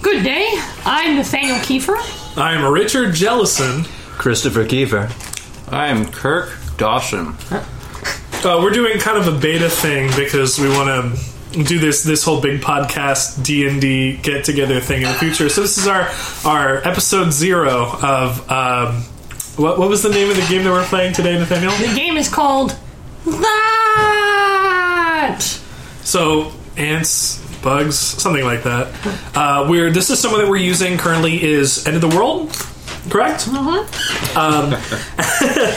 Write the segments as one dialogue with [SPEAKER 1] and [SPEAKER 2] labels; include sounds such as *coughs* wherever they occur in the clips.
[SPEAKER 1] Good day. I'm Nathaniel Kiefer.
[SPEAKER 2] I am Richard Jellison.
[SPEAKER 3] Christopher Kiefer.
[SPEAKER 4] I am Kirk Dawson.
[SPEAKER 2] Uh, we're doing kind of a beta thing because we want to do this this whole big podcast D and D get together thing in the future. So this is our our episode zero of um, what what was the name of the game that we're playing today, Nathaniel?
[SPEAKER 1] The game is called That.
[SPEAKER 2] So ants, bugs, something like that. Uh, we're this is someone that we're using currently is end of the world, correct?
[SPEAKER 1] Oh.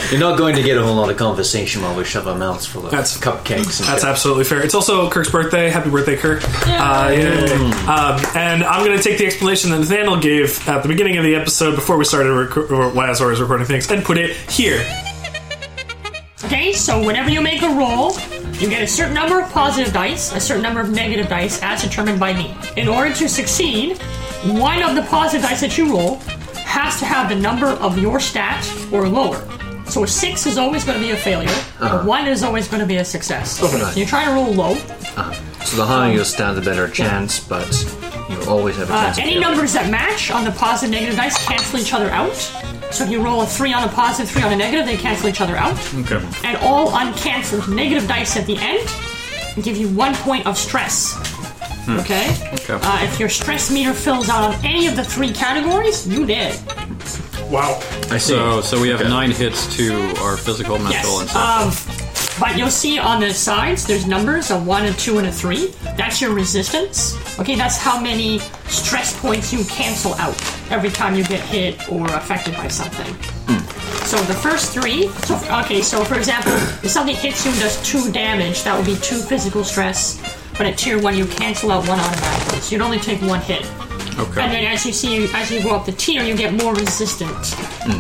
[SPEAKER 3] You're not going to get a whole lot of conversation while we shove our mouths full of
[SPEAKER 2] That's-
[SPEAKER 3] cupcakes. And
[SPEAKER 2] That's absolutely fair. It's also Kirk's birthday. Happy birthday, Kirk. Uh, yay. Um, and I'm going to take the explanation that Nathaniel gave at the beginning of the episode before we started rec- or as I was recording things and put it here.
[SPEAKER 1] Okay, so whenever you make a roll, you get a certain number of positive dice, a certain number of negative dice, as determined by me. In order to succeed, one of the positive dice that you roll has to have the number of your stat or lower. So a six is always going to be a failure. A one is always going to be a success.
[SPEAKER 3] Overnight.
[SPEAKER 1] You're trying to roll low.
[SPEAKER 3] So the higher you stand, the better chance, but you always have a
[SPEAKER 1] Uh,
[SPEAKER 3] chance. of
[SPEAKER 1] any
[SPEAKER 3] failure.
[SPEAKER 1] numbers that match on the positive negative dice cancel each other out. So if you roll a three on a positive, three on a negative, they cancel each other out.
[SPEAKER 4] Okay.
[SPEAKER 1] and all uncancelled negative dice at the end give you one point of stress. Okay?
[SPEAKER 4] Hmm. Okay.
[SPEAKER 1] Uh, if your stress meter fills out on any of the three categories, you did.
[SPEAKER 2] Wow.
[SPEAKER 3] I see.
[SPEAKER 4] So, so we have
[SPEAKER 3] Okay.
[SPEAKER 4] nine hits to our physical, mental, and
[SPEAKER 1] Yes.
[SPEAKER 4] stuff.
[SPEAKER 1] Um, but you'll see on the sides, there's numbers a 1, a 2, and a 3. That's your resistance. Okay, that's how many stress points you cancel out every time you get hit or affected by something. So the first three. So, okay, so for example, if something hits you and does 2 damage, that would be 2 physical stress. But at tier 1, you cancel out 1 automatically. So you'd only take 1 hit. Uh, And then
[SPEAKER 4] okay.
[SPEAKER 1] as you see, as you go up the tier, you get more resistant.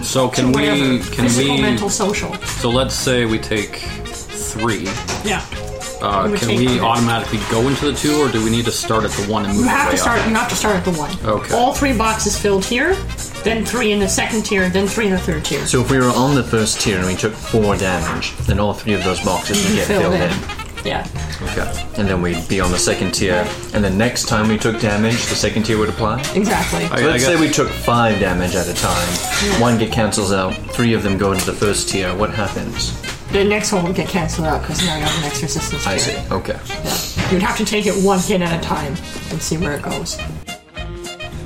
[SPEAKER 4] So can
[SPEAKER 1] Whatever.
[SPEAKER 4] we? Can
[SPEAKER 1] physical,
[SPEAKER 4] we?
[SPEAKER 1] mental, social.
[SPEAKER 4] So let's say we take three.
[SPEAKER 1] Yeah.
[SPEAKER 4] Uh,
[SPEAKER 1] would
[SPEAKER 4] can
[SPEAKER 1] take
[SPEAKER 4] we
[SPEAKER 1] three.
[SPEAKER 4] automatically go into the two, or do we need to start at the one and move
[SPEAKER 1] You
[SPEAKER 4] our
[SPEAKER 1] have
[SPEAKER 4] way
[SPEAKER 1] to start.
[SPEAKER 4] up?
[SPEAKER 1] You have to start at the one.
[SPEAKER 4] Okay.
[SPEAKER 1] All three boxes filled here, then three in the second tier, then three in the third tier.
[SPEAKER 3] So if we were on the first tier and we took four damage, then all three of those boxes would
[SPEAKER 1] You
[SPEAKER 3] get
[SPEAKER 1] fill
[SPEAKER 3] filled in.
[SPEAKER 1] in. Yeah.
[SPEAKER 4] Okay.
[SPEAKER 3] And then we'd be on the second tier. And the next time we took damage, the second tier would apply.
[SPEAKER 1] Exactly.
[SPEAKER 4] I-
[SPEAKER 3] Let's say
[SPEAKER 4] guess-
[SPEAKER 3] we took five damage at a time. One get cancels out. Three of them go into the first tier. What happens?
[SPEAKER 1] the next one will get cancelled out because now you have an extra resistance.
[SPEAKER 3] I
[SPEAKER 1] tier.
[SPEAKER 3] see. Okay.
[SPEAKER 1] You'd have to take it one hit at a time and see where it goes.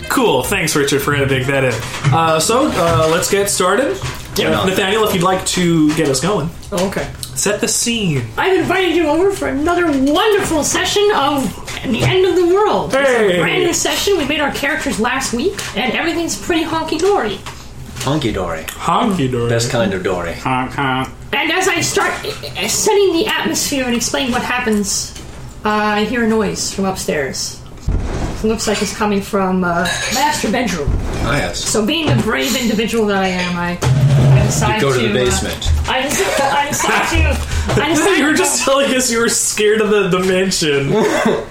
[SPEAKER 2] Cool. Thanks, Richard, for editing that in. Uh, so uh, let's get started. Uh, Nathaniel, if you'd like to get us going,
[SPEAKER 1] Okay.
[SPEAKER 2] set the scene.
[SPEAKER 1] I've invited you over for another wonderful session of The End of the World. It's
[SPEAKER 2] Hey!
[SPEAKER 1] a brand new session. We made our characters last week, and everything's pretty honky dory.
[SPEAKER 3] Honky dory.
[SPEAKER 2] Honky dory.
[SPEAKER 3] Best kind of dory.
[SPEAKER 1] And as I start uh, setting the atmosphere and explain what happens, uh, I hear a noise from upstairs. It looks like it's coming from uh, master bedroom.
[SPEAKER 3] Ah, yes.
[SPEAKER 1] So, being the brave individual that I am, I, I decide
[SPEAKER 3] Go to the
[SPEAKER 1] uh,
[SPEAKER 3] basement.
[SPEAKER 1] I, dec- I decide to. I
[SPEAKER 3] *laughs*
[SPEAKER 1] decide
[SPEAKER 2] *laughs* You were
[SPEAKER 1] to
[SPEAKER 2] just
[SPEAKER 1] go-
[SPEAKER 2] telling us you were scared of the, the mansion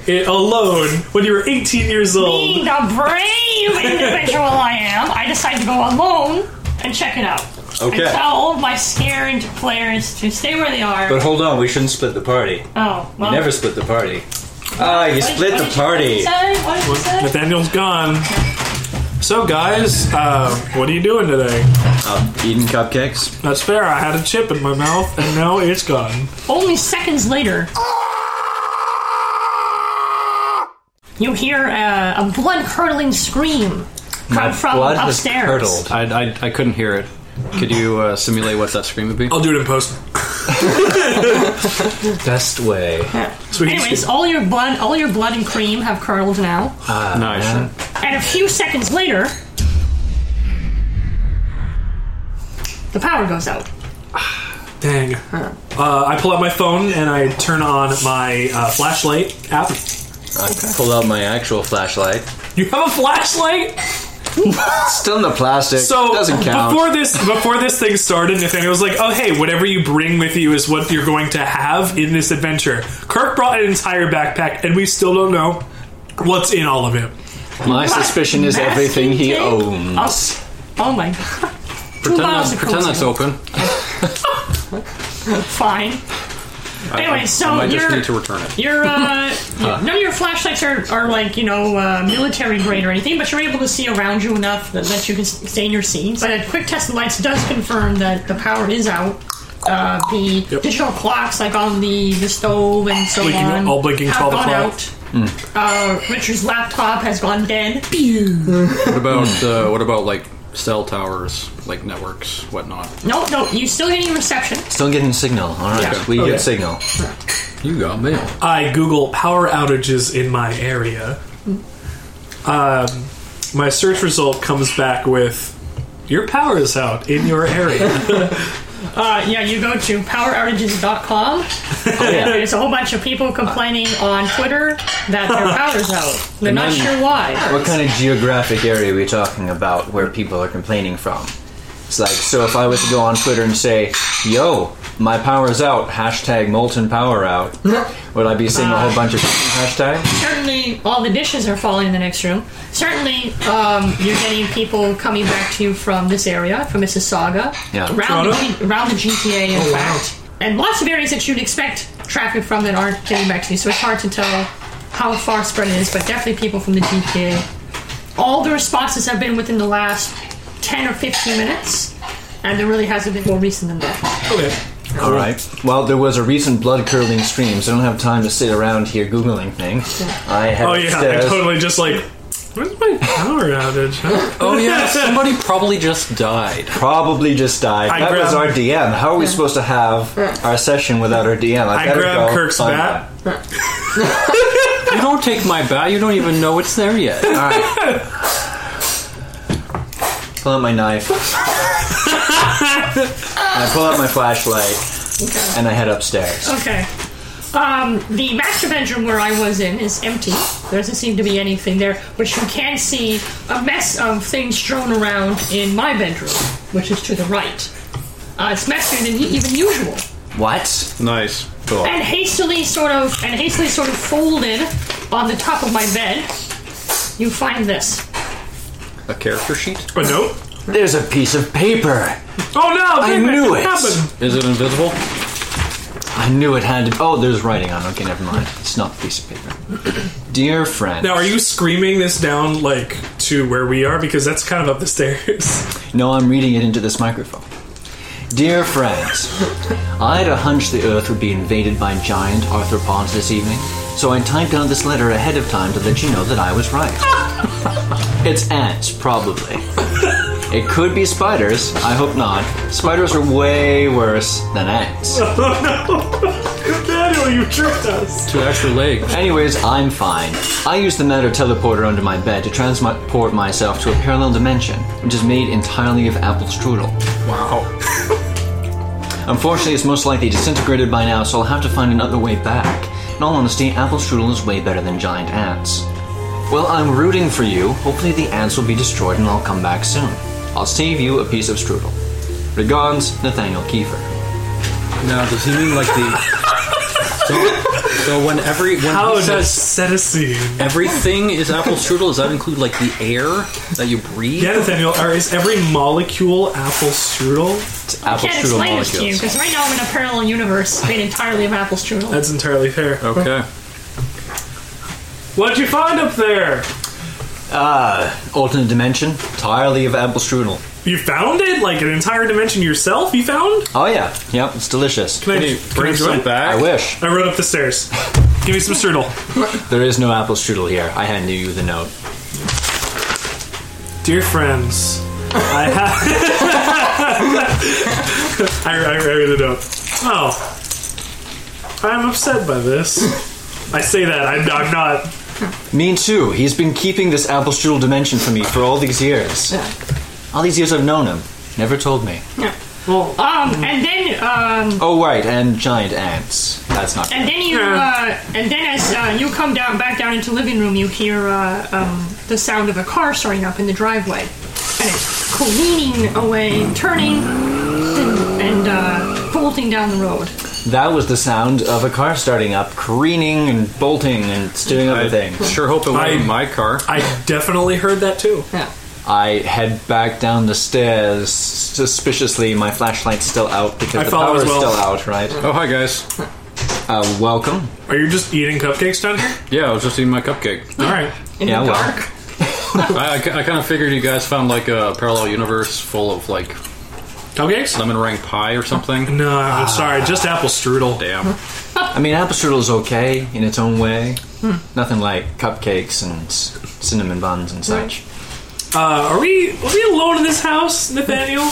[SPEAKER 2] it, alone when you were 18 years old.
[SPEAKER 1] being the brave individual I am, I decide to go alone and check it out.
[SPEAKER 3] Okay.
[SPEAKER 1] I tell all of my scared players to stay where they are.
[SPEAKER 3] But hold on, we shouldn't split the party.
[SPEAKER 1] oh, well.
[SPEAKER 3] Never split the party. Ah, you split the party.
[SPEAKER 1] What did you say? What did you say?
[SPEAKER 2] Nathaniel's gone. So, guys, uh, what are you doing today?
[SPEAKER 3] Eating cupcakes.
[SPEAKER 2] That's fair. I had a chip in my mouth, and now it's gone.
[SPEAKER 1] Only seconds later, you hear uh, a blood-curdling scream come from
[SPEAKER 3] blood has
[SPEAKER 1] upstairs.
[SPEAKER 3] curdled.
[SPEAKER 4] I, I, I couldn't hear it. Could you uh, simulate what that scream
[SPEAKER 1] Oh,
[SPEAKER 4] would be?
[SPEAKER 2] I'll do it in post.
[SPEAKER 3] Best
[SPEAKER 2] *laughs*
[SPEAKER 3] way.
[SPEAKER 1] Oh,
[SPEAKER 4] *laughs*
[SPEAKER 2] Sweet.
[SPEAKER 1] Anyways, all your blood, all your blood and cream have curdled now.
[SPEAKER 4] nice.
[SPEAKER 1] And a few seconds later, the power goes out.
[SPEAKER 2] Dang. Uh, I pull out my phone and I turn on my uh, flashlight app.
[SPEAKER 3] I pull out my actual flashlight.
[SPEAKER 2] You have a flashlight?
[SPEAKER 3] Still in the plastic.
[SPEAKER 2] So
[SPEAKER 3] doesn't count.
[SPEAKER 2] before this before this thing started, Nathaniel was like, "Oh hey, whatever you bring with you is what you're going to have in this adventure." Kirk brought an entire backpack, and we still don't know what's in all of it.
[SPEAKER 3] my suspicion is
[SPEAKER 1] Masking
[SPEAKER 3] everything he
[SPEAKER 1] tape?
[SPEAKER 3] owns.
[SPEAKER 1] Oh, s- oh my *laughs* god! Two
[SPEAKER 4] Pretend,
[SPEAKER 1] bottles
[SPEAKER 4] that's,
[SPEAKER 1] of
[SPEAKER 4] pretend that's
[SPEAKER 1] Coke Zero.
[SPEAKER 4] open.
[SPEAKER 1] Fine. Anyway, so
[SPEAKER 4] I might
[SPEAKER 1] you're
[SPEAKER 4] just need to return it.
[SPEAKER 1] Your
[SPEAKER 2] *laughs*
[SPEAKER 1] uh, none of your flashlights are, are like you know uh, military grade or anything, but you're able to see around you enough that, that you can s- stay in your seats. But a quick test of lights does confirm that the power is out. Uh, the digital clocks, like on the, the stove and so
[SPEAKER 2] Blinking-
[SPEAKER 1] on,
[SPEAKER 2] all blinking
[SPEAKER 1] have
[SPEAKER 2] 12
[SPEAKER 1] gone
[SPEAKER 2] o'clock.
[SPEAKER 1] out. Uh, Richard's laptop has gone dead.
[SPEAKER 4] What about uh, what about like cell towers, like networks, whatnot?
[SPEAKER 1] No, no, you're still getting reception.
[SPEAKER 3] Still getting signal. All right,
[SPEAKER 1] Yeah.
[SPEAKER 3] we
[SPEAKER 2] Okay.
[SPEAKER 3] get *laughs* signal.
[SPEAKER 4] You got mail.
[SPEAKER 2] I Google power outages in my area. Um, my search result comes back with your power is out in your area.
[SPEAKER 1] Uh, yeah, you go to powerautages.com. and There's a whole bunch of people complaining on Twitter that their
[SPEAKER 2] *laughs*
[SPEAKER 1] power's out. They're not
[SPEAKER 3] then-
[SPEAKER 1] sure why.
[SPEAKER 3] What kind of geographic area are we talking about where people are complaining from? It's like, so if I was to go on Twitter and say, yo, my power's out, hashtag molten power out, would I be seeing a whole bunch of *laughs* hashtags?
[SPEAKER 1] Certainly, all the dishes are falling in the next room. Certainly, um, you're getting people coming back to you from this area, from Mississauga,
[SPEAKER 3] Yeah.
[SPEAKER 1] around, the,
[SPEAKER 2] Toronto? Oh,
[SPEAKER 1] G- around the GTA, in
[SPEAKER 2] wow.
[SPEAKER 1] fact. And lots of areas that you'd expect traffic from that aren't getting back to you, so it's hard to tell how far spread it is, but definitely people from the GTA all the responses have been within the last 10 or 15 minutes, and there really hasn't been more recent than that.
[SPEAKER 2] Okay.
[SPEAKER 3] All right. Well, there was a recent blood curdling stream, so I don't have time to sit around here Googling things. I have
[SPEAKER 2] Oh yeah, I
[SPEAKER 3] upstairs.
[SPEAKER 2] totally just like. Where's my power outage? Huh?
[SPEAKER 4] Oh
[SPEAKER 2] *laughs*
[SPEAKER 4] yeah, *laughs* somebody probably just died.
[SPEAKER 3] Probably just died.
[SPEAKER 2] I
[SPEAKER 3] that was
[SPEAKER 2] grabbed-
[SPEAKER 3] our DM. How are we supposed to have our session without our DM?
[SPEAKER 2] I
[SPEAKER 3] better
[SPEAKER 2] grabbed
[SPEAKER 3] go
[SPEAKER 2] Kirk's
[SPEAKER 3] find
[SPEAKER 2] bat.
[SPEAKER 3] out.
[SPEAKER 4] You don't take my bat. You don't even know it's there yet.
[SPEAKER 3] All right. pull out
[SPEAKER 2] *laughs*
[SPEAKER 3] my knife. I pull out my flashlight, and I head upstairs.
[SPEAKER 1] Okay. Um, the master bedroom where I was in is empty. There doesn't seem to be anything there, but you can see a mess of things strewn around in my bedroom, which is to the right. Uh, it's messier than even usual.
[SPEAKER 3] What?
[SPEAKER 4] Nice. Cool.
[SPEAKER 1] and hastily sort of and hastily sort of folded on the top of my bed you find this
[SPEAKER 4] A character sheet?
[SPEAKER 2] A note.
[SPEAKER 3] There's a piece of paper.
[SPEAKER 2] Oh no!
[SPEAKER 3] I
[SPEAKER 2] damn
[SPEAKER 3] knew
[SPEAKER 2] it
[SPEAKER 3] it.
[SPEAKER 2] happened.
[SPEAKER 4] Is it invisible?
[SPEAKER 3] I knew it had to. Oh, there's writing on. it. Okay, never mind. It's not the piece of paper. *clears throat* Dear friend.
[SPEAKER 2] Now, are you screaming this down like to where we are because that's kind of up the stairs? *laughs*
[SPEAKER 3] No, I'm reading it into this microphone. Dear friends, I had a hunch the Earth would be invaded by giant arthropods this evening, so I typed out this letter ahead of time to let you know that I was right. it's ants, probably. It could be spiders. I hope not. Spiders are way worse than ants.
[SPEAKER 2] Daniel, you tricked us.
[SPEAKER 4] Two extra legs.
[SPEAKER 3] Anyways, I'm fine. I use the matter teleporter under my bed to transport myself to a parallel dimension, which is made entirely of apple strudel.
[SPEAKER 4] Wow.
[SPEAKER 3] Unfortunately, it's most likely disintegrated by now, so I'll have to find another way back. In all honesty, apple strudel is way better than giant ants. Well, I'm rooting for you. Hopefully, the ants will be destroyed and I'll come back soon. I'll save you a piece of strudel. Regards, Nathaniel Kiefer.
[SPEAKER 4] Now, does he mean like the? So, so when every when
[SPEAKER 2] How does
[SPEAKER 4] he says
[SPEAKER 2] set a scene?
[SPEAKER 4] everything is apple strudel, does that include like the air that you breathe?
[SPEAKER 2] Yeah, Nathaniel, are, is every molecule apple strudel?
[SPEAKER 3] It's apple
[SPEAKER 1] can't
[SPEAKER 3] strudel
[SPEAKER 1] explain this to you
[SPEAKER 3] molecules.
[SPEAKER 1] because right now i'm in a parallel universe made entirely of apple strudel
[SPEAKER 2] That's entirely fair.
[SPEAKER 4] Okay.
[SPEAKER 2] What'd you find up there?
[SPEAKER 3] Ah, Alternate dimension, entirely of apple strudel.
[SPEAKER 2] You found it? Like an entire dimension yourself you found?
[SPEAKER 3] Oh, yeah. Yep, it's delicious.
[SPEAKER 2] Can I,
[SPEAKER 4] Hey,
[SPEAKER 2] can I
[SPEAKER 4] bring
[SPEAKER 2] join?
[SPEAKER 4] some back.
[SPEAKER 3] I wish.
[SPEAKER 2] I rode up the stairs. Give me some strudel.
[SPEAKER 3] There is no apple strudel here. I hand you the note.
[SPEAKER 2] Dear friends, I have. *laughs* I, I, I really don't. Oh. I'm upset by this. I say that, I'm, I'm not.
[SPEAKER 3] Me too. He's been keeping this apple strudel dimension from me for all these years. All these years I've known him. Never told me.
[SPEAKER 2] Well,
[SPEAKER 1] um and then um
[SPEAKER 3] Oh, right, and giant ants. That's not.
[SPEAKER 1] and then you uh, and then as uh, you come down back down into living room you hear uh, um, the sound of a car starting up in the driveway and it's careening away turning and, and uh, bolting down the road
[SPEAKER 3] That was the sound of a car starting up, careening and bolting and steering up
[SPEAKER 4] I
[SPEAKER 3] a thing.
[SPEAKER 4] sure hope it
[SPEAKER 2] I-
[SPEAKER 4] wasn't my car.
[SPEAKER 2] I definitely heard that too.
[SPEAKER 3] I head back down the stairs suspiciously. My flashlight's still out because
[SPEAKER 2] I
[SPEAKER 3] the
[SPEAKER 2] follow
[SPEAKER 3] power's
[SPEAKER 2] as well.
[SPEAKER 3] still out, right?
[SPEAKER 4] Oh hi guys.
[SPEAKER 3] Uh, welcome.
[SPEAKER 2] Are you just eating cupcakes down here?
[SPEAKER 4] Yeah, I was just eating my cupcake.
[SPEAKER 2] All right.
[SPEAKER 1] In
[SPEAKER 3] Yeah,
[SPEAKER 1] the
[SPEAKER 3] well.
[SPEAKER 1] dark.
[SPEAKER 4] I, I, kind of figured you guys found like a parallel universe full of like
[SPEAKER 2] Cupcakes?
[SPEAKER 4] lemon meringue pie or something.
[SPEAKER 2] No, I'm sorry. Just apple strudel.
[SPEAKER 4] Damn.
[SPEAKER 3] I mean, apple strudel is okay in its own way. Nothing like cupcakes and s- cinnamon buns and such.
[SPEAKER 2] Uh, are we are we alone in this house, Nathaniel?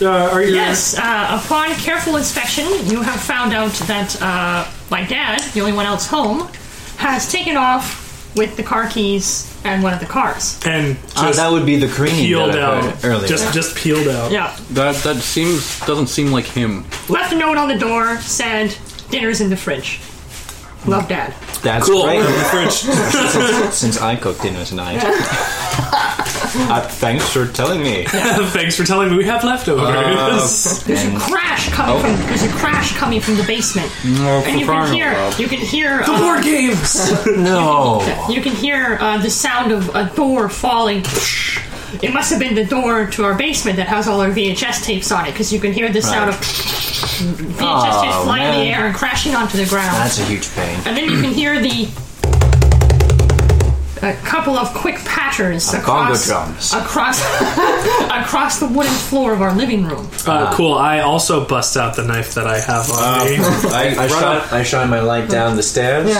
[SPEAKER 2] Uh, are you?
[SPEAKER 1] Yes, uh, upon careful inspection, you have found out that uh, my dad, the only one else home, has taken off with the car keys and one of the cars.
[SPEAKER 2] And
[SPEAKER 3] Ah,
[SPEAKER 2] just
[SPEAKER 3] that would be the cream
[SPEAKER 2] peeled
[SPEAKER 3] that I heard
[SPEAKER 2] out.
[SPEAKER 3] earlier.
[SPEAKER 2] Just just peeled out.
[SPEAKER 1] Yeah.
[SPEAKER 4] That that seems doesn't seem like him.
[SPEAKER 1] Left a note on the door, said, dinner's in the fridge. Love dad.
[SPEAKER 3] That's
[SPEAKER 2] Cool.
[SPEAKER 3] *laughs* great.
[SPEAKER 2] French.
[SPEAKER 3] Since I cooked dinner *laughs* tonight. Uh, thanks for telling me.
[SPEAKER 2] *laughs* Thanks for telling me we have
[SPEAKER 4] Uh,
[SPEAKER 2] leftovers.
[SPEAKER 1] There's a crash coming
[SPEAKER 3] Oh. Mm,
[SPEAKER 1] from there's a crash coming from the basement. and you can
[SPEAKER 4] crying out
[SPEAKER 1] hear
[SPEAKER 4] loud.
[SPEAKER 1] you can hear
[SPEAKER 2] The
[SPEAKER 1] uh,
[SPEAKER 2] board games.
[SPEAKER 3] *laughs* No.
[SPEAKER 1] You can hear uh, the sound of a door falling. It must have been the door to our basement that has all our VHS tapes on it, because you can hear the sound of VHS tapes
[SPEAKER 3] Oh,
[SPEAKER 1] flying in the
[SPEAKER 3] man.
[SPEAKER 1] air and crashing onto the ground.
[SPEAKER 3] That's a huge pain.
[SPEAKER 1] and then you can hear the a couple of quick patters
[SPEAKER 3] bongo
[SPEAKER 1] across
[SPEAKER 3] drums.
[SPEAKER 1] across *laughs* across the wooden floor of our living room.
[SPEAKER 2] *laughs* Uh, cool. I also bust out the knife that I have
[SPEAKER 4] Uh,
[SPEAKER 2] on
[SPEAKER 4] *laughs*
[SPEAKER 2] me.
[SPEAKER 3] I,
[SPEAKER 4] run
[SPEAKER 3] shine,
[SPEAKER 4] up-
[SPEAKER 3] I shine my light down the stairs.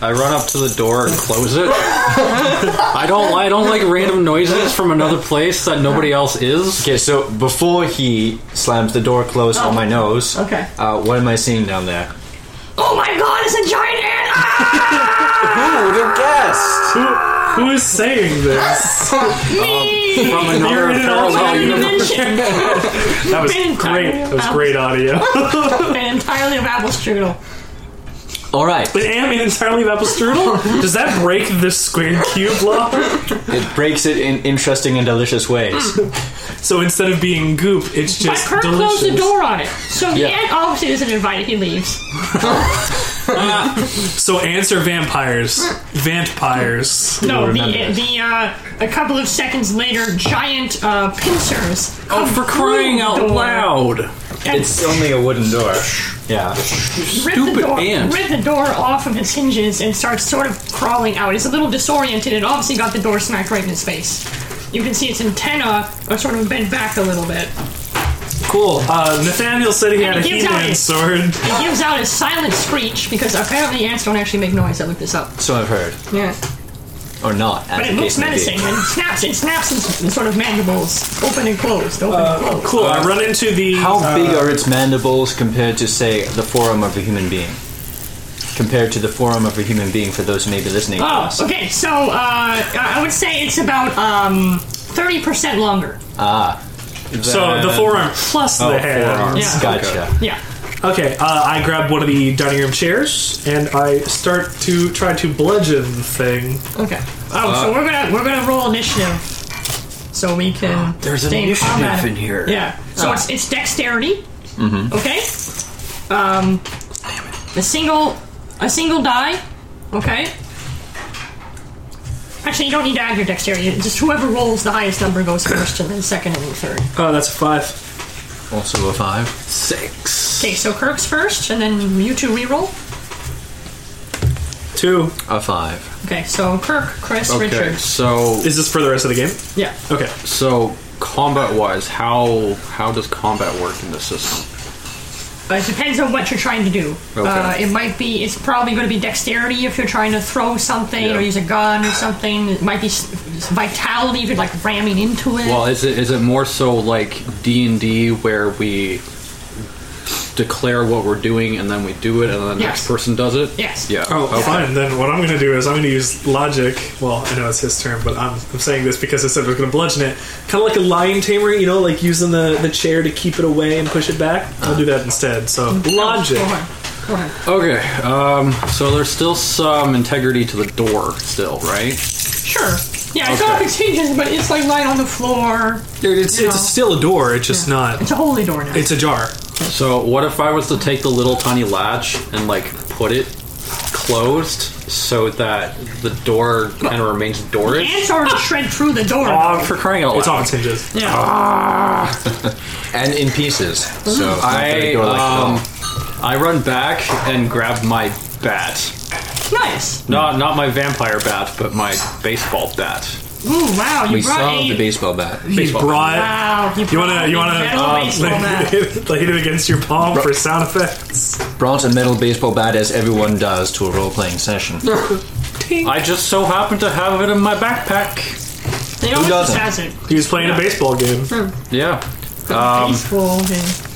[SPEAKER 4] I run up to the door and close it. I don't I don't like random noises from another place that nobody else is.
[SPEAKER 3] Okay, so before he slams the door closed on my nose,
[SPEAKER 1] okay.
[SPEAKER 3] uh, what am I seeing down there?
[SPEAKER 1] Oh my God! It's a giant ant! Ah!
[SPEAKER 3] Who would have guessed?
[SPEAKER 2] who, who is saying this?
[SPEAKER 1] Me!
[SPEAKER 4] From another
[SPEAKER 2] in an alternate
[SPEAKER 4] parallel universe.
[SPEAKER 1] Dimension.
[SPEAKER 3] *laughs*
[SPEAKER 2] That was great. That was great audio.
[SPEAKER 1] Made entirely of apple strudel.
[SPEAKER 3] All right,
[SPEAKER 2] But am made entirely of apple strudel? Does that break the square cube law?
[SPEAKER 3] it breaks it in interesting and delicious ways.
[SPEAKER 2] So instead of being goop, it's
[SPEAKER 1] My
[SPEAKER 2] just
[SPEAKER 1] Kurt
[SPEAKER 2] delicious.
[SPEAKER 1] closed the door on it, so the
[SPEAKER 3] Yeah.
[SPEAKER 1] ant obviously isn't invited. He leaves.
[SPEAKER 2] So ants are vampires. Vampires.
[SPEAKER 1] No, the
[SPEAKER 3] remember this.
[SPEAKER 1] the uh, a couple of seconds later, giant uh, pincers.
[SPEAKER 4] Oh, for crying out loud!
[SPEAKER 3] *laughs* It's only a wooden door. Yeah.
[SPEAKER 1] Rip the
[SPEAKER 4] stupid
[SPEAKER 1] door,
[SPEAKER 4] ant.
[SPEAKER 1] rip the door off of its hinges and starts sort of crawling out. It's a little disoriented. It obviously got the door smacked right in its face. You can see its antenna are sort of bent back a little bit.
[SPEAKER 2] Cool. Uh, Nathaniel said he had a
[SPEAKER 1] And he's out.
[SPEAKER 2] He-Man sword.
[SPEAKER 1] It gives out a silent screech because apparently ants don't actually make noise. I looked this up.
[SPEAKER 3] So I've heard.
[SPEAKER 1] Yeah.
[SPEAKER 3] Or not, as
[SPEAKER 1] But
[SPEAKER 3] the
[SPEAKER 1] it looks
[SPEAKER 3] case may be.
[SPEAKER 1] menacing and it snaps. It snaps its sort of mandibles, open and closed, open and closed.
[SPEAKER 2] Cool. I run into the.
[SPEAKER 3] How
[SPEAKER 2] uh,
[SPEAKER 3] big are its mandibles compared to, say, the forearm of a human being? Compared to the forearm of a human being, for those who may be listening to
[SPEAKER 1] Oh,
[SPEAKER 3] us.
[SPEAKER 1] okay. So uh, I would say it's about um, thirty percent longer.
[SPEAKER 2] So the forearm plus
[SPEAKER 3] Oh,
[SPEAKER 2] the hand.
[SPEAKER 4] forearm.
[SPEAKER 1] Yeah.
[SPEAKER 3] Gotcha.
[SPEAKER 1] Yeah.
[SPEAKER 2] Okay, uh, I grab one of the dining room chairs and I start to try to bludgeon the thing.
[SPEAKER 1] Okay. Oh, so we're gonna we're gonna roll initiative, so we can.
[SPEAKER 4] *gasps* There's an
[SPEAKER 1] stay in
[SPEAKER 4] initiative
[SPEAKER 1] combat.
[SPEAKER 4] in here. Ah. Mm-hmm.
[SPEAKER 1] Yeah. So it's it's dexterity. Okay. Um, a single a single die. Okay. Actually, you don't need to add your dexterity. It's Just whoever rolls the highest number goes first, and then second, and then third.
[SPEAKER 2] Oh, that's a five.
[SPEAKER 3] Also a five.
[SPEAKER 4] Six.
[SPEAKER 1] Okay, so Kirk's first, and then you two reroll.
[SPEAKER 2] Two.
[SPEAKER 3] A five.
[SPEAKER 1] Okay, so Kirk, Chris,
[SPEAKER 4] Okay,
[SPEAKER 1] Richard.
[SPEAKER 4] so
[SPEAKER 2] Is this for the rest of the game?
[SPEAKER 1] Yeah.
[SPEAKER 2] Okay.
[SPEAKER 4] so combat wise, how how does combat work in this system?
[SPEAKER 1] Uh, it depends on what you're trying to do.
[SPEAKER 4] Okay.
[SPEAKER 1] Uh, it might be, it's probably going to be dexterity if you're trying to throw something
[SPEAKER 4] Yeah.
[SPEAKER 1] or use a gun or something. It might be s- vitality if you're like ramming into it.
[SPEAKER 4] Well, is it is it more so like D and D where we declare what we're doing and then we do it and then the
[SPEAKER 1] Yes.
[SPEAKER 4] next person does it?
[SPEAKER 1] Yes.
[SPEAKER 4] Yeah.
[SPEAKER 2] Oh, fine. Then what I'm going to do is I'm going to use logic. Well, I know it's his turn, but I'm, I'm saying this because I said I was going to bludgeon it. Kind of like a lion tamer, you know, like using the, the chair to keep it away and push it back. I'll do that instead. So, logic.
[SPEAKER 1] Go ahead. Go ahead.
[SPEAKER 4] Okay. Um, so there's still some integrity to the door, still, right?
[SPEAKER 1] Sure. Yeah, it's off
[SPEAKER 4] Okay.
[SPEAKER 1] its hinges, but it's like lying on the floor.
[SPEAKER 2] It's,
[SPEAKER 1] You know.
[SPEAKER 2] it's still a door, it's just not.
[SPEAKER 1] Oh. It's a holy door now.
[SPEAKER 2] It's ajar.
[SPEAKER 4] So what if I was to take the little tiny latch and like put it closed so that the door kind of remains doorish?
[SPEAKER 1] Ants already shred through the door.
[SPEAKER 4] Oh, for crying out
[SPEAKER 2] It's off
[SPEAKER 4] loud!
[SPEAKER 2] its hinges.
[SPEAKER 1] yeah.
[SPEAKER 3] And in pieces. So it's not
[SPEAKER 4] I
[SPEAKER 3] very door-like at all.
[SPEAKER 4] um, I run back and grab my bat.
[SPEAKER 1] Nice.
[SPEAKER 4] Not not my vampire bat, but my baseball bat.
[SPEAKER 1] Ooh, wow. You
[SPEAKER 5] We
[SPEAKER 1] brought
[SPEAKER 5] saw
[SPEAKER 1] a.
[SPEAKER 5] the baseball bat.
[SPEAKER 2] He *laughs*
[SPEAKER 4] Baseball.
[SPEAKER 2] brought.
[SPEAKER 1] wow. You,
[SPEAKER 2] You
[SPEAKER 1] brought
[SPEAKER 2] wanna you
[SPEAKER 1] a
[SPEAKER 2] wanna
[SPEAKER 1] metal
[SPEAKER 2] um,
[SPEAKER 1] Ah,
[SPEAKER 2] *laughs*
[SPEAKER 1] baseball bat.
[SPEAKER 2] hit it against your palm for sound effects.
[SPEAKER 3] Brought a metal baseball bat as everyone does to a role playing session.
[SPEAKER 4] I just so happen to have it in my backpack.
[SPEAKER 1] They always
[SPEAKER 3] doesn't?
[SPEAKER 1] has it.
[SPEAKER 2] He was playing a baseball game.
[SPEAKER 4] Yeah. Um,
[SPEAKER 1] Baseball game.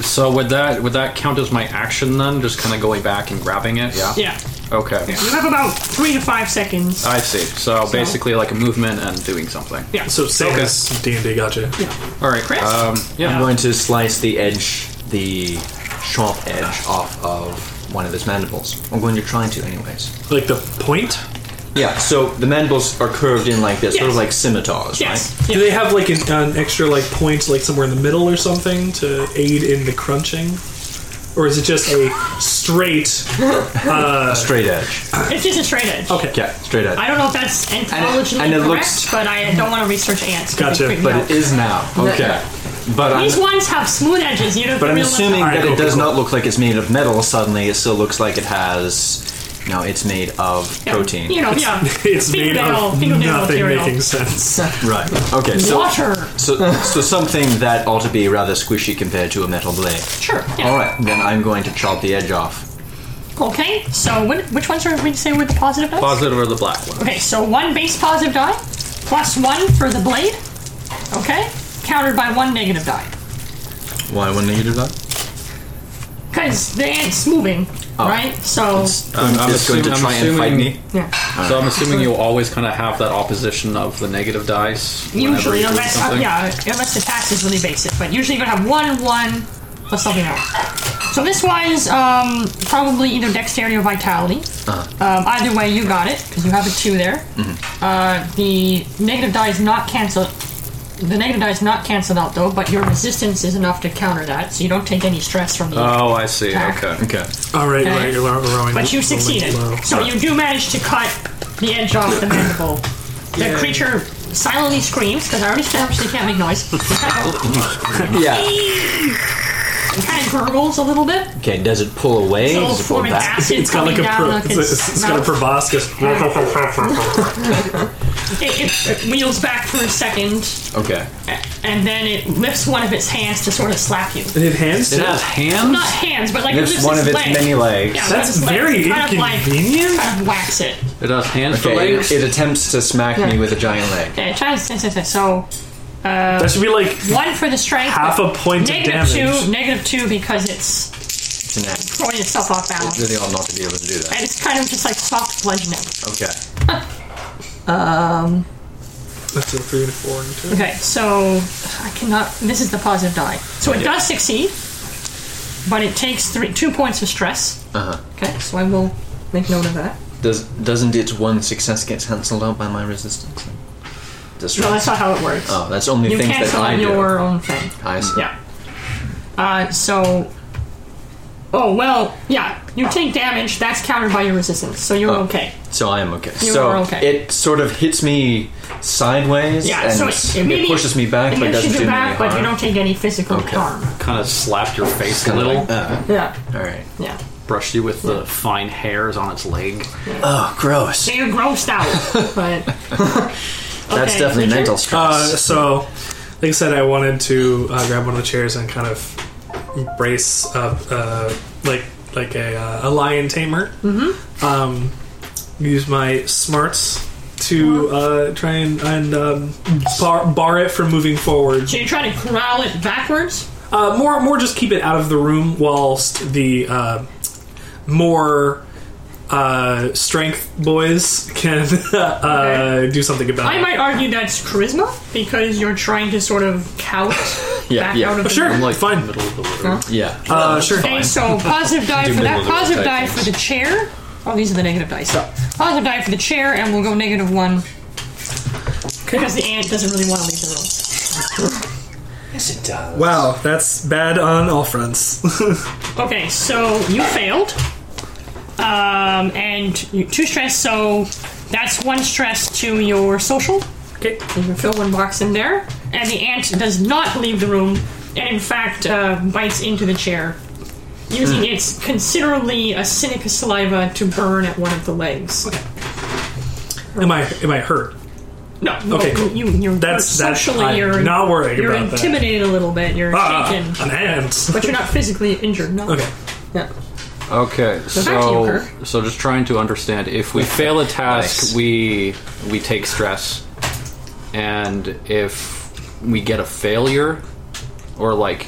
[SPEAKER 4] So would that would that count as my action then? Just kind of going back and grabbing it? Yeah.
[SPEAKER 1] Yeah.
[SPEAKER 4] Okay.
[SPEAKER 1] You have about three to five seconds.
[SPEAKER 4] I see. So, basically, like a movement and doing something.
[SPEAKER 1] yeah.
[SPEAKER 2] So same
[SPEAKER 4] Okay.
[SPEAKER 2] as D and D. Gotcha.
[SPEAKER 4] All right,
[SPEAKER 1] Chris?
[SPEAKER 4] Um,
[SPEAKER 3] I'm
[SPEAKER 4] yeah.
[SPEAKER 3] going to slice the edge, the sharp edge off of one of his mandibles. I'm going to try to, anyways.
[SPEAKER 2] Like the point.
[SPEAKER 3] Yeah, so the mandibles are curved in like this, sort of
[SPEAKER 1] Yes.
[SPEAKER 3] like scimitars,
[SPEAKER 1] yes.
[SPEAKER 3] right?
[SPEAKER 2] Do they have like an, an extra like point like somewhere in the middle or something to aid in the crunching? Or is it just a straight?
[SPEAKER 3] Straight edge.
[SPEAKER 1] It's just a straight edge.
[SPEAKER 2] Okay,
[SPEAKER 3] Yeah, straight edge.
[SPEAKER 1] I don't know if that's intelligently
[SPEAKER 3] and it
[SPEAKER 1] correct,
[SPEAKER 3] looks-
[SPEAKER 1] but I don't want to research ants. 'cause
[SPEAKER 2] Gotcha,
[SPEAKER 1] they freak me
[SPEAKER 3] but
[SPEAKER 1] out.
[SPEAKER 3] it is now. Okay. But
[SPEAKER 1] These
[SPEAKER 3] I'm,
[SPEAKER 1] ones have smooth edges. You don't
[SPEAKER 3] but I'm
[SPEAKER 1] realize-
[SPEAKER 3] assuming
[SPEAKER 2] Alright,
[SPEAKER 3] that
[SPEAKER 2] cool,
[SPEAKER 3] it does
[SPEAKER 2] cool,
[SPEAKER 3] not look like it's made of metal suddenly, it still looks like it has. No, it's made of
[SPEAKER 1] Yeah,
[SPEAKER 3] protein.
[SPEAKER 1] You know, yeah.
[SPEAKER 2] *laughs* *laughs* It's made
[SPEAKER 1] Fingernail-
[SPEAKER 2] of
[SPEAKER 1] fingernail
[SPEAKER 2] nothing
[SPEAKER 1] material.
[SPEAKER 2] making sense.
[SPEAKER 3] Right. Okay, so.
[SPEAKER 1] Water.
[SPEAKER 3] So, so something that ought to be rather squishy compared to a metal blade.
[SPEAKER 1] Sure. Yeah.
[SPEAKER 3] All right, then I'm going to chop the edge off.
[SPEAKER 1] Okay. So when, which ones are we say with the positive dice?
[SPEAKER 4] Positive or the black one?
[SPEAKER 1] Okay. So one base positive die, plus one for the blade. Okay. Countered by one negative die.
[SPEAKER 3] Why wouldn't you do that?
[SPEAKER 1] Because the ant's moving,
[SPEAKER 3] Oh.
[SPEAKER 1] right? So
[SPEAKER 3] I'm,
[SPEAKER 4] I'm
[SPEAKER 3] just going to try
[SPEAKER 4] assuming- I'm
[SPEAKER 3] and fight
[SPEAKER 4] assuming-
[SPEAKER 3] me.
[SPEAKER 1] yeah.
[SPEAKER 4] So I'm assuming you'll always kind of have that opposition of the negative dice. whenever
[SPEAKER 1] usually,
[SPEAKER 4] you do
[SPEAKER 1] unless uh,
[SPEAKER 4] something.
[SPEAKER 1] yeah, unless the tax is really basic, but usually you're gonna have one one plus something else. So this was um, probably either dexterity or vitality.
[SPEAKER 4] Uh-huh.
[SPEAKER 1] Um, either way, you got it because you have a two there.
[SPEAKER 4] Mm-hmm.
[SPEAKER 1] Uh, the negative die is not canceled. The negative die is not canceled out though, but your resistance is enough to counter that, so you don't take any stress from the.
[SPEAKER 4] Oh, I see.
[SPEAKER 1] Attack.
[SPEAKER 4] Okay.
[SPEAKER 3] Okay.
[SPEAKER 2] All right,
[SPEAKER 1] Okay.
[SPEAKER 2] right, you're ro- rowing.
[SPEAKER 1] But you
[SPEAKER 2] rolling
[SPEAKER 1] succeeded.
[SPEAKER 2] low.
[SPEAKER 1] So you do manage to cut the edge off the
[SPEAKER 2] *coughs*
[SPEAKER 1] mandible. The creature silently screams, because I already established they can't make
[SPEAKER 2] *laughs*
[SPEAKER 1] noise.
[SPEAKER 3] Yeah.
[SPEAKER 1] It kind of gurgles a little bit.
[SPEAKER 3] Okay. Does it pull away?
[SPEAKER 1] So
[SPEAKER 3] Does it pull
[SPEAKER 1] formic
[SPEAKER 3] back?
[SPEAKER 1] acid
[SPEAKER 2] It's got like
[SPEAKER 1] coming
[SPEAKER 2] a pro,
[SPEAKER 1] down like
[SPEAKER 2] it's,
[SPEAKER 1] its,
[SPEAKER 2] it's, it's got a
[SPEAKER 1] mouth.
[SPEAKER 2] proboscis.
[SPEAKER 1] It, it, it wheels back for a second,
[SPEAKER 3] Okay.
[SPEAKER 1] a- and then it lifts one of its hands to sort of slap you.
[SPEAKER 2] it enhanced.
[SPEAKER 4] It has hands.
[SPEAKER 1] Not hands, but like it
[SPEAKER 3] Lifts
[SPEAKER 1] lifts
[SPEAKER 3] one
[SPEAKER 1] its
[SPEAKER 3] of its
[SPEAKER 1] leg.
[SPEAKER 3] many legs.
[SPEAKER 1] Yeah,
[SPEAKER 2] That's
[SPEAKER 1] lifts its leg,
[SPEAKER 2] very
[SPEAKER 1] kind Of
[SPEAKER 2] inconvenient.
[SPEAKER 1] like, kind of whacks it.
[SPEAKER 4] It has hands for
[SPEAKER 3] Okay. It,
[SPEAKER 4] legs.
[SPEAKER 3] it attempts to smack me with a giant leg.
[SPEAKER 1] Okay, it tries. yes, yes, yes. So
[SPEAKER 2] That should be like
[SPEAKER 1] one for the strength.
[SPEAKER 2] half a point of
[SPEAKER 1] negative
[SPEAKER 2] damage.
[SPEAKER 1] two, negative two because it's
[SPEAKER 3] It's an act.
[SPEAKER 1] throwing itself off
[SPEAKER 3] It's
[SPEAKER 1] balance.
[SPEAKER 3] really odd not to be able to do that.
[SPEAKER 1] And it's kind of just like soft bludgeoning.
[SPEAKER 3] Okay.
[SPEAKER 2] That's a three to four and two.
[SPEAKER 1] Okay, so I cannot. This is the positive die. So it does succeed, but it takes three, two points of stress.
[SPEAKER 3] Uh huh.
[SPEAKER 1] Okay, so I will make note of that.
[SPEAKER 3] Does doesn't its one success get cancelled out by my resistance?
[SPEAKER 1] No, that's
[SPEAKER 3] Disrupt.
[SPEAKER 1] not how it works.
[SPEAKER 3] Oh, that's only
[SPEAKER 1] you
[SPEAKER 3] things that
[SPEAKER 1] cancel
[SPEAKER 3] I do.
[SPEAKER 1] your own thing.
[SPEAKER 3] I see.
[SPEAKER 1] Yeah. Uh, so. Oh well, yeah. You take damage. That's countered by your resistance, so you're
[SPEAKER 3] Oh.
[SPEAKER 1] okay.
[SPEAKER 3] So I am okay.
[SPEAKER 1] You
[SPEAKER 3] so
[SPEAKER 1] are okay.
[SPEAKER 3] it sort of hits me sideways
[SPEAKER 1] Yeah.
[SPEAKER 3] and
[SPEAKER 1] so
[SPEAKER 3] it,
[SPEAKER 1] immediate-
[SPEAKER 3] pushes me back,
[SPEAKER 1] it
[SPEAKER 3] but
[SPEAKER 1] pushes
[SPEAKER 3] doesn't
[SPEAKER 1] you
[SPEAKER 3] do me any
[SPEAKER 1] back,
[SPEAKER 3] harm.
[SPEAKER 1] but you don't take any physical
[SPEAKER 3] Okay.
[SPEAKER 1] harm.
[SPEAKER 4] kind of slapped your face a
[SPEAKER 3] Kinda
[SPEAKER 4] little,
[SPEAKER 3] like, uh,
[SPEAKER 1] Yeah.
[SPEAKER 3] all right.
[SPEAKER 1] Yeah.
[SPEAKER 4] brushed you with the fine hairs on its leg.
[SPEAKER 3] Oh, gross.
[SPEAKER 1] So you're grossed
[SPEAKER 3] *laughs*
[SPEAKER 1] out, but.
[SPEAKER 3] That's
[SPEAKER 1] Okay,
[SPEAKER 3] definitely
[SPEAKER 1] Richard?
[SPEAKER 3] mental stress.
[SPEAKER 2] Uh, so, like I said, I wanted to uh, grab one of the chairs and kind of brace up, uh, like like a, uh, a lion tamer. Mm-hmm. Um, use my smarts to uh, try and, and um, bar, bar it from moving forward.
[SPEAKER 1] So you try to corral it backwards?
[SPEAKER 2] Uh, more more just keep it out of the room whilst the uh, more. Uh, strength boys can *laughs* uh,
[SPEAKER 1] Okay.
[SPEAKER 2] do something about
[SPEAKER 1] I
[SPEAKER 2] it.
[SPEAKER 1] might argue that's charisma because you're trying to sort of count
[SPEAKER 3] *laughs* Yeah,
[SPEAKER 1] back
[SPEAKER 3] yeah.
[SPEAKER 1] out of the
[SPEAKER 2] sure,
[SPEAKER 1] room.
[SPEAKER 2] like, fine.
[SPEAKER 4] Middle of the room.
[SPEAKER 3] yeah.
[SPEAKER 2] Uh, sure.
[SPEAKER 1] Okay, so
[SPEAKER 3] *laughs*
[SPEAKER 1] positive die
[SPEAKER 3] Do
[SPEAKER 1] for that.
[SPEAKER 3] middle of the
[SPEAKER 1] Positive
[SPEAKER 3] road
[SPEAKER 1] die
[SPEAKER 3] type
[SPEAKER 1] for the chair. Oh, these are the negative dice. So positive die for the chair, and we'll go negative one because the ant doesn't really want to leave the room.
[SPEAKER 2] Wow, that's bad on all fronts.
[SPEAKER 1] Okay, so you failed, um, and you, two stress. So that's one stress to your social.
[SPEAKER 2] okay.
[SPEAKER 1] You can fill one box in there, and the ant does not leave the room, and in fact uh, bites into the chair
[SPEAKER 2] Hmm.
[SPEAKER 1] using its considerably acidic saliva to burn at one of the legs.
[SPEAKER 2] Am I am I hurt?
[SPEAKER 1] No, no,
[SPEAKER 2] Okay, cool.
[SPEAKER 1] you, you, are
[SPEAKER 2] That's- that's-
[SPEAKER 1] socially,
[SPEAKER 2] I'm
[SPEAKER 1] you're
[SPEAKER 2] not worried
[SPEAKER 1] You're
[SPEAKER 2] about that.
[SPEAKER 1] intimidated a little bit. You're
[SPEAKER 2] Ah,
[SPEAKER 1] shaken,
[SPEAKER 2] an ant.
[SPEAKER 1] but you're not physically injured. No.
[SPEAKER 2] Okay.
[SPEAKER 1] Yeah.
[SPEAKER 4] Okay,
[SPEAKER 1] back to you,
[SPEAKER 4] so
[SPEAKER 1] Kirk.
[SPEAKER 4] so just trying to understand. If we
[SPEAKER 1] *laughs*
[SPEAKER 4] fail a task,
[SPEAKER 6] Nice.
[SPEAKER 4] we we take stress, and if we get a failure, or like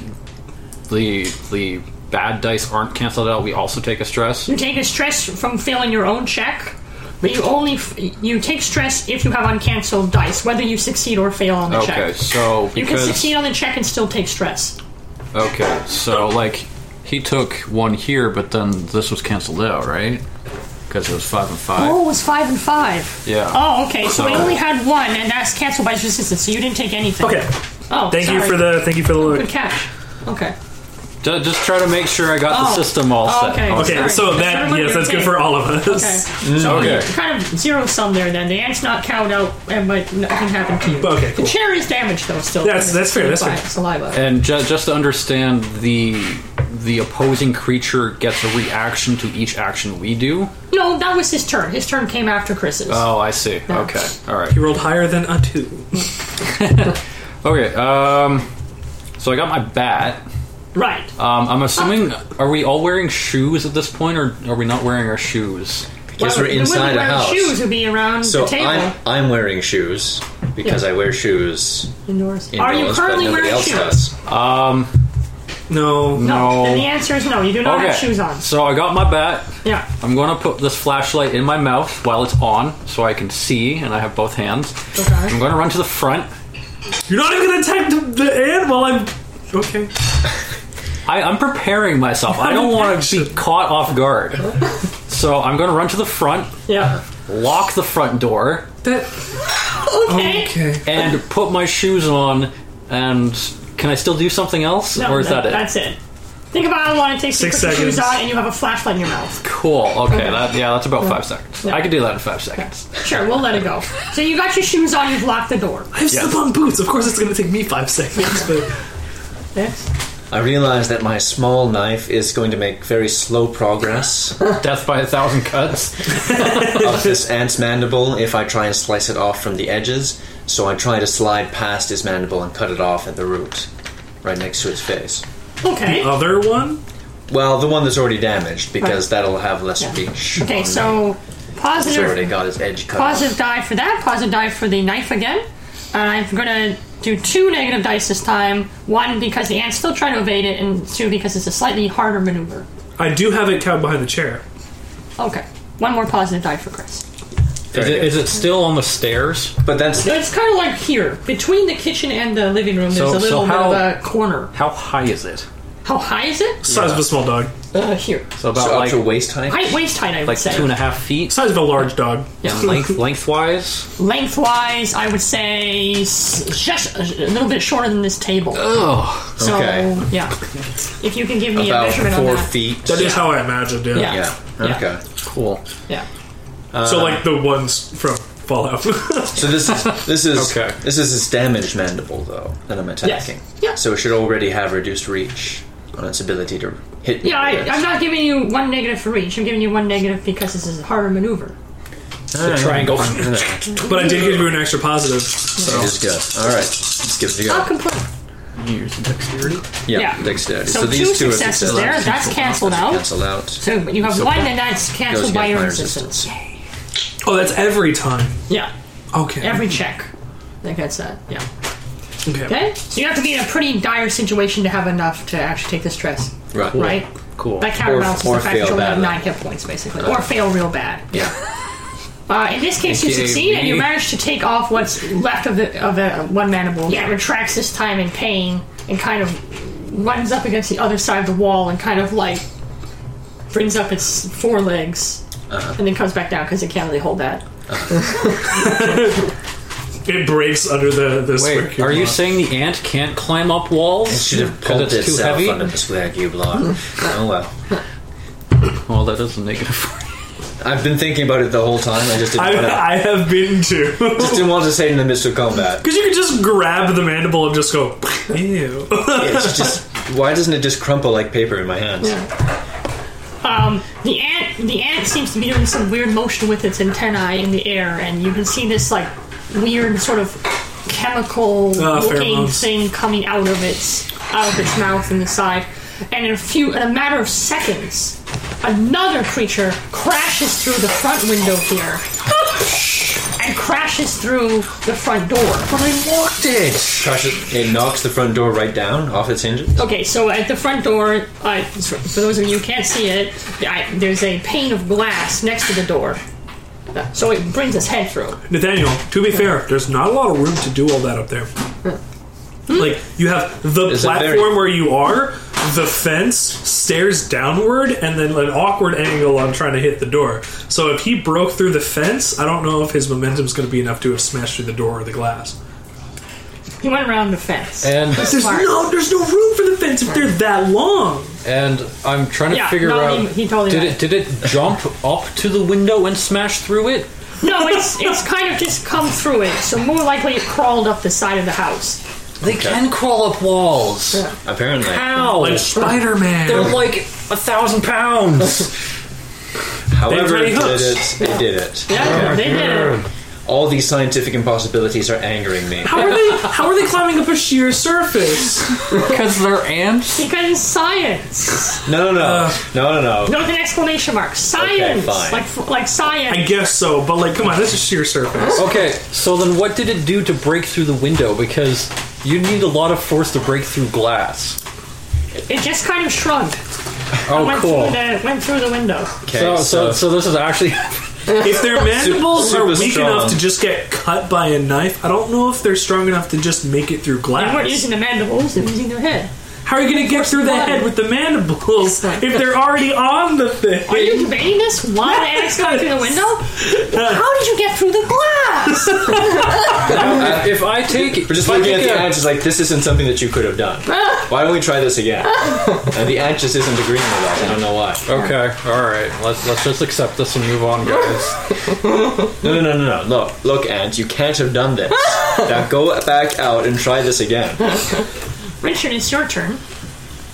[SPEAKER 4] the the bad dice aren't canceled out, we also take a stress.
[SPEAKER 1] You take a stress from failing your own check, but you only f- you take stress if you have uncancelled dice, whether you succeed or fail on the
[SPEAKER 4] Okay,
[SPEAKER 1] check.
[SPEAKER 4] so
[SPEAKER 1] You can
[SPEAKER 4] because-
[SPEAKER 1] succeed on the check and still take stress.
[SPEAKER 4] Okay, so like he took one here, but then this was canceled out, right? Because it was five and five.
[SPEAKER 1] Oh, it was five and five.
[SPEAKER 4] Yeah.
[SPEAKER 1] Oh, okay. So we
[SPEAKER 4] So-
[SPEAKER 1] only had one, and that's canceled by resistance. So you didn't take anything.
[SPEAKER 2] Okay.
[SPEAKER 1] Oh,
[SPEAKER 2] Thank you
[SPEAKER 1] sorry.
[SPEAKER 2] for the thank you for the
[SPEAKER 1] good
[SPEAKER 2] look.
[SPEAKER 1] catch. Okay.
[SPEAKER 4] Ju- Just try to make sure I got
[SPEAKER 1] Oh.
[SPEAKER 4] the system all
[SPEAKER 1] Oh,
[SPEAKER 4] set.
[SPEAKER 1] okay.
[SPEAKER 4] All
[SPEAKER 2] Okay,
[SPEAKER 1] Sorry.
[SPEAKER 2] so that
[SPEAKER 1] Everyone
[SPEAKER 2] yes,
[SPEAKER 1] your
[SPEAKER 2] that's good
[SPEAKER 1] thing.
[SPEAKER 2] for all of
[SPEAKER 1] Okay.
[SPEAKER 2] us.
[SPEAKER 1] So
[SPEAKER 4] Mm, Okay.
[SPEAKER 1] you kind of zero sum there. Then the ant's not cowed out, and but nothing happened to you.
[SPEAKER 2] Okay, cool.
[SPEAKER 1] The chair is damaged though. Still. And
[SPEAKER 2] That's-
[SPEAKER 1] it's
[SPEAKER 2] that's fair, that's
[SPEAKER 1] by
[SPEAKER 2] fair.
[SPEAKER 1] Saliva.
[SPEAKER 4] And ju- just to understand, the the opposing creature gets a reaction to each action we do.
[SPEAKER 1] No, that was his turn. His turn came after Chris's.
[SPEAKER 4] Oh, I see. Okay, all right.
[SPEAKER 2] You rolled higher than a two.
[SPEAKER 4] Okay. Um, so I got my bat.
[SPEAKER 1] right.
[SPEAKER 4] Um, I'm assuming are we all wearing shoes at this point, or are we not wearing our shoes?
[SPEAKER 1] Well,
[SPEAKER 3] Because we're
[SPEAKER 1] the women
[SPEAKER 3] inside a
[SPEAKER 1] wearing
[SPEAKER 3] house.
[SPEAKER 1] Shoes would be around
[SPEAKER 3] So
[SPEAKER 1] the table.
[SPEAKER 3] I'm, I'm wearing shoes because
[SPEAKER 1] Yeah.
[SPEAKER 3] I wear shoes
[SPEAKER 1] indoors.
[SPEAKER 3] indoors,
[SPEAKER 1] Are you currently
[SPEAKER 3] but nobody
[SPEAKER 1] wearing
[SPEAKER 3] else
[SPEAKER 1] shoes?
[SPEAKER 3] does.
[SPEAKER 2] No.
[SPEAKER 1] No.
[SPEAKER 4] No.
[SPEAKER 1] Then the answer is no. You do not
[SPEAKER 4] Okay.
[SPEAKER 1] have shoes on.
[SPEAKER 4] So I got my bat.
[SPEAKER 1] Yeah.
[SPEAKER 4] I'm going to put this flashlight in my mouth while it's on, so I can see, and I have both hands.
[SPEAKER 1] Okay.
[SPEAKER 4] I'm going to run to the front.
[SPEAKER 2] You're not even gonna attack the, the ant while I'm Okay.
[SPEAKER 4] I, I'm preparing myself. I don't want to be caught off guard. So I'm going to run to the front,
[SPEAKER 1] Yeah.
[SPEAKER 4] lock the front door,
[SPEAKER 2] That
[SPEAKER 1] Okay.
[SPEAKER 2] okay.
[SPEAKER 4] and put my shoes on. And can I still do something else,
[SPEAKER 1] No,
[SPEAKER 4] or is
[SPEAKER 1] no,
[SPEAKER 4] that it?
[SPEAKER 1] That's it. Think about how long it takes
[SPEAKER 2] Six
[SPEAKER 1] to put your shoes
[SPEAKER 2] seconds.
[SPEAKER 1] on and you have a flashlight in your mouth.
[SPEAKER 4] cool. Okay. That, yeah, that's about five seconds.
[SPEAKER 1] Yeah.
[SPEAKER 4] I could do that in
[SPEAKER 1] *laughs*
[SPEAKER 4] five seconds.
[SPEAKER 1] Sure, we'll let it go. So you got your shoes on, you've locked the door.
[SPEAKER 2] I have slip on boots. Of course it's gonna take me five seconds,
[SPEAKER 1] *laughs*
[SPEAKER 2] but
[SPEAKER 1] Yes.
[SPEAKER 3] I realize that my small knife is going to make very slow
[SPEAKER 1] *laughs*
[SPEAKER 3] progress
[SPEAKER 4] Death by a thousand cuts.
[SPEAKER 3] of this ant's mandible if I try and slice it off from the edges. So I try to slide past his mandible and cut it off at the root, right next to its face.
[SPEAKER 1] Okay.
[SPEAKER 2] other one?
[SPEAKER 3] Well, the one that's already damaged because that'll have less
[SPEAKER 1] Yeah.
[SPEAKER 3] reach.
[SPEAKER 1] Okay,
[SPEAKER 3] on
[SPEAKER 1] so
[SPEAKER 3] me. it's already
[SPEAKER 1] positive
[SPEAKER 3] got its edge cut.
[SPEAKER 1] positive
[SPEAKER 3] off.
[SPEAKER 1] die for that, positive die for the knife again. And I'm gonna do two negative dice this time. One because the ant's still trying to evade it, and two because it's a slightly harder maneuver.
[SPEAKER 2] I do have it cowed behind the chair.
[SPEAKER 1] Okay. One more positive die for Chris.
[SPEAKER 4] Is it, is it still on the stairs?
[SPEAKER 3] But that's
[SPEAKER 1] So it's kind of like here, between the kitchen and the living room. There's
[SPEAKER 4] So-
[SPEAKER 1] a
[SPEAKER 4] so
[SPEAKER 1] little
[SPEAKER 4] how-
[SPEAKER 1] bit of a corner.
[SPEAKER 4] How high is it?
[SPEAKER 1] How high is it?
[SPEAKER 2] Size of a small dog.
[SPEAKER 1] Uh, here,
[SPEAKER 4] So about
[SPEAKER 3] so up
[SPEAKER 4] like
[SPEAKER 3] to waist height.
[SPEAKER 1] height, waist height. I would
[SPEAKER 4] like
[SPEAKER 1] say
[SPEAKER 4] two and a half
[SPEAKER 1] *laughs*
[SPEAKER 4] feet.
[SPEAKER 2] Size of a large dog.
[SPEAKER 4] And length lengthwise.
[SPEAKER 1] lengthwise. I would say s- just a a little bit shorter than this table.
[SPEAKER 4] Oh.
[SPEAKER 1] so
[SPEAKER 3] okay.
[SPEAKER 1] yeah, if you can give me a
[SPEAKER 3] about
[SPEAKER 1] measurement
[SPEAKER 3] four
[SPEAKER 1] on that.
[SPEAKER 3] feet.
[SPEAKER 2] That is how I imagined it.
[SPEAKER 1] Yeah.
[SPEAKER 3] yeah.
[SPEAKER 1] Yeah.
[SPEAKER 3] Okay.
[SPEAKER 4] Cool.
[SPEAKER 1] Yeah.
[SPEAKER 2] So like the ones from Fallout. *laughs*
[SPEAKER 3] So
[SPEAKER 1] *laughs*
[SPEAKER 3] this is this is
[SPEAKER 4] Okay.
[SPEAKER 3] this is its damaged mandible though that I'm attacking.
[SPEAKER 1] Yeah.
[SPEAKER 3] So it should already have reduced reach on its ability to hit me.
[SPEAKER 1] Yeah, I,
[SPEAKER 3] with it.
[SPEAKER 1] I'm not giving you one negative for each. I'm giving you one negative because this is a harder maneuver.
[SPEAKER 3] the triangle.
[SPEAKER 2] but I did give you an extra positive. So
[SPEAKER 3] is good. All right, let's give it a
[SPEAKER 1] I'll
[SPEAKER 3] go.
[SPEAKER 1] complete.
[SPEAKER 4] Here's dexterity.
[SPEAKER 3] Yeah,
[SPEAKER 1] yeah.
[SPEAKER 3] dexterity.
[SPEAKER 1] So
[SPEAKER 3] So,
[SPEAKER 1] two
[SPEAKER 3] these two are
[SPEAKER 1] successes
[SPEAKER 3] successful.
[SPEAKER 1] there. That's canceled out.
[SPEAKER 3] Cancel out.
[SPEAKER 1] So you have
[SPEAKER 3] So
[SPEAKER 1] one,
[SPEAKER 3] that
[SPEAKER 1] and that's canceled
[SPEAKER 3] goes
[SPEAKER 1] by
[SPEAKER 3] against
[SPEAKER 1] your
[SPEAKER 3] my
[SPEAKER 1] resistance.
[SPEAKER 2] Oh that's every time.
[SPEAKER 1] Yeah,
[SPEAKER 2] Okay.
[SPEAKER 1] every check. I think that's that. Yeah.
[SPEAKER 2] okay.
[SPEAKER 1] Okay, so you have to be in a pretty dire situation to have enough to actually take the stress,
[SPEAKER 3] Right.
[SPEAKER 1] right?
[SPEAKER 4] *laughs* Cool.
[SPEAKER 1] That counterbalances
[SPEAKER 3] Or- or
[SPEAKER 1] the fact that
[SPEAKER 3] fail
[SPEAKER 1] you only have
[SPEAKER 3] badly.
[SPEAKER 1] nine hit points, basically, or fail real bad.
[SPEAKER 3] Yeah.
[SPEAKER 1] Uh, in this case, you
[SPEAKER 4] AKA
[SPEAKER 1] succeed and you
[SPEAKER 4] me.
[SPEAKER 1] manage to take off what's left of the of the uh, one mandible. Yeah, it retracts this time in pain and kind of runs up against the other side of the wall and kind of like brings up its forelegs and then comes back down because it can't really hold that.
[SPEAKER 2] It breaks under the the square
[SPEAKER 4] Wait,
[SPEAKER 2] cube
[SPEAKER 4] are you
[SPEAKER 2] block.
[SPEAKER 4] saying the ant can't climb up walls?
[SPEAKER 3] Should have
[SPEAKER 4] 'Cause
[SPEAKER 3] pulled
[SPEAKER 4] it's too
[SPEAKER 3] itself
[SPEAKER 4] heavy.
[SPEAKER 3] under the square cube block.
[SPEAKER 1] Mm-hmm.
[SPEAKER 3] oh well.
[SPEAKER 4] Well, that is a negative.
[SPEAKER 3] I've been thinking about it the whole time. I just didn't want to.
[SPEAKER 2] I, I have been to. *laughs*
[SPEAKER 3] just didn't want
[SPEAKER 1] *laughs*
[SPEAKER 3] to say it in the midst of combat.
[SPEAKER 2] *laughs* Because you could just grab the mandible and just go, ew.
[SPEAKER 3] It's just
[SPEAKER 5] Why doesn't it just crumple like paper in my hands?
[SPEAKER 1] Um, the ant, the ant seems to be doing some weird motion with its antennae in the air, and you can see this like weird sort of chemical-looking
[SPEAKER 2] pheromones.
[SPEAKER 1] thing coming out of its out of its mouth and the side. And in a few, in a matter of seconds, another creature crashes through the front window here, and crashes through the front door.
[SPEAKER 5] But I locked it. Crush it. It knocks the front door right down off its hinges.
[SPEAKER 1] Okay, so at the front door, uh, for for those of you who can't see it, I, there's a pane of glass next to the door. So it brings its head through.
[SPEAKER 2] Nathaniel, to be fair, there's not a lot of room to do all that up there. Like you have the
[SPEAKER 5] Is it
[SPEAKER 2] platform
[SPEAKER 5] very-
[SPEAKER 2] where you are, the fence stairs downward, and then an awkward angle on trying to hit the door. So if he broke through the fence, I don't know if his momentum's going to be enough to have smashed through the door or the glass.
[SPEAKER 1] He went around the fence.
[SPEAKER 4] And
[SPEAKER 2] There's
[SPEAKER 1] Smart.
[SPEAKER 2] no, there's no room for the fence if they're that long.
[SPEAKER 4] and I'm trying to
[SPEAKER 1] Yeah,
[SPEAKER 4] figure
[SPEAKER 1] no,
[SPEAKER 4] out
[SPEAKER 1] he- he totally
[SPEAKER 4] did
[SPEAKER 1] right.
[SPEAKER 4] it did it jump up to the window and smash through it?
[SPEAKER 1] no, it's it's kind of just come through it. So more likely it crawled up the side of the house.
[SPEAKER 4] They can crawl up walls.
[SPEAKER 5] Apparently.
[SPEAKER 4] How?
[SPEAKER 2] Like Spider
[SPEAKER 4] They're
[SPEAKER 2] Man.
[SPEAKER 4] like a thousand *laughs* pounds.
[SPEAKER 5] However,
[SPEAKER 2] tiny
[SPEAKER 5] it did
[SPEAKER 2] hooks.
[SPEAKER 5] it. It did it.
[SPEAKER 1] Yeah, they did. it.
[SPEAKER 5] All these scientific impossibilities are angering me.
[SPEAKER 2] How are they? How are they climbing up a sheer surface?
[SPEAKER 4] Because they're ants.
[SPEAKER 1] Because it's science.
[SPEAKER 5] No, no, no, no, no, no.
[SPEAKER 1] No, with an exclamation mark. Science,
[SPEAKER 5] fine.
[SPEAKER 1] like f- like science.
[SPEAKER 2] I guess so, but like, come on, that's a sheer surface.
[SPEAKER 4] Okay, so then what did it do to break through the window? Because you need a lot of force to break through glass.
[SPEAKER 1] It just kind of shrugged.
[SPEAKER 4] Oh,
[SPEAKER 1] went
[SPEAKER 4] cool.
[SPEAKER 1] through the went through the window.
[SPEAKER 5] Okay,
[SPEAKER 4] so, so, so this is actually *laughs*
[SPEAKER 2] If their mandibles
[SPEAKER 5] Super
[SPEAKER 2] are weak
[SPEAKER 5] strong.
[SPEAKER 2] enough to just get cut by a knife, I don't know if they're strong enough to just make it through
[SPEAKER 1] They weren't
[SPEAKER 2] glass.
[SPEAKER 1] using the mandibles; they were using their head.
[SPEAKER 2] How are you going to get through the
[SPEAKER 1] body.
[SPEAKER 2] head with the mandibles if they're already on the
[SPEAKER 1] Are
[SPEAKER 2] thing?
[SPEAKER 1] you debating this? Why the ants come through the window? How did you get through the glass?
[SPEAKER 4] if I take
[SPEAKER 5] we're just
[SPEAKER 4] if I
[SPEAKER 5] looking at
[SPEAKER 4] take
[SPEAKER 5] the
[SPEAKER 4] a-
[SPEAKER 5] ant. It's like this isn't something that you could have done. Why don't we try this again? And the ant just isn't agreeing with us. I don't know why.
[SPEAKER 4] Okay, all right. Let's let's just accept this and move on, *laughs* guys.
[SPEAKER 5] No, no, no, no, no. Look, look, ant. You can't have done *laughs* this. Now go back out and try this again.
[SPEAKER 1] Richard, it's your turn.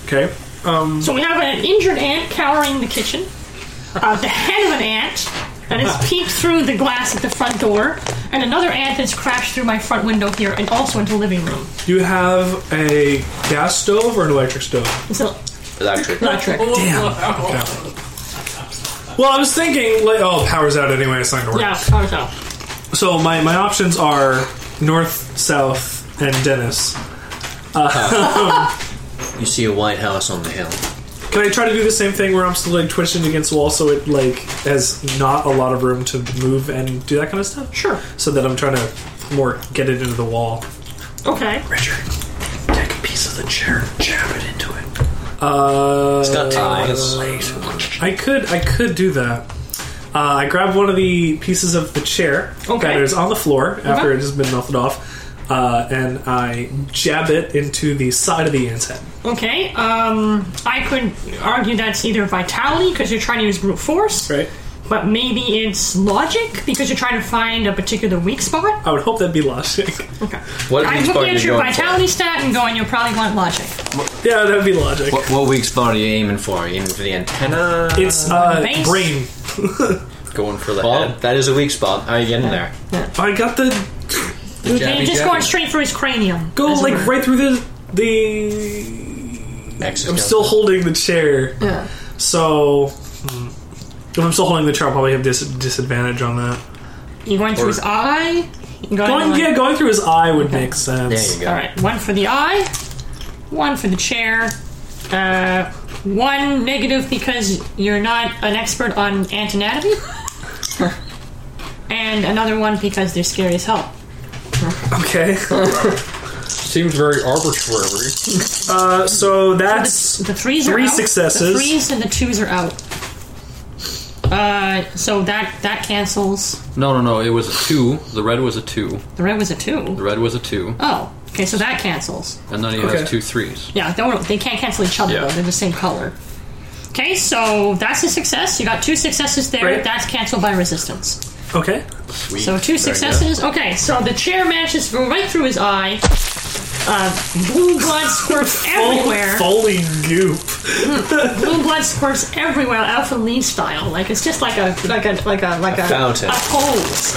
[SPEAKER 2] Okay.
[SPEAKER 1] So we have an injured ant cowering in the kitchen. Uh, the head of an ant that has peeped through the glass at the front door, and another ant that's crashed through my front window here and also into the living room.
[SPEAKER 2] Do you have a gas stove or an electric stove?
[SPEAKER 1] So
[SPEAKER 5] Electric.
[SPEAKER 1] electric.
[SPEAKER 2] Oh, Okay. Well, I was thinking, like, oh, power's out anyway, it's not going to work.
[SPEAKER 1] Yeah, I was out.
[SPEAKER 2] So my, my options are north, south, and Dennis. *laughs*
[SPEAKER 5] You see a white house on the hill.
[SPEAKER 2] Can I try to do the same thing where I'm still like twitching against the wall so it like has not a lot of room to move and do that kind of stuff?
[SPEAKER 1] Sure.
[SPEAKER 2] So that I'm trying to more get it into the wall.
[SPEAKER 1] Okay.
[SPEAKER 2] Richard, take a piece of the chair, jab it into it. Uh,
[SPEAKER 5] It's got ties.
[SPEAKER 2] I could, I could do that. Uh, I grab one of the pieces of the chair
[SPEAKER 1] Okay.
[SPEAKER 2] that is on the floor
[SPEAKER 5] Uh-huh.
[SPEAKER 2] after
[SPEAKER 1] Okay.
[SPEAKER 2] it has been melted off, uh, and I jab it into the side of the ant's head.
[SPEAKER 1] Okay. Um, I could argue that's either vitality because you're trying to use brute force,
[SPEAKER 2] Right.
[SPEAKER 1] But maybe it's logic because you're trying to find a particular weak spot.
[SPEAKER 2] I would hope that'd be *laughs* logic.
[SPEAKER 1] Okay.
[SPEAKER 5] What
[SPEAKER 1] I'm
[SPEAKER 5] weak spot
[SPEAKER 1] looking
[SPEAKER 5] are
[SPEAKER 1] at
[SPEAKER 5] you
[SPEAKER 1] your
[SPEAKER 5] going for?
[SPEAKER 1] vitality stat and going, you'll probably want logic.
[SPEAKER 2] yeah, that'd be logic.
[SPEAKER 5] What, what weak spot are you aiming for? Are you aiming for the antenna?
[SPEAKER 2] It's uh,
[SPEAKER 1] Base?
[SPEAKER 2] brain.
[SPEAKER 4] Going for the
[SPEAKER 5] Well, that is a weak spot. How Are you getting there?
[SPEAKER 2] I got the
[SPEAKER 1] Okay,
[SPEAKER 4] jabby
[SPEAKER 1] just
[SPEAKER 4] jabby.
[SPEAKER 1] going straight for his cranium.
[SPEAKER 2] go
[SPEAKER 1] as it
[SPEAKER 2] like
[SPEAKER 1] were.
[SPEAKER 2] right through the the.
[SPEAKER 5] Exoskeleton.
[SPEAKER 2] I'm still holding the chair.
[SPEAKER 1] Yeah.
[SPEAKER 2] So hmm. if I'm still holding the chair, I'll probably have dis- disadvantage on that.
[SPEAKER 1] You're going through his eye. You're Going,
[SPEAKER 2] Going
[SPEAKER 1] like-
[SPEAKER 2] yeah, going through his eye would make
[SPEAKER 5] There
[SPEAKER 2] sense.
[SPEAKER 5] you go.
[SPEAKER 1] All right. One for the eye. One for the chair. Uh, one negative because you're not an expert on ant
[SPEAKER 2] *laughs*
[SPEAKER 1] anatomy. and another one because they're scary as hell.
[SPEAKER 2] *laughs* Okay.
[SPEAKER 4] Seems very arbitrary.
[SPEAKER 2] Uh, so *laughs* that's
[SPEAKER 1] The threes are
[SPEAKER 2] Three
[SPEAKER 1] out.
[SPEAKER 2] successes.
[SPEAKER 1] The threes and the twos are out. Uh, so that that cancels.
[SPEAKER 4] No, no, no. It was a two. The red was a two.
[SPEAKER 1] The red was a
[SPEAKER 4] The
[SPEAKER 1] two.
[SPEAKER 4] red was a two,
[SPEAKER 1] Oh, okay. So that cancels.
[SPEAKER 4] and then he
[SPEAKER 2] Okay.
[SPEAKER 4] has two threes.
[SPEAKER 1] Yeah, they, don't, they can't cancel each other
[SPEAKER 4] Yeah.
[SPEAKER 1] though. They're the same color. Okay, so that's a success. You got two successes there.
[SPEAKER 2] Right.
[SPEAKER 1] That's canceled by resistance.
[SPEAKER 2] okay.
[SPEAKER 4] Sweet.
[SPEAKER 1] So two
[SPEAKER 4] Very good.
[SPEAKER 1] successes. Okay, so the chair manages to go right through his eye, Uh, blue blood squirts everywhere.
[SPEAKER 2] Foley goop.
[SPEAKER 1] Blue blood squirts everywhere, Alpha Lee style. Like it's just like a like a like a like a,
[SPEAKER 5] fountain.
[SPEAKER 1] A hose.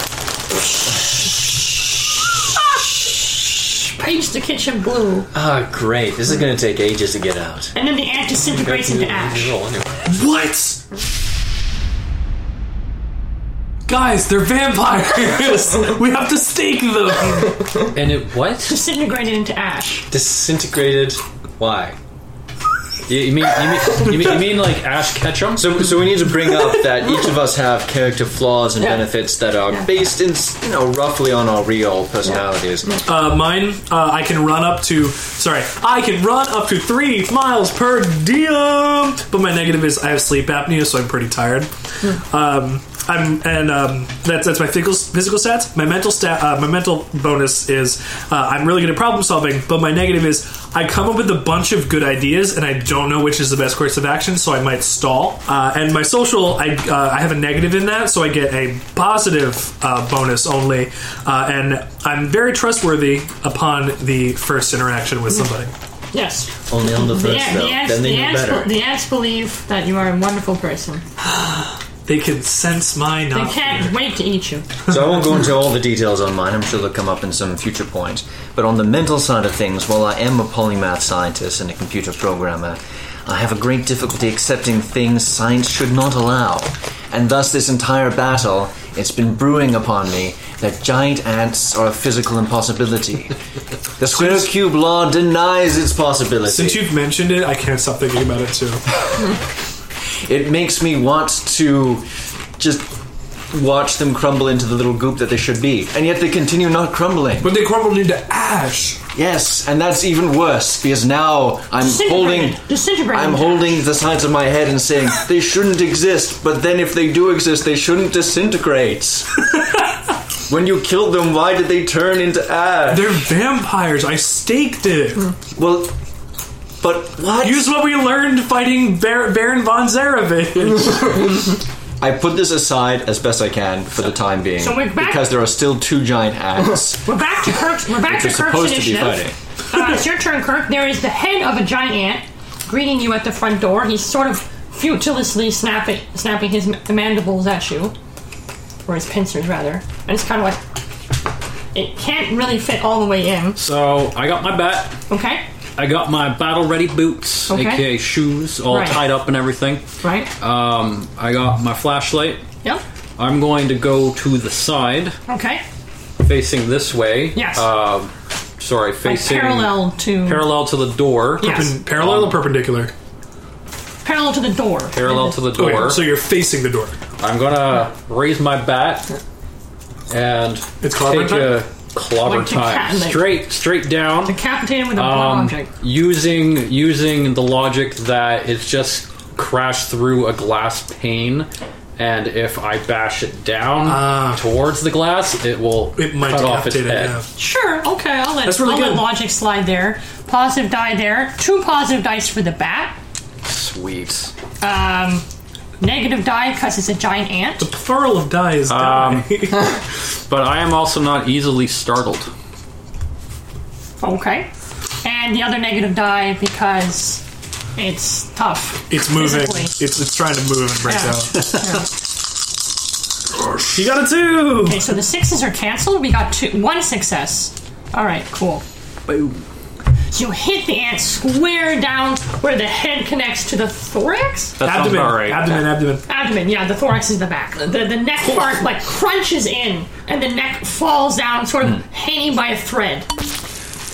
[SPEAKER 1] Page the kitchen blue,
[SPEAKER 5] Ah, great. This is going to take ages to get out.
[SPEAKER 1] and then the ant disintegrates into ash.
[SPEAKER 5] Roll anyway.
[SPEAKER 2] What? Guys, they're vampires. *laughs* we have to stake them.
[SPEAKER 4] And it what?
[SPEAKER 1] Disintegrated into ash.
[SPEAKER 5] Disintegrated. Why?
[SPEAKER 4] You, you mean you mean, you mean you mean like Ash Ketchum?
[SPEAKER 5] So, so we need to bring up that each of us have character flaws and benefits that are based in, you know, roughly on our real personalities.
[SPEAKER 2] Uh, mine, uh, I can run up to. Sorry, I can run up to three miles per diem. But my negative is I have sleep apnea, so I'm pretty tired. Um, I'm and um, that's that's my physical physical stats. My mental stat, uh, my mental bonus is uh, I'm really good at problem solving. But my negative is I come up with a bunch of good ideas and I don't know which is the best course of action, so I might stall. Uh, and my social, I uh, I have a negative in that, so I get a positive uh, bonus only. Uh, and I'm very trustworthy upon the first interaction with somebody.
[SPEAKER 1] Yes.
[SPEAKER 5] Only on the first,
[SPEAKER 1] Yeah,
[SPEAKER 5] though.
[SPEAKER 1] the ants,
[SPEAKER 5] then they
[SPEAKER 1] the,
[SPEAKER 5] know
[SPEAKER 1] ants
[SPEAKER 5] better.
[SPEAKER 1] be- the ants believe that you are a wonderful person.
[SPEAKER 2] They can sense my
[SPEAKER 1] They
[SPEAKER 2] not.
[SPEAKER 1] can't wait to eat you.
[SPEAKER 5] So I won't go into
[SPEAKER 3] into all the details on mine. I'm sure they'll come up in some future point. But on the mental side of things, while I am a polymath scientist and a computer programmer, I have a great difficulty accepting things science should not allow. And thus, this entire battle, it's been brewing upon me that giant ants are a physical impossibility. the square cube law denies its possibility.
[SPEAKER 2] Since you've mentioned it, I can't stop thinking about it too.
[SPEAKER 3] it makes me want to just watch them crumble into the little goop that they should be. And yet they continue not crumbling.
[SPEAKER 2] But they crumbled into ash.
[SPEAKER 3] Yes, and that's even worse because now I'm holding
[SPEAKER 1] Disintegrated. Disintegrated.
[SPEAKER 3] I'm holding the sides of my head and saying *laughs* they shouldn't exist, but then if they do exist, they shouldn't disintegrate.
[SPEAKER 1] *laughs*
[SPEAKER 3] when you killed them, why did they turn into ash?
[SPEAKER 2] They're vampires. I staked it.
[SPEAKER 1] Hmm.
[SPEAKER 3] Well, but what?
[SPEAKER 2] Use what we learned fighting Bar- Baron von Zarevich.
[SPEAKER 3] I put this aside as best I can for the time being
[SPEAKER 1] So we're back-
[SPEAKER 3] because there are still two giant
[SPEAKER 1] *laughs*
[SPEAKER 3] ants
[SPEAKER 1] We're back to Kirk's. We're back to
[SPEAKER 3] they're
[SPEAKER 1] Kirk's
[SPEAKER 3] supposed to be
[SPEAKER 1] initiative.
[SPEAKER 3] fighting.
[SPEAKER 1] Uh, it's your turn, Kirk. There is the head of a giant ant greeting you at the front door. He's sort of futilisly snapping, snapping his m- mandibles at you, or his pincers rather. And it's kind of like it can't really fit all the way in.
[SPEAKER 4] So I got my bat.
[SPEAKER 1] Okay,
[SPEAKER 4] I got my battle ready boots,
[SPEAKER 1] Okay.
[SPEAKER 4] aka shoes, all
[SPEAKER 1] Right.
[SPEAKER 4] tied up and everything.
[SPEAKER 1] right?
[SPEAKER 4] Um, I got my flashlight.
[SPEAKER 1] yep.
[SPEAKER 4] I'm going to go to the side,
[SPEAKER 1] Okay.
[SPEAKER 4] facing this way.
[SPEAKER 1] Yes.
[SPEAKER 4] Um, sorry,
[SPEAKER 1] Like
[SPEAKER 4] facing
[SPEAKER 1] parallel to
[SPEAKER 4] parallel to the door.
[SPEAKER 1] Yes.
[SPEAKER 2] Parallel or perpendicular?
[SPEAKER 1] parallel to the door.
[SPEAKER 4] Parallel to the
[SPEAKER 1] Oh,
[SPEAKER 2] Okay,
[SPEAKER 4] door.
[SPEAKER 2] so you're facing the door.
[SPEAKER 4] I'm gonna raise my bat and
[SPEAKER 2] It's clobber
[SPEAKER 4] take a clobber
[SPEAKER 1] Like the
[SPEAKER 4] time
[SPEAKER 1] cat lick.
[SPEAKER 4] straight straight down.
[SPEAKER 1] Decapitated with a blunt
[SPEAKER 4] Um,
[SPEAKER 1] object.
[SPEAKER 4] using using the logic that it's just crashed through a glass pane, and if I bash it down
[SPEAKER 2] Ah.
[SPEAKER 4] towards the glass, it will
[SPEAKER 2] It might
[SPEAKER 4] cut off its
[SPEAKER 2] decapitate it.
[SPEAKER 4] head.
[SPEAKER 2] Yeah.
[SPEAKER 1] Sure. Okay. I'll let,
[SPEAKER 2] That's really
[SPEAKER 1] I'll let
[SPEAKER 2] good.
[SPEAKER 1] logic slide there. Positive die there. Two positive dice for the bat.
[SPEAKER 4] Sweet.
[SPEAKER 1] Um, negative die because it's a giant ant.
[SPEAKER 2] Plural of die
[SPEAKER 4] Um,
[SPEAKER 2] is *laughs* die.
[SPEAKER 4] But I am also not easily startled.
[SPEAKER 1] Okay. And the other negative die because it's tough.
[SPEAKER 2] it's moving.
[SPEAKER 1] physically.
[SPEAKER 2] It's it's trying to move and break
[SPEAKER 1] Yeah.
[SPEAKER 2] down. You got a two.
[SPEAKER 1] Okay, so the sixes are canceled. We got two, one success. All right, cool.
[SPEAKER 4] Boom.
[SPEAKER 1] So you hit the ant square down where the head connects to the thorax.
[SPEAKER 4] That sounds
[SPEAKER 2] Abdomen,
[SPEAKER 4] about right.
[SPEAKER 2] abdomen, abdomen.
[SPEAKER 1] abdomen. Yeah, the thorax is the back. The, the neck part like crunches in, and the neck falls down, sort of hanging by a thread.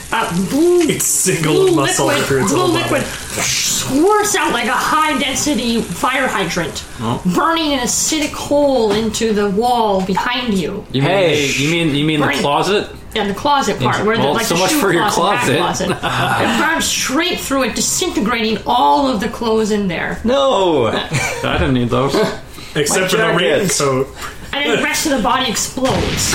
[SPEAKER 1] Uh, blue,
[SPEAKER 2] Ah, It's single
[SPEAKER 1] blue
[SPEAKER 2] muscle
[SPEAKER 1] liquid,
[SPEAKER 2] through its
[SPEAKER 1] blue
[SPEAKER 2] whole body.
[SPEAKER 1] liquid squirts out like a high density fire hydrant, burning an acidic hole into the wall behind you.
[SPEAKER 4] You mean,
[SPEAKER 3] Hey.
[SPEAKER 4] you mean you mean the
[SPEAKER 1] Right.
[SPEAKER 4] closet?
[SPEAKER 1] Yeah, the closet part where the,
[SPEAKER 4] Well,
[SPEAKER 1] like
[SPEAKER 4] so
[SPEAKER 1] the
[SPEAKER 4] much
[SPEAKER 1] shoe
[SPEAKER 4] for your
[SPEAKER 1] closet, back
[SPEAKER 4] closet.
[SPEAKER 1] closet. it burns straight through it, disintegrating all of the clothes in there.
[SPEAKER 3] No!
[SPEAKER 4] I didn't need *laughs* those.
[SPEAKER 2] Except for the
[SPEAKER 3] jacket.
[SPEAKER 2] raincoat.
[SPEAKER 1] and then the rest of the body explodes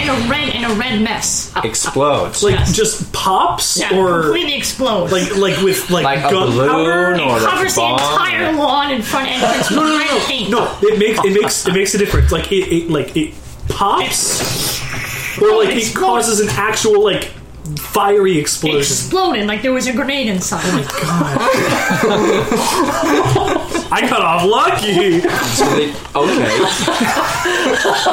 [SPEAKER 1] in a red in a red mess.
[SPEAKER 3] Explodes.
[SPEAKER 2] Like
[SPEAKER 1] Yes.
[SPEAKER 2] just pops
[SPEAKER 1] Yeah,
[SPEAKER 2] or
[SPEAKER 1] completely explodes.
[SPEAKER 2] like like with like,
[SPEAKER 3] Like a
[SPEAKER 2] gunpowder.
[SPEAKER 3] balloon or
[SPEAKER 1] it
[SPEAKER 3] like
[SPEAKER 1] covers
[SPEAKER 3] a
[SPEAKER 1] the
[SPEAKER 3] bomb.
[SPEAKER 1] entire lawn in front entrance with red paint.
[SPEAKER 2] No, it makes it makes it makes a difference. Like it, it like it pops, or like it
[SPEAKER 1] Explodes.
[SPEAKER 2] causes an actual like fiery explosion.
[SPEAKER 1] Exploded like there was a grenade inside.
[SPEAKER 2] I cut off
[SPEAKER 3] *laughs*
[SPEAKER 2] Lucky.
[SPEAKER 3] They-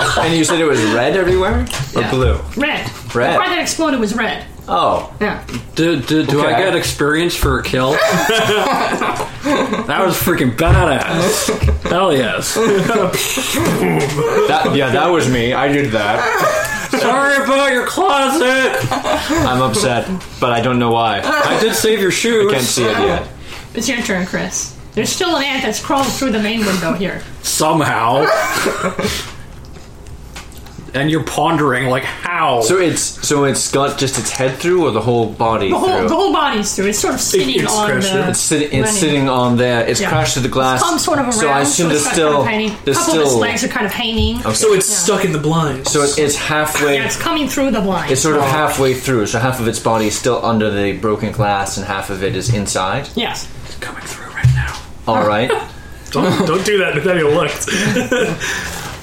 [SPEAKER 1] *laughs*
[SPEAKER 3] okay. and you said it was red everywhere? Or
[SPEAKER 4] Yeah.
[SPEAKER 3] blue?
[SPEAKER 1] Red.
[SPEAKER 3] Red.
[SPEAKER 1] The part that exploded was red.
[SPEAKER 3] Oh.
[SPEAKER 1] Yeah.
[SPEAKER 4] Do, do, do I
[SPEAKER 3] Okay.
[SPEAKER 4] get experience for a kill? that was freaking badass. Hell yes.
[SPEAKER 3] That, yeah, that was me. I did that.
[SPEAKER 4] Sorry about your closet.
[SPEAKER 3] I'm upset, but I don't know why. I
[SPEAKER 4] I did save your shoes.
[SPEAKER 3] can't see it yet.
[SPEAKER 1] It's your turn, Chris. There's still an ant that's crawled through the main window here.
[SPEAKER 4] Somehow. and you're pondering, like, how?
[SPEAKER 3] So it's so it's got just its head through or the whole body
[SPEAKER 1] The whole,
[SPEAKER 3] through?
[SPEAKER 1] the whole body's through. It's sort of sitting
[SPEAKER 2] it's
[SPEAKER 1] on
[SPEAKER 2] crashed
[SPEAKER 1] the.
[SPEAKER 2] in.
[SPEAKER 3] it's sitting, it's
[SPEAKER 1] running.
[SPEAKER 3] sitting on there. It's
[SPEAKER 1] Yeah.
[SPEAKER 3] crashed to the glass.
[SPEAKER 1] Some sort of around.
[SPEAKER 3] so I assume
[SPEAKER 1] it's got
[SPEAKER 3] there's still
[SPEAKER 1] Kind of hanging.
[SPEAKER 3] there's
[SPEAKER 1] couple
[SPEAKER 3] still
[SPEAKER 1] of its legs are kind of hanging.
[SPEAKER 2] So it's stuck in the blinds.
[SPEAKER 3] so it, it's halfway.
[SPEAKER 1] Yeah, it's coming through the blind.
[SPEAKER 3] It's sort of halfway through, so half of its body is still under the broken glass, and half of it is inside.
[SPEAKER 1] yes.
[SPEAKER 4] coming through right now.
[SPEAKER 3] All
[SPEAKER 1] *laughs*
[SPEAKER 3] right,
[SPEAKER 2] don't, don't do that. Nathaniel looked.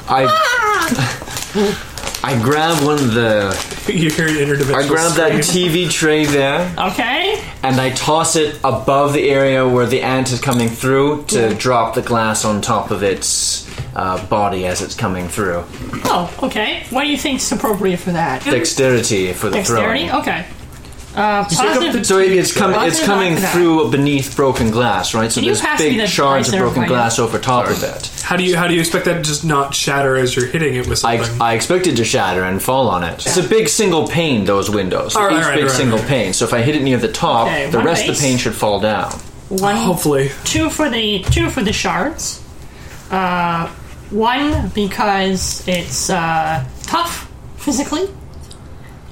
[SPEAKER 3] I
[SPEAKER 1] Ah!
[SPEAKER 3] *laughs* I grab one of the
[SPEAKER 2] you hear an interdimensional.
[SPEAKER 3] I grab that
[SPEAKER 2] scream.
[SPEAKER 3] TV tray there,
[SPEAKER 1] Okay.
[SPEAKER 3] and I toss it above the area where the ant is coming through to drop the glass on top of its uh, body as it's coming through.
[SPEAKER 1] Oh, okay. What do you think's appropriate for that?
[SPEAKER 3] Dexterity for the
[SPEAKER 1] Dexterity.
[SPEAKER 3] throwing.
[SPEAKER 1] Okay. Uh, positive.
[SPEAKER 3] So it- it's coming.
[SPEAKER 1] Well,
[SPEAKER 3] It's
[SPEAKER 1] they're
[SPEAKER 3] coming
[SPEAKER 1] not that.
[SPEAKER 3] through beneath broken glass, right? So
[SPEAKER 1] Can you
[SPEAKER 3] there's
[SPEAKER 1] pass me
[SPEAKER 3] big
[SPEAKER 1] the
[SPEAKER 3] shards
[SPEAKER 1] dice
[SPEAKER 3] of
[SPEAKER 1] there,
[SPEAKER 3] broken
[SPEAKER 1] Brian?
[SPEAKER 3] glass over top of it.
[SPEAKER 2] How do you how do you expect that to just not shatter as you're hitting it with
[SPEAKER 3] I,
[SPEAKER 2] something?
[SPEAKER 3] I expected to shatter and fall on it. It's a big single pane. Those windows.
[SPEAKER 2] All right,
[SPEAKER 3] Each
[SPEAKER 2] all right,
[SPEAKER 3] big
[SPEAKER 2] all right,
[SPEAKER 3] single
[SPEAKER 2] all right.
[SPEAKER 3] pane. So if I hit it near the top,
[SPEAKER 1] Okay,
[SPEAKER 3] the
[SPEAKER 1] one
[SPEAKER 3] rest of
[SPEAKER 1] base.
[SPEAKER 3] the pane should fall down.
[SPEAKER 1] One,
[SPEAKER 2] Hopefully,
[SPEAKER 1] two for the two for the shards. Uh, one because it's uh, tough physically.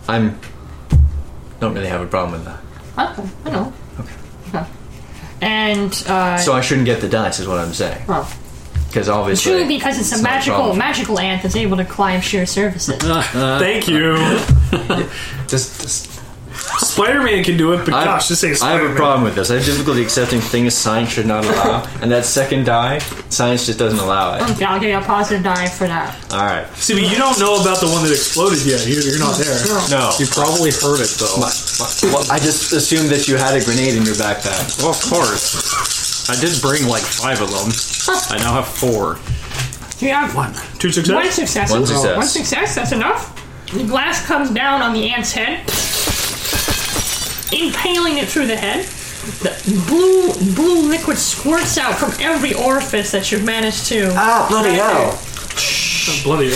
[SPEAKER 3] I'm. Don't really have a problem with that.
[SPEAKER 1] Oh, I know. Okay. And uh,
[SPEAKER 3] So I shouldn't get the dice, is what I'm saying.
[SPEAKER 1] well,
[SPEAKER 3] Because obviously,
[SPEAKER 1] two because it's a
[SPEAKER 3] not a
[SPEAKER 1] magical
[SPEAKER 3] problem.
[SPEAKER 1] magical ant that's able to climb sheer surfaces.
[SPEAKER 3] *laughs*
[SPEAKER 2] thank you.
[SPEAKER 3] Uh,
[SPEAKER 2] *laughs*
[SPEAKER 3] Just- just-
[SPEAKER 2] Spider-Man can do it, but
[SPEAKER 3] I-
[SPEAKER 2] gosh, this ain't
[SPEAKER 3] I have
[SPEAKER 2] Spider-Man.
[SPEAKER 3] a problem with this. I have difficulty accepting things science should not allow, and that second die, science just doesn't allow it.
[SPEAKER 1] Okay, I'll give you a positive die for that.
[SPEAKER 3] All right.
[SPEAKER 2] See, but you don't know about the one that exploded yet. You're, you're not there.
[SPEAKER 3] No.
[SPEAKER 4] You probably heard it, though.
[SPEAKER 3] Well, I just assumed that you had a grenade in your backpack.
[SPEAKER 4] Well, of course. I did bring like five of them. I now have four.
[SPEAKER 1] You have one.
[SPEAKER 2] Two
[SPEAKER 1] One success.
[SPEAKER 2] success.
[SPEAKER 3] One success.
[SPEAKER 1] One success. That's enough. The glass comes down on the ant's head, impaling it through the head. The blue blue liquid squirts out from every orifice that you've managed to.
[SPEAKER 3] Ah, bloody
[SPEAKER 1] hell.
[SPEAKER 2] Bloody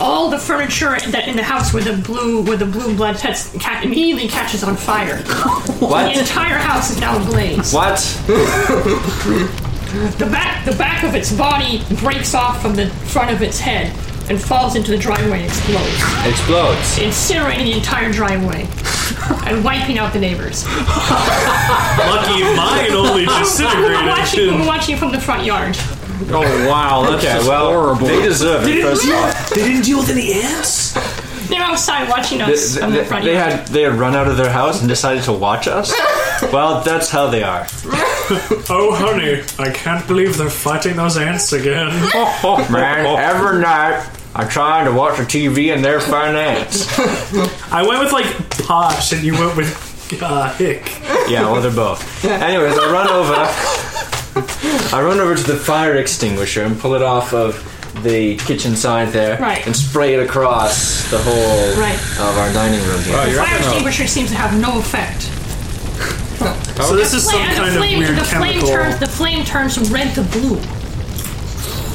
[SPEAKER 1] All the furniture that in the house with the blue with the blue blood test ca- immediately catches on fire. The
[SPEAKER 3] What?
[SPEAKER 1] entire house is now ablaze.
[SPEAKER 3] What?
[SPEAKER 1] The back the back of its body breaks off from the front of its head and falls into the driveway and explodes.
[SPEAKER 3] Explodes.
[SPEAKER 1] incinerating the entire
[SPEAKER 3] *laughs*
[SPEAKER 1] driveway and wiping out the neighbors.
[SPEAKER 2] lucky mine
[SPEAKER 3] *laughs*
[SPEAKER 2] only
[SPEAKER 1] We're watching,
[SPEAKER 2] disintegrated.
[SPEAKER 1] we're watching from the front yard.
[SPEAKER 4] Oh wow, that's
[SPEAKER 3] Okay,
[SPEAKER 4] just
[SPEAKER 3] well,
[SPEAKER 4] horrible.
[SPEAKER 3] they deserve it. First of
[SPEAKER 1] *laughs*
[SPEAKER 3] all,
[SPEAKER 2] They didn't deal with any ants.
[SPEAKER 1] They're outside watching
[SPEAKER 3] they,
[SPEAKER 1] us from the
[SPEAKER 3] they-
[SPEAKER 1] front
[SPEAKER 3] they
[SPEAKER 1] yard.
[SPEAKER 3] had they had run out of their house and decided to watch us. Well, that's how they are.
[SPEAKER 2] Oh honey, I can't believe they're fighting those ants again.
[SPEAKER 3] *laughs* Man, every night I'm trying to watch the TV and they're finance.
[SPEAKER 2] I went with like posh, and you went with uh, hick.
[SPEAKER 3] Yeah, well, they're both. Anyways, I run over. I run over to the fire extinguisher and pull it off of the kitchen side there,
[SPEAKER 1] Right.
[SPEAKER 3] and spray it across the whole
[SPEAKER 1] Right.
[SPEAKER 3] of our dining room
[SPEAKER 2] Oh,
[SPEAKER 3] here.
[SPEAKER 4] you're
[SPEAKER 1] Fire extinguisher seems to have no effect.
[SPEAKER 2] So this is some
[SPEAKER 1] Flame-
[SPEAKER 2] kind
[SPEAKER 1] the
[SPEAKER 2] of
[SPEAKER 1] flame,
[SPEAKER 2] weird
[SPEAKER 1] the flame turns
[SPEAKER 2] chemical.
[SPEAKER 1] the flame turns from red to blue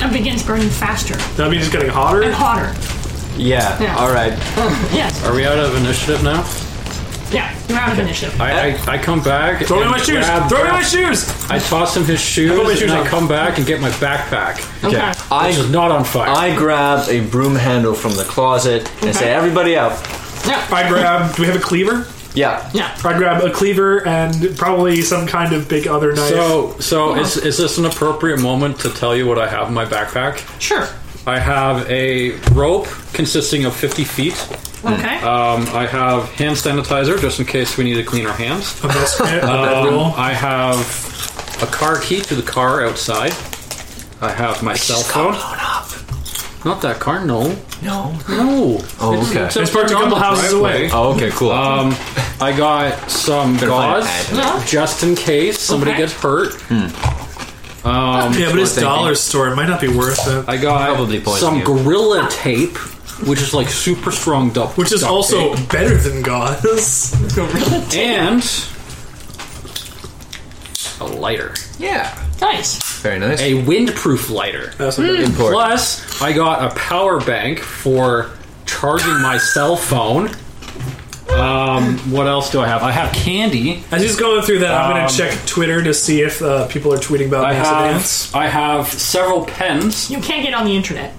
[SPEAKER 1] and begins burning faster
[SPEAKER 2] That means it's getting
[SPEAKER 1] and
[SPEAKER 2] hotter.
[SPEAKER 1] hotter.
[SPEAKER 3] Yeah.
[SPEAKER 1] Yeah.
[SPEAKER 3] All right.
[SPEAKER 1] Yes.
[SPEAKER 4] Are we out of initiative now?
[SPEAKER 1] Yeah. You're out of initiative.
[SPEAKER 4] I, I, I come back.
[SPEAKER 2] Throw me
[SPEAKER 4] and
[SPEAKER 2] my shoes.
[SPEAKER 4] grab-
[SPEAKER 2] Throw me my shoes.
[SPEAKER 4] I toss him his shoes,
[SPEAKER 2] put my shoes
[SPEAKER 4] and
[SPEAKER 2] on.
[SPEAKER 4] I come back and get my backpack,
[SPEAKER 1] Okay.
[SPEAKER 4] which is
[SPEAKER 3] I
[SPEAKER 4] not on fire.
[SPEAKER 3] I grab a broom handle from the closet and say, "Everybody up!"
[SPEAKER 1] Yeah.
[SPEAKER 2] I grab. *laughs* Do we have a cleaver?
[SPEAKER 3] Yeah.
[SPEAKER 1] Yeah.
[SPEAKER 2] I grab a cleaver and probably some kind of big other knife.
[SPEAKER 4] so so is, is this an appropriate moment to tell you what I have in my backpack?
[SPEAKER 1] Sure.
[SPEAKER 4] I have a rope consisting of 50 feet.
[SPEAKER 3] Hmm.
[SPEAKER 1] Okay.
[SPEAKER 3] Uh,
[SPEAKER 4] Um, I have hand sanitizer just in case we need to clean our hands.
[SPEAKER 2] a basket, a bedroll.
[SPEAKER 4] *laughs* Um, I have a car key to the car outside. I have my cell phone. Not that cardinal.
[SPEAKER 3] No.
[SPEAKER 4] No.
[SPEAKER 3] Oh, okay.
[SPEAKER 2] It's parked a couple houses away.
[SPEAKER 3] Oh, okay, cool.
[SPEAKER 4] Um, I got some
[SPEAKER 3] find Hmm.
[SPEAKER 4] gauze
[SPEAKER 3] an
[SPEAKER 1] ad.
[SPEAKER 4] just in case somebody
[SPEAKER 1] Okay.
[SPEAKER 4] gets hurt.
[SPEAKER 2] Yeah, but it's
[SPEAKER 4] thinking.
[SPEAKER 2] dollar store. It might not be worth it.
[SPEAKER 4] I got
[SPEAKER 3] Probably poison
[SPEAKER 4] some
[SPEAKER 3] you.
[SPEAKER 4] gorilla tape, which is like super strong duct,
[SPEAKER 2] Which is
[SPEAKER 4] duct
[SPEAKER 2] also
[SPEAKER 4] tape.
[SPEAKER 2] better than
[SPEAKER 4] *laughs*
[SPEAKER 2] gauze.
[SPEAKER 4] and a lighter,
[SPEAKER 3] yeah.
[SPEAKER 1] Nice.
[SPEAKER 3] Very nice.
[SPEAKER 4] a windproof lighter.
[SPEAKER 2] That's what Uh,
[SPEAKER 1] Hmm.
[SPEAKER 2] it is.
[SPEAKER 3] Import.
[SPEAKER 4] Plus, I got a power bank for
[SPEAKER 2] *laughs*
[SPEAKER 4] charging my cell phone. Um, what else do I have? I have candy.
[SPEAKER 2] As he's going through that, I'm going
[SPEAKER 4] Um,
[SPEAKER 2] to check Twitter to see if uh, people are tweeting about
[SPEAKER 4] I
[SPEAKER 2] Dance to
[SPEAKER 4] have
[SPEAKER 2] Dance.
[SPEAKER 4] I have several pens.
[SPEAKER 1] You can't get on the internet.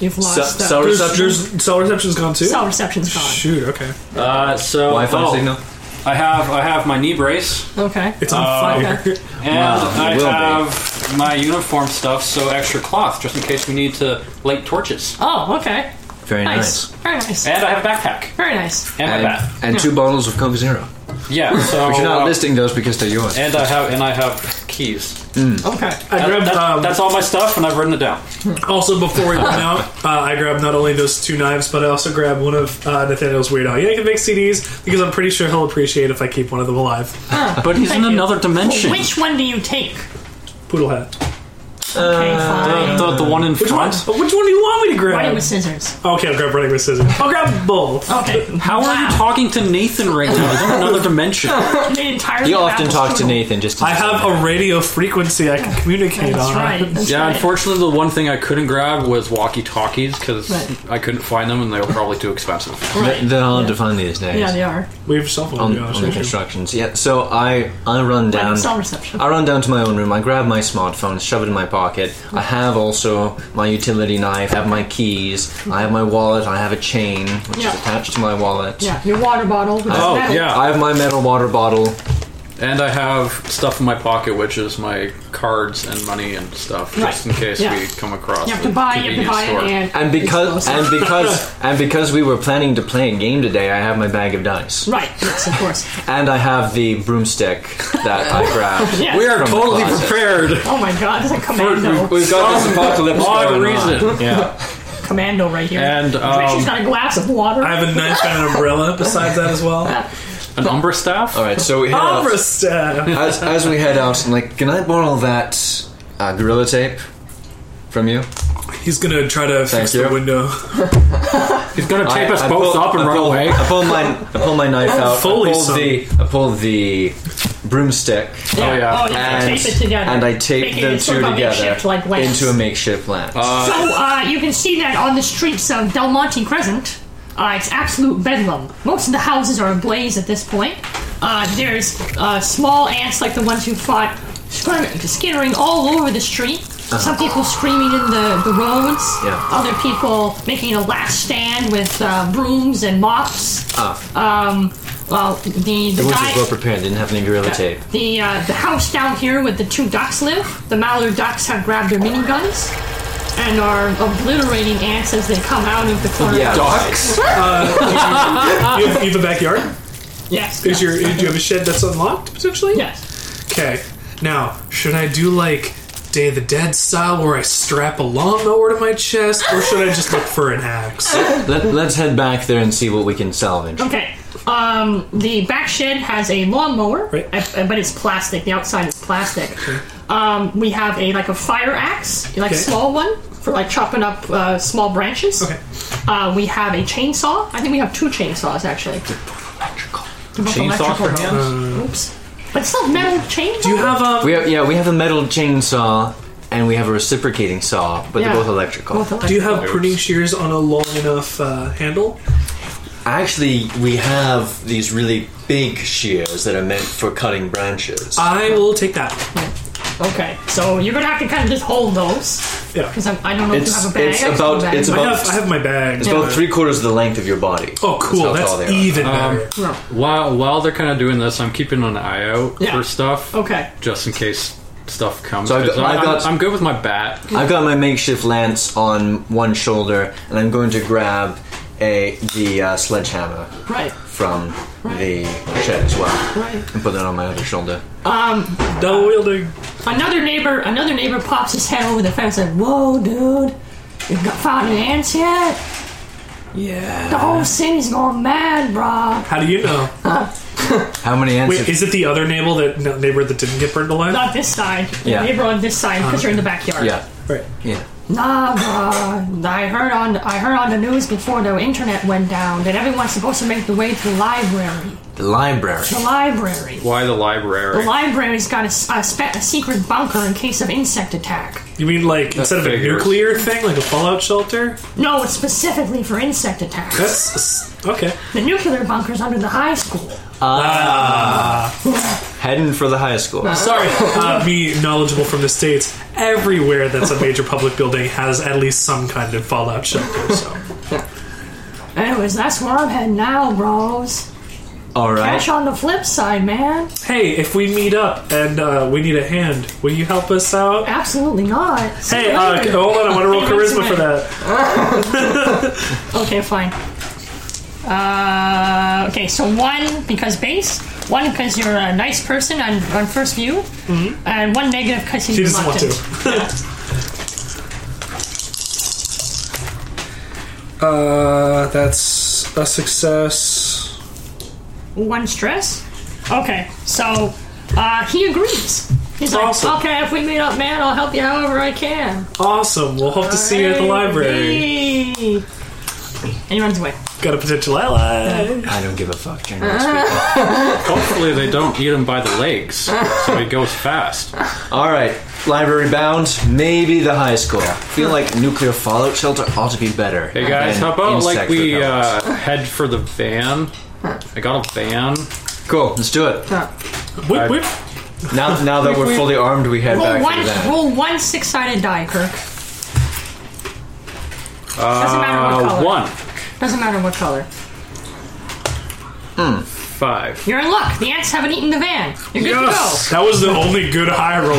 [SPEAKER 1] You've lost
[SPEAKER 3] So-
[SPEAKER 1] that.
[SPEAKER 3] so
[SPEAKER 2] There's,
[SPEAKER 3] reception?
[SPEAKER 2] there's, cell reception's gone too?
[SPEAKER 1] cell reception's gone.
[SPEAKER 2] Shoot, okay.
[SPEAKER 4] Uh, so
[SPEAKER 3] Wi-Fi
[SPEAKER 4] oh,
[SPEAKER 3] signal.
[SPEAKER 4] I have I have my knee brace
[SPEAKER 1] Okay. Uh,
[SPEAKER 2] It's on
[SPEAKER 4] Uh,
[SPEAKER 2] fire. *laughs*
[SPEAKER 1] okay.
[SPEAKER 4] and
[SPEAKER 3] Wow,
[SPEAKER 4] I
[SPEAKER 3] you will be.
[SPEAKER 4] have my uniform stuff. So extra cloth just in case we need to light torches.
[SPEAKER 1] Oh, okay.
[SPEAKER 3] Very
[SPEAKER 1] Nice.
[SPEAKER 3] nice.
[SPEAKER 1] Very nice.
[SPEAKER 4] And I have a backpack
[SPEAKER 1] Very nice.
[SPEAKER 4] and, a
[SPEAKER 3] And,
[SPEAKER 4] bat.
[SPEAKER 3] and two bottles of Coke Zero. *laughs*
[SPEAKER 4] Yeah. So
[SPEAKER 3] You're
[SPEAKER 2] Oh,
[SPEAKER 3] not
[SPEAKER 4] uh,
[SPEAKER 3] listing those because they're yours.
[SPEAKER 4] and I have and I have keys.
[SPEAKER 1] Okay.
[SPEAKER 2] I grabbed,
[SPEAKER 4] That-
[SPEAKER 2] um,
[SPEAKER 4] that's all my stuff, and I've written it down.
[SPEAKER 2] Also, before we went out, *laughs* uh, I grabbed not only those two knives, but I also grabbed one of uh, Nathaniel's Weird Al Yankovic CDs because I'm pretty sure he'll appreciate if I keep one of them alive.
[SPEAKER 4] But he's
[SPEAKER 1] Thank you.
[SPEAKER 4] dimension.
[SPEAKER 1] Which one do you take?
[SPEAKER 2] Poodle hat.
[SPEAKER 1] Okay, fine.
[SPEAKER 4] Uh, the, the one in
[SPEAKER 2] Which one?
[SPEAKER 4] front.
[SPEAKER 2] But which one do you want me to grab?
[SPEAKER 1] Running with scissors.
[SPEAKER 2] okay, I'll grab running with scissors. I'll grab both.
[SPEAKER 1] Okay.
[SPEAKER 4] How are you talking to Nathan right
[SPEAKER 3] *laughs*
[SPEAKER 4] now? He's in another dimension.
[SPEAKER 1] The entirely
[SPEAKER 3] you often
[SPEAKER 1] baffles
[SPEAKER 3] talk to
[SPEAKER 1] Poodle.
[SPEAKER 3] Nathan just to
[SPEAKER 2] I have a radio frequency I can communicate
[SPEAKER 1] That's
[SPEAKER 2] on.
[SPEAKER 1] right. That's
[SPEAKER 4] Yeah,
[SPEAKER 1] right.
[SPEAKER 4] unfortunately, the one thing I couldn't grab was walkie talkies because
[SPEAKER 1] Right.
[SPEAKER 4] I couldn't find them and they were probably too expensive.
[SPEAKER 1] Right.
[SPEAKER 3] They're hard to find these days.
[SPEAKER 1] Yeah, they are.
[SPEAKER 2] We have cell phone.
[SPEAKER 3] on,
[SPEAKER 2] yeah,
[SPEAKER 3] on
[SPEAKER 2] sure,
[SPEAKER 3] the
[SPEAKER 2] sure.
[SPEAKER 3] constructions. Yeah, so I I run down.
[SPEAKER 1] cell reception.
[SPEAKER 3] I run down to my own room. I grab my smartphone, shove it in my pocket. I have also my utility knife. I have my keys. I have my wallet. I have a chain which
[SPEAKER 1] Yeah.
[SPEAKER 3] is attached to my wallet.
[SPEAKER 1] Yeah, your water bottle. Which
[SPEAKER 4] Oh,
[SPEAKER 1] is metal.
[SPEAKER 4] yeah.
[SPEAKER 3] I have my metal water bottle.
[SPEAKER 4] And I have stuff in my pocket, which is my cards and money and stuff, just in case
[SPEAKER 1] Yeah.
[SPEAKER 4] we come across.
[SPEAKER 1] You have to
[SPEAKER 4] a
[SPEAKER 1] buy, you have to
[SPEAKER 4] convenience
[SPEAKER 1] buy
[SPEAKER 4] store.
[SPEAKER 1] it, and
[SPEAKER 3] And because and *laughs* because and because we were planning to play a game today, I have my bag of dice.
[SPEAKER 1] right, yes, of course.
[SPEAKER 3] And I have the broomstick that *laughs* I grabbed.
[SPEAKER 1] Yes.
[SPEAKER 4] we are
[SPEAKER 3] From the
[SPEAKER 4] totally
[SPEAKER 3] closet.
[SPEAKER 4] *laughs* prepared.
[SPEAKER 1] Oh my God, there's a commando,
[SPEAKER 3] We've got this apocalypse
[SPEAKER 4] Odd
[SPEAKER 3] going
[SPEAKER 4] reason.
[SPEAKER 3] on.
[SPEAKER 4] Yeah.
[SPEAKER 1] commando right here. *laughs*
[SPEAKER 4] And
[SPEAKER 1] Rich has
[SPEAKER 4] um,
[SPEAKER 1] got a glass of water.
[SPEAKER 2] I have a knife and an umbrella besides that
[SPEAKER 5] *laughs*
[SPEAKER 2] as well.
[SPEAKER 4] an Umbra staff.
[SPEAKER 3] All right, so we head out.
[SPEAKER 2] Opera staff.
[SPEAKER 3] as, as we head out, I'm like, can I borrow that uh, gorilla tape from you?
[SPEAKER 2] He's gonna try to fix the
[SPEAKER 3] you.
[SPEAKER 5] *laughs*
[SPEAKER 2] window.
[SPEAKER 4] He's going to
[SPEAKER 3] I-
[SPEAKER 4] tape us
[SPEAKER 3] I
[SPEAKER 4] both
[SPEAKER 3] pull-
[SPEAKER 4] up and
[SPEAKER 3] I
[SPEAKER 4] run
[SPEAKER 3] pull- *laughs*
[SPEAKER 4] away.
[SPEAKER 3] I pull my I pull my knife out.
[SPEAKER 2] fully
[SPEAKER 3] I pull
[SPEAKER 2] so.
[SPEAKER 3] the I pull the broomstick.
[SPEAKER 1] yeah.
[SPEAKER 4] oh, yeah.
[SPEAKER 1] Oh, yeah.
[SPEAKER 3] And,
[SPEAKER 1] tape it together.
[SPEAKER 3] and I tape
[SPEAKER 1] Make it
[SPEAKER 3] the
[SPEAKER 1] sort
[SPEAKER 3] two
[SPEAKER 1] of a
[SPEAKER 3] together
[SPEAKER 1] makeshift, like, lens.
[SPEAKER 3] into a makeshift lens.
[SPEAKER 1] So uh, you can see that on the streets of Del Monte Crescent, uh, it's absolute bedlam. Most of the houses are ablaze at this point. Uh, there's uh, small ants like the ones you fought squir- skittering all over the street. Some people screaming in the, the roads.
[SPEAKER 3] Yeah.
[SPEAKER 1] Other people making a last stand with uh, brooms and mops. Uh, Um,
[SPEAKER 3] Ah,
[SPEAKER 1] Well, the the
[SPEAKER 3] the woods
[SPEAKER 1] guy,
[SPEAKER 3] was well prepared. Didn't have any gorilla tape.
[SPEAKER 1] the uh, the house down here where the two ducks live. The mallard ducks have grabbed their miniguns and are obliterating ants as they come out of the corner. *laughs*
[SPEAKER 3] Yeah.
[SPEAKER 4] Ducks.
[SPEAKER 2] You have, you have a backyard?
[SPEAKER 1] Yes.
[SPEAKER 2] Is
[SPEAKER 1] yes.
[SPEAKER 2] your do you have a shed that's unlocked potentially?
[SPEAKER 1] yes.
[SPEAKER 2] Okay. Now, should I do like Day of the Dead style where I strap a lawnmower to my chest, or should I just look for an axe?
[SPEAKER 3] Let, let's head back there and see what we can salvage.
[SPEAKER 1] Okay. Um, the back shed has a lawnmower,
[SPEAKER 2] Right.
[SPEAKER 1] uh, but it's plastic. The outside is plastic. Um, we have a like a fire axe, like
[SPEAKER 2] Okay.
[SPEAKER 1] small one for like chopping up uh, small branches.
[SPEAKER 2] Okay.
[SPEAKER 1] Uh, we have a chainsaw. I think we have two chainsaws actually.
[SPEAKER 4] Chainsaw for hands.
[SPEAKER 1] Oops. But still metal chainsaw.
[SPEAKER 2] Do you have um?
[SPEAKER 3] We have, yeah, we have a metal chainsaw and we have a reciprocating saw, but
[SPEAKER 1] Yeah.
[SPEAKER 3] they're both electrical.
[SPEAKER 1] Both
[SPEAKER 2] Do you have
[SPEAKER 1] electrical.
[SPEAKER 2] pruning shears on a long enough uh, handle?
[SPEAKER 5] Actually, we have these really big shears that are meant for cutting branches.
[SPEAKER 2] I will take that.
[SPEAKER 1] Okay, so you're gonna have to kind of just hold those
[SPEAKER 2] Yeah.
[SPEAKER 1] because I don't know if you
[SPEAKER 5] It's-
[SPEAKER 1] have a bag.
[SPEAKER 5] it's
[SPEAKER 1] I don't
[SPEAKER 5] about-
[SPEAKER 1] have a bag.
[SPEAKER 5] it's
[SPEAKER 2] I
[SPEAKER 5] about-
[SPEAKER 2] have I have my bag.
[SPEAKER 5] It's about three quarters of the length of your body.
[SPEAKER 2] Oh, cool!
[SPEAKER 5] That's how
[SPEAKER 2] That's,
[SPEAKER 5] tall they are.
[SPEAKER 2] even better.
[SPEAKER 1] No.
[SPEAKER 4] While while they're kind of doing this, I'm keeping an eye out
[SPEAKER 1] Yeah.
[SPEAKER 4] for stuff.
[SPEAKER 1] Okay.
[SPEAKER 4] Just in case stuff comes.
[SPEAKER 3] So I've
[SPEAKER 4] 'Cause
[SPEAKER 3] got-
[SPEAKER 4] I,
[SPEAKER 3] I've got-
[SPEAKER 4] am I'm good with my bat.
[SPEAKER 3] I've got my makeshift lance on one shoulder, and I'm going to grab a the uh, sledgehammer
[SPEAKER 1] Right.
[SPEAKER 3] from the shed as well,
[SPEAKER 1] Right.
[SPEAKER 3] and put that on my other shoulder.
[SPEAKER 2] Double wielding.
[SPEAKER 1] Another neighbor, another neighbor pops his head over the fence and, "Whoa, dude! You've not found an ants yet?
[SPEAKER 2] Yeah.
[SPEAKER 1] The whole city's going mad, brah.
[SPEAKER 2] How do you know?
[SPEAKER 3] How many answers?
[SPEAKER 2] Wait, is it the other neighbor that no, neighbor that didn't get burned alive?
[SPEAKER 1] Not this side.
[SPEAKER 3] Yeah.
[SPEAKER 1] The neighbor on this side, because you're in the backyard.
[SPEAKER 3] yeah,
[SPEAKER 2] right.
[SPEAKER 3] yeah.
[SPEAKER 1] Nah, brah. I heard on I heard on the news before the internet went down that everyone's supposed to make the way to the library.
[SPEAKER 3] The library.
[SPEAKER 1] The library.
[SPEAKER 4] Why the library?
[SPEAKER 1] The library's got a, s- a spe- a secret bunker in case of insect attack.
[SPEAKER 2] You mean like instead of a
[SPEAKER 4] figures.
[SPEAKER 2] nuclear thing, like a fallout shelter?
[SPEAKER 1] No, it's specifically for insect attacks.
[SPEAKER 2] That's s- okay.
[SPEAKER 1] The nuclear bunker's under the high school.
[SPEAKER 3] Heading for the high school.
[SPEAKER 2] Sorry, uh, me knowledgeable from the states. Everywhere that's a major public building has at least some kind of fallout shelter. So
[SPEAKER 1] Anyways, that's where I'm heading now, bros.
[SPEAKER 3] All right.
[SPEAKER 2] Oh.
[SPEAKER 1] Cash on the flip side, man.
[SPEAKER 2] hey, if we meet up and uh, we need a hand, will you help us out?
[SPEAKER 1] Absolutely not. See
[SPEAKER 2] Hey,
[SPEAKER 1] you
[SPEAKER 2] uh,
[SPEAKER 1] later.
[SPEAKER 2] hold on, I want to roll
[SPEAKER 1] Hey,
[SPEAKER 2] charisma
[SPEAKER 1] resume.
[SPEAKER 2] for that.
[SPEAKER 1] Okay, fine. Uh, okay, so one because base, one because you're a nice person on, on first view, and one negative because he's
[SPEAKER 2] Mm-hmm. She doesn't want
[SPEAKER 1] reluctant.
[SPEAKER 2] to. *laughs* Uh, that's a success.
[SPEAKER 1] One stress. Okay, so uh, he agrees. He's like,
[SPEAKER 2] Awesome.
[SPEAKER 1] okay, if we meet up, man, I'll help you however I can.
[SPEAKER 2] Awesome. We'll hope to see you at the library.
[SPEAKER 1] Yay. And he runs away.
[SPEAKER 2] Got a potential ally.
[SPEAKER 3] I don't give a fuck, generally speaking.
[SPEAKER 4] Hopefully they don't eat him by the
[SPEAKER 1] *laughs*
[SPEAKER 4] legs, so he goes fast.
[SPEAKER 3] All right, library bound, maybe the high school. Feel like nuclear fallout shelter ought to be better.
[SPEAKER 4] Hey guys,
[SPEAKER 3] than
[SPEAKER 4] how about like
[SPEAKER 3] insect
[SPEAKER 4] we
[SPEAKER 3] repellents.
[SPEAKER 4] uh, head for the van? I got a van.
[SPEAKER 3] cool? Let's do it.
[SPEAKER 2] Whip, whip.
[SPEAKER 3] Now, now that we're fully armed, we head
[SPEAKER 1] Roll
[SPEAKER 3] back to
[SPEAKER 1] one,
[SPEAKER 3] the van.
[SPEAKER 1] roll one six-sided die, Kirk. Doesn't matter what
[SPEAKER 4] Uh,
[SPEAKER 1] color.
[SPEAKER 4] one,
[SPEAKER 1] Doesn't matter what color.
[SPEAKER 4] five.
[SPEAKER 1] You're in luck. The ants haven't eaten the van. You're good to
[SPEAKER 2] That was the only good high roll.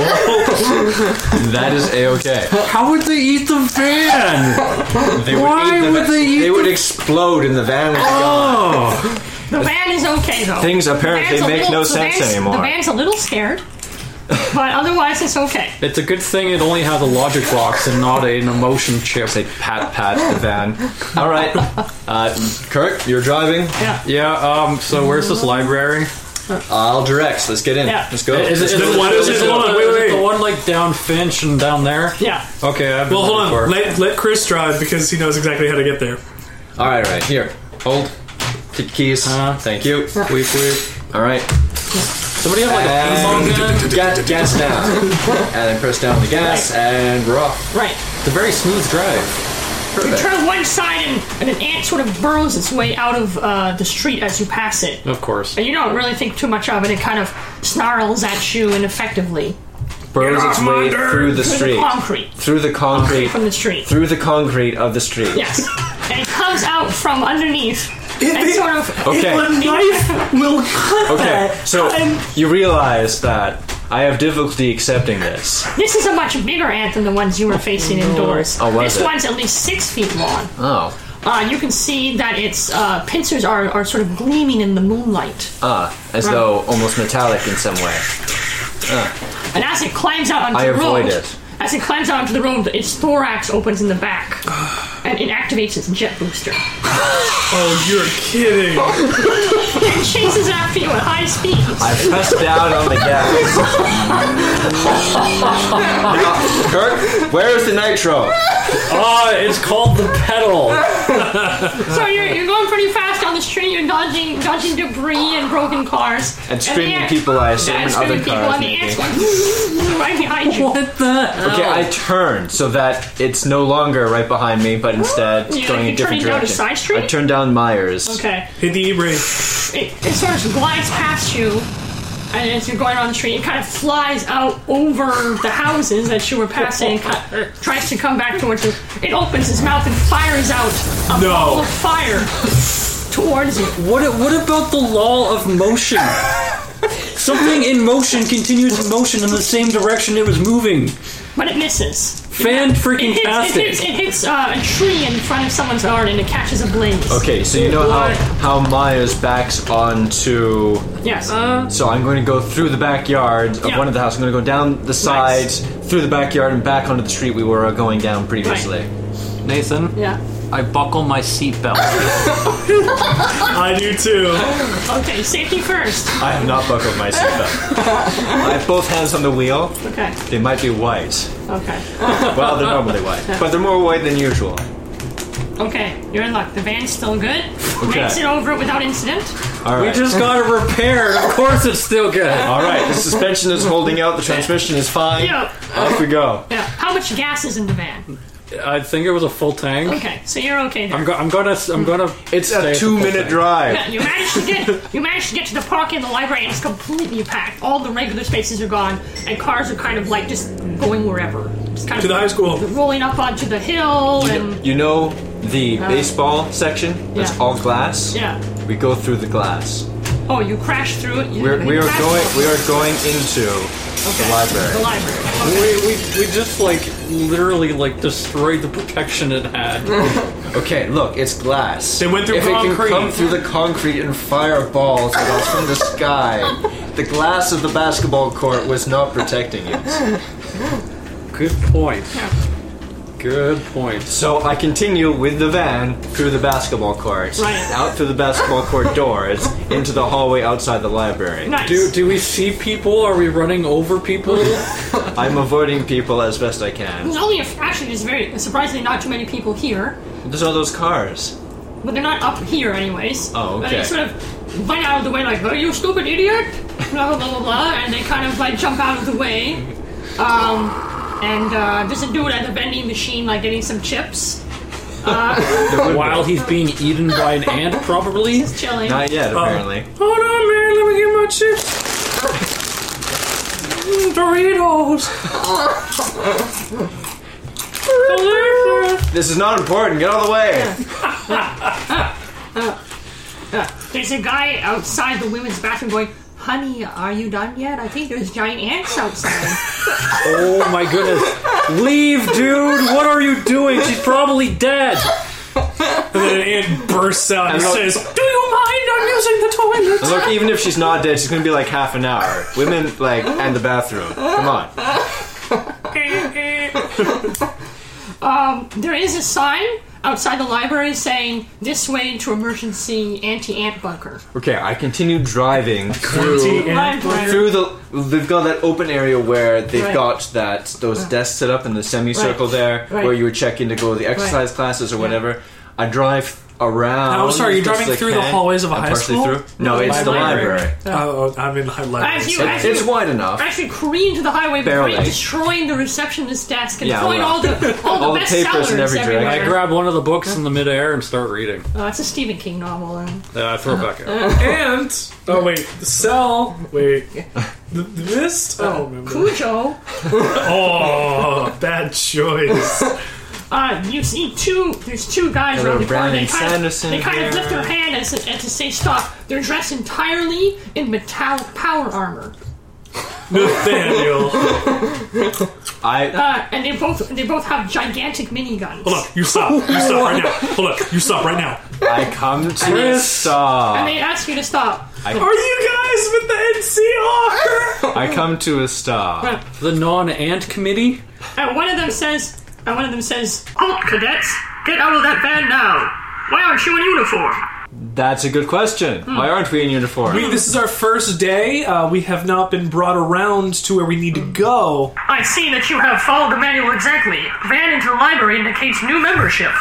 [SPEAKER 3] That is a
[SPEAKER 4] *laughs*
[SPEAKER 3] okay.
[SPEAKER 4] How would they eat the van?
[SPEAKER 5] They would
[SPEAKER 4] Why would they eat
[SPEAKER 5] They
[SPEAKER 4] the-
[SPEAKER 5] would explode in the van. was gone.
[SPEAKER 4] Oh,
[SPEAKER 1] go. The van is okay though.
[SPEAKER 3] Things apparently
[SPEAKER 1] Van's a
[SPEAKER 3] make
[SPEAKER 1] little-
[SPEAKER 3] no
[SPEAKER 1] the
[SPEAKER 3] sense
[SPEAKER 1] van's- The
[SPEAKER 3] anymore.
[SPEAKER 1] van's a little scared, but otherwise it's okay.
[SPEAKER 4] it's a good thing it only has a logic box and not an emotion chip.
[SPEAKER 3] Say pat pat the
[SPEAKER 4] Oh.
[SPEAKER 3] van. All
[SPEAKER 4] *laughs*
[SPEAKER 3] right, uh, Kirk, you're driving.
[SPEAKER 4] Yeah. Um. So where's this library?
[SPEAKER 5] I'll direct. Let's get in.
[SPEAKER 1] Yeah.
[SPEAKER 5] Let's go.
[SPEAKER 4] Is it, is
[SPEAKER 2] Then
[SPEAKER 4] it,
[SPEAKER 2] why does
[SPEAKER 4] is
[SPEAKER 2] it- hold on, wait,
[SPEAKER 4] is it
[SPEAKER 2] wait.
[SPEAKER 4] the one like down Finch and down there?
[SPEAKER 1] Yeah.
[SPEAKER 4] Okay. I've been
[SPEAKER 2] well, hold
[SPEAKER 4] there
[SPEAKER 2] on.
[SPEAKER 4] before.
[SPEAKER 2] Let, let Chris drive because he knows exactly how to get there.
[SPEAKER 5] All right, right here. Hold. Take keys.
[SPEAKER 4] Uh-huh.
[SPEAKER 5] Thank you.
[SPEAKER 4] Wait, wait.
[SPEAKER 3] All right,
[SPEAKER 4] Somebody have like a ping pong gun?
[SPEAKER 5] Gas, gas down, and
[SPEAKER 4] *laughs*
[SPEAKER 5] then press down on the gas, and we're off.
[SPEAKER 1] Right.
[SPEAKER 4] It's a very smooth drive.
[SPEAKER 5] Perfect.
[SPEAKER 1] Turn one side and, and an ant sort of burrows its way out of uh, the street as you pass it.
[SPEAKER 4] Of course.
[SPEAKER 1] And you don't really think too much of it. It kind of snarls at you ineffectively
[SPEAKER 3] burrows
[SPEAKER 2] Get
[SPEAKER 3] its
[SPEAKER 2] off my
[SPEAKER 3] way
[SPEAKER 2] dirt.
[SPEAKER 3] through the
[SPEAKER 1] through
[SPEAKER 3] street,
[SPEAKER 1] the concrete
[SPEAKER 3] through the concrete,
[SPEAKER 1] from the street.
[SPEAKER 3] through the concrete of the street.
[SPEAKER 1] Yes. and it comes out from underneath and
[SPEAKER 2] it-
[SPEAKER 1] sort of.
[SPEAKER 3] Okay.
[SPEAKER 2] knife will cut
[SPEAKER 3] Okay, so you realize that I have difficulty accepting this.
[SPEAKER 1] This is a much bigger ant than the ones you were facing indoors.
[SPEAKER 3] Oh, was
[SPEAKER 1] this
[SPEAKER 3] it?
[SPEAKER 1] one's at least six feet long.
[SPEAKER 3] Oh,
[SPEAKER 1] Uh, you can see that its uh, pincers are, are sort of gleaming in the moonlight.
[SPEAKER 3] ah, as though almost metallic in some way.
[SPEAKER 1] And as it climbs out onto
[SPEAKER 3] I
[SPEAKER 1] the
[SPEAKER 3] avoid
[SPEAKER 1] road,
[SPEAKER 3] it.
[SPEAKER 1] as it climbs out onto the road, its thorax opens in the
[SPEAKER 3] *sighs*
[SPEAKER 1] back, and it activates its jet booster.
[SPEAKER 2] Oh, you're kidding.
[SPEAKER 1] It chases after you at high speeds.
[SPEAKER 3] I press down on the *laughs* gas.
[SPEAKER 5] Kirk, where's the nitro?
[SPEAKER 2] Uh,
[SPEAKER 4] Ah, it's called the pedal.
[SPEAKER 1] So you're, you're going pretty fast down the street. You're dodging dodging debris and broken cars
[SPEAKER 3] And
[SPEAKER 1] the
[SPEAKER 3] screaming
[SPEAKER 1] ant-
[SPEAKER 3] people, I assume,
[SPEAKER 1] Yeah,
[SPEAKER 3] and
[SPEAKER 1] screaming
[SPEAKER 3] other
[SPEAKER 1] people,
[SPEAKER 3] cars,
[SPEAKER 1] and the
[SPEAKER 3] maybe.
[SPEAKER 1] ants going *laughs* right behind you.
[SPEAKER 3] Okay, I turn so that it's no longer right behind me, but instead
[SPEAKER 1] You're
[SPEAKER 3] going a different
[SPEAKER 1] turning down a
[SPEAKER 3] direction.
[SPEAKER 1] side street?
[SPEAKER 3] I turn down Myers.
[SPEAKER 1] Okay,
[SPEAKER 2] Hit the e-brake.
[SPEAKER 1] it, it sort of glides past you, and as you're going down the street, it kind of flies out over the houses that you were passing, and cut, er, tries to come back towards you. It opens its mouth and fires out a
[SPEAKER 2] No.
[SPEAKER 1] ball of fire towards you.
[SPEAKER 4] What what about the law of *laughs* motion? Something in motion continues in motion in the same direction it was moving.
[SPEAKER 1] But it misses.
[SPEAKER 4] Fan freaking
[SPEAKER 1] It hits, it
[SPEAKER 4] tastic.
[SPEAKER 1] hits, it hits uh, a tree in front of someone's yard and it catches a blaze.
[SPEAKER 3] Okay, so you know how, how Myers backs onto.
[SPEAKER 1] Yes.
[SPEAKER 3] So I'm going to go through the backyard of
[SPEAKER 1] Yeah.
[SPEAKER 3] one of the houses. I'm going to go down the sides, through the backyard, and back onto the street we were going down previously.
[SPEAKER 4] *laughs* Nathan,
[SPEAKER 1] Yeah.
[SPEAKER 4] I buckle my seatbelt.
[SPEAKER 2] I do too.
[SPEAKER 1] Okay, safety first.
[SPEAKER 3] I have not buckled my seatbelt. I have both hands on the wheel.
[SPEAKER 1] Okay.
[SPEAKER 3] They might be white.
[SPEAKER 1] Okay.
[SPEAKER 3] Well, they're normally white, but they're more white than usual.
[SPEAKER 1] Okay, you're in luck. The van's still good.
[SPEAKER 3] Okay.
[SPEAKER 1] Makes it over without incident.
[SPEAKER 3] All right.
[SPEAKER 4] got it repaired. Of course, it's still good.
[SPEAKER 3] All right. The suspension is holding out. The transmission is fine.
[SPEAKER 1] Yeah.
[SPEAKER 3] Off we
[SPEAKER 1] *laughs*
[SPEAKER 3] go.
[SPEAKER 1] Yeah. How much gas is in the van?
[SPEAKER 4] I think it was a full tank.
[SPEAKER 1] Okay, so you're okay there.
[SPEAKER 4] I'm, go- I'm gonna. I'm gonna.
[SPEAKER 3] It's
[SPEAKER 4] stay
[SPEAKER 3] a
[SPEAKER 4] at the full
[SPEAKER 3] two-minute
[SPEAKER 4] tank.
[SPEAKER 3] drive.
[SPEAKER 1] Yeah, you managed to get you managed to get to the park in the library and it's completely packed. All the regular spaces are gone and cars are kind of like just going wherever. Just kind
[SPEAKER 2] To
[SPEAKER 1] of
[SPEAKER 2] the high school.
[SPEAKER 1] rolling up onto the hill and
[SPEAKER 3] You know the baseball section? That's
[SPEAKER 1] Yeah.
[SPEAKER 3] all glass.
[SPEAKER 1] yeah.
[SPEAKER 3] We go through the glass.
[SPEAKER 1] Oh, you crashed through it. You,
[SPEAKER 3] We're,
[SPEAKER 1] you
[SPEAKER 3] we are
[SPEAKER 1] crashed-
[SPEAKER 3] going. We are going into the
[SPEAKER 1] Okay. The
[SPEAKER 3] library.
[SPEAKER 1] library.
[SPEAKER 4] We, we, we just like literally like destroyed the protection it had.
[SPEAKER 3] Okay, look, it's glass.
[SPEAKER 2] They went through
[SPEAKER 3] if
[SPEAKER 2] concrete.
[SPEAKER 3] it can come through the concrete and fire balls at us from the sky, the glass of the basketball court was not protecting it.
[SPEAKER 4] Good point. Good point.
[SPEAKER 3] So I continue with the van through the basketball court,
[SPEAKER 1] Right.
[SPEAKER 3] out through the basketball court doors, into the hallway outside the library.
[SPEAKER 1] Nice.
[SPEAKER 4] Do do we see people? Are we running over people?
[SPEAKER 3] I'm avoiding people as best I can.
[SPEAKER 1] There's only a, actually there's very surprisingly not too many people here.
[SPEAKER 3] There's all those cars.
[SPEAKER 1] But they're not up here, anyways.
[SPEAKER 3] Oh,
[SPEAKER 1] But they
[SPEAKER 3] okay.
[SPEAKER 1] sort of went out of the way, like, "Are you stupid idiot?" Blah blah blah blah, blah and they kind of like jump out of the way. Um, and uh, there's a dude at the vending machine, like getting some chips,
[SPEAKER 4] While he's being eaten by an ant, probably.
[SPEAKER 1] just chilling.
[SPEAKER 3] Not yet, apparently.
[SPEAKER 2] Hold on, man. Let me get my chips. Mm, Doritos. Delicious.
[SPEAKER 3] This is not important. Get out of the way.
[SPEAKER 1] There's a guy outside the women's bathroom going, "Honey, are you done yet? I think there's giant ants
[SPEAKER 3] *laughs*
[SPEAKER 1] outside."
[SPEAKER 4] Oh my goodness! Leave, dude! What are you doing? She's probably dead.
[SPEAKER 2] And then an ant bursts out and
[SPEAKER 3] look-
[SPEAKER 2] says, "Do you mind? I'm using the toilet."
[SPEAKER 3] And Look, even if she's not dead, she's gonna be like half an hour. Women, like, and the bathroom. Come on.
[SPEAKER 1] there is a sign outside the library saying, "This way to emergency anti-ant bunker."
[SPEAKER 3] Okay, I
[SPEAKER 1] *laughs*
[SPEAKER 3] continue driving through
[SPEAKER 2] Ant
[SPEAKER 1] Library.
[SPEAKER 3] through the. They've got that open area where they've
[SPEAKER 1] Right. Uh.
[SPEAKER 3] got that those desks set up in the semicircle there,
[SPEAKER 1] Right.
[SPEAKER 3] where you would check in to go to the exercise classes or whatever. I drive around.
[SPEAKER 2] I'm sorry, you're
[SPEAKER 3] as best
[SPEAKER 2] driving
[SPEAKER 3] I
[SPEAKER 2] through the
[SPEAKER 3] can.
[SPEAKER 2] hallways of a
[SPEAKER 3] I'm
[SPEAKER 2] high
[SPEAKER 3] partially
[SPEAKER 2] school?
[SPEAKER 3] Through. No, it's the
[SPEAKER 1] Library.
[SPEAKER 3] library.
[SPEAKER 2] Oh, oh, I'm in high life.
[SPEAKER 1] As you,
[SPEAKER 3] It-
[SPEAKER 1] as you,
[SPEAKER 3] it's wide enough.
[SPEAKER 1] actually careened to the highway,
[SPEAKER 3] Barely.
[SPEAKER 1] before destroying the receptionist's desk and
[SPEAKER 3] Yeah,
[SPEAKER 1] throwing
[SPEAKER 3] well.
[SPEAKER 1] all
[SPEAKER 3] *laughs*
[SPEAKER 1] the all the
[SPEAKER 3] All the
[SPEAKER 1] best
[SPEAKER 3] papers
[SPEAKER 1] sellers
[SPEAKER 3] in every direction.
[SPEAKER 4] I
[SPEAKER 1] everywhere.
[SPEAKER 4] grab one of the books in the midair and start reading.
[SPEAKER 1] Oh, it's a Stephen King novel. And
[SPEAKER 4] Uh, I throw it back out.
[SPEAKER 2] And oh wait, the cell. Wait, the, the mist. I don't remember.
[SPEAKER 1] Cujo,
[SPEAKER 2] Oh, bad choice.
[SPEAKER 1] uh, you see two. There's two guys
[SPEAKER 3] Hello,
[SPEAKER 1] around the corner. They
[SPEAKER 3] Brandon
[SPEAKER 1] kind, of,
[SPEAKER 3] Sanderson
[SPEAKER 1] they kind of
[SPEAKER 3] here.
[SPEAKER 1] lift their hand as, as to say stop. They're dressed entirely in metallic power armor,
[SPEAKER 2] Nathaniel, hold
[SPEAKER 3] I
[SPEAKER 1] uh, and they both they both have gigantic miniguns.
[SPEAKER 2] up. You stop. You stop right *laughs* now. Hold up. You stop right now.
[SPEAKER 3] I come to
[SPEAKER 2] Chris. *laughs*
[SPEAKER 3] stop.
[SPEAKER 1] And they ask you to stop.
[SPEAKER 2] Are you guys with the NCR?
[SPEAKER 3] I come to a stop.
[SPEAKER 4] The non-ant committee.
[SPEAKER 1] Uh, And one of them says, and one of them says, "Halt, cadets! Get out of that van now! Why aren't you in uniform?"
[SPEAKER 3] That's a good question. Why aren't we in uniform?
[SPEAKER 2] Hmm. We- this is our first day. Uh, we have not been brought around to where we need to go.
[SPEAKER 1] I see that you have followed the manual exactly. Van into the library indicates new membership.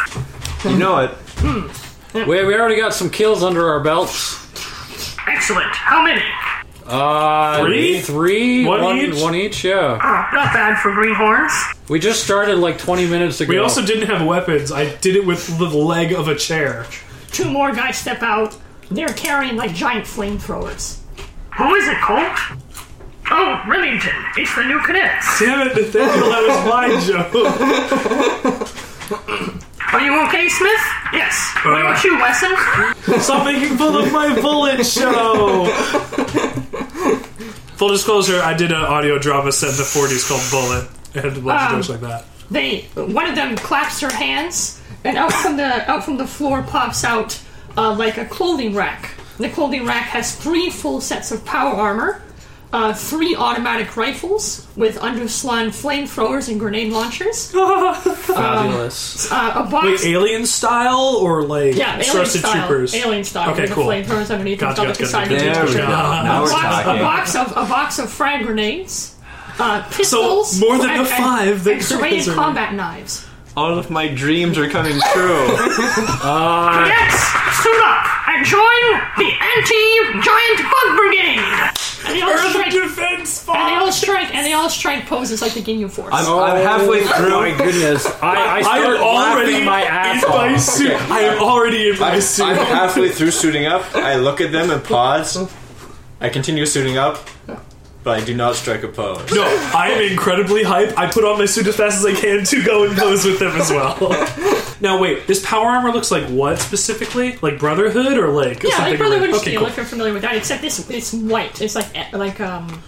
[SPEAKER 3] you know it.
[SPEAKER 4] Wait, we already got some kills under our belts.
[SPEAKER 1] Excellent. How many?
[SPEAKER 4] Uh,
[SPEAKER 2] Three?
[SPEAKER 4] three,
[SPEAKER 2] One
[SPEAKER 4] one
[SPEAKER 2] each?
[SPEAKER 4] one each. Yeah,
[SPEAKER 1] Oh, not bad for greenhorns.
[SPEAKER 4] we just started like twenty minutes ago.
[SPEAKER 2] We also didn't have weapons. I did it with the leg of a chair.
[SPEAKER 1] Two more guys step out. They're carrying like giant flamethrowers. Who is it, Colt? Oh, Remington. It's the new cadets.
[SPEAKER 2] Damn it, Nathaniel, that was my *laughs* joke.
[SPEAKER 1] Are you okay, Smith? Yes. What about you, Wesson?
[SPEAKER 2] Stop making fun of my bullet show. Full disclosure, I did an audio drama set in the 40s called Bullet. And lots of
[SPEAKER 1] Um,
[SPEAKER 2] jokes like that.
[SPEAKER 1] They one of them claps her hands, and out from the out from the floor pops out uh, like a clothing rack. The clothing rack has three full sets of power armor, uh, three automatic rifles with underslung flamethrowers and grenade launchers, uh,
[SPEAKER 4] um,
[SPEAKER 7] Fabulous.
[SPEAKER 1] a box.
[SPEAKER 2] Wait, alien style or like
[SPEAKER 1] yeah, alien
[SPEAKER 2] Starship
[SPEAKER 1] style.
[SPEAKER 2] Troopers?
[SPEAKER 1] Alien style.
[SPEAKER 2] Okay,
[SPEAKER 1] with
[SPEAKER 2] cool.
[SPEAKER 1] The flamethrowers underneath
[SPEAKER 2] Gotcha,
[SPEAKER 1] and stuff at
[SPEAKER 2] gotcha,
[SPEAKER 1] the side
[SPEAKER 2] gotcha.
[SPEAKER 1] of the
[SPEAKER 3] There
[SPEAKER 1] picture.
[SPEAKER 3] we go. Now
[SPEAKER 1] a,
[SPEAKER 3] we're
[SPEAKER 1] box, a
[SPEAKER 3] talking.
[SPEAKER 1] box of a box of frag grenades, uh, pistols,
[SPEAKER 2] more than
[SPEAKER 1] and,
[SPEAKER 2] the five that
[SPEAKER 1] and, and serrated
[SPEAKER 2] Kurgan's are-
[SPEAKER 1] combat knives.
[SPEAKER 7] All of my dreams are coming true.
[SPEAKER 2] *laughs*
[SPEAKER 1] Yes, suit up and join the anti-giant bug brigade. And they all
[SPEAKER 2] Earth
[SPEAKER 1] strike.
[SPEAKER 2] Defense
[SPEAKER 1] And they
[SPEAKER 2] Force.
[SPEAKER 1] all strike. And they all strike poses like the Ginyu Force.
[SPEAKER 4] I'm, I'm halfway
[SPEAKER 2] Oh
[SPEAKER 4] through. my goodness, I, I
[SPEAKER 2] I
[SPEAKER 4] started
[SPEAKER 2] am already
[SPEAKER 4] laughing my ass
[SPEAKER 2] in my
[SPEAKER 4] off.
[SPEAKER 2] suit. I am already in my suit.
[SPEAKER 5] I'm halfway through suiting up. I look at them and pause. I continue suiting up, but I do not strike a pose.
[SPEAKER 2] no, I am incredibly hype. I put on my suit as fast as I can to go and pose with them as well. *laughs* now, wait, this power armor looks like what specifically? Like Brotherhood or like
[SPEAKER 1] yeah,
[SPEAKER 2] something?
[SPEAKER 1] like Brotherhood
[SPEAKER 2] red-
[SPEAKER 1] of
[SPEAKER 2] okay,
[SPEAKER 1] Steel,
[SPEAKER 2] cool.
[SPEAKER 1] if you're familiar with that. Except this, it's white. It's like eh, like um,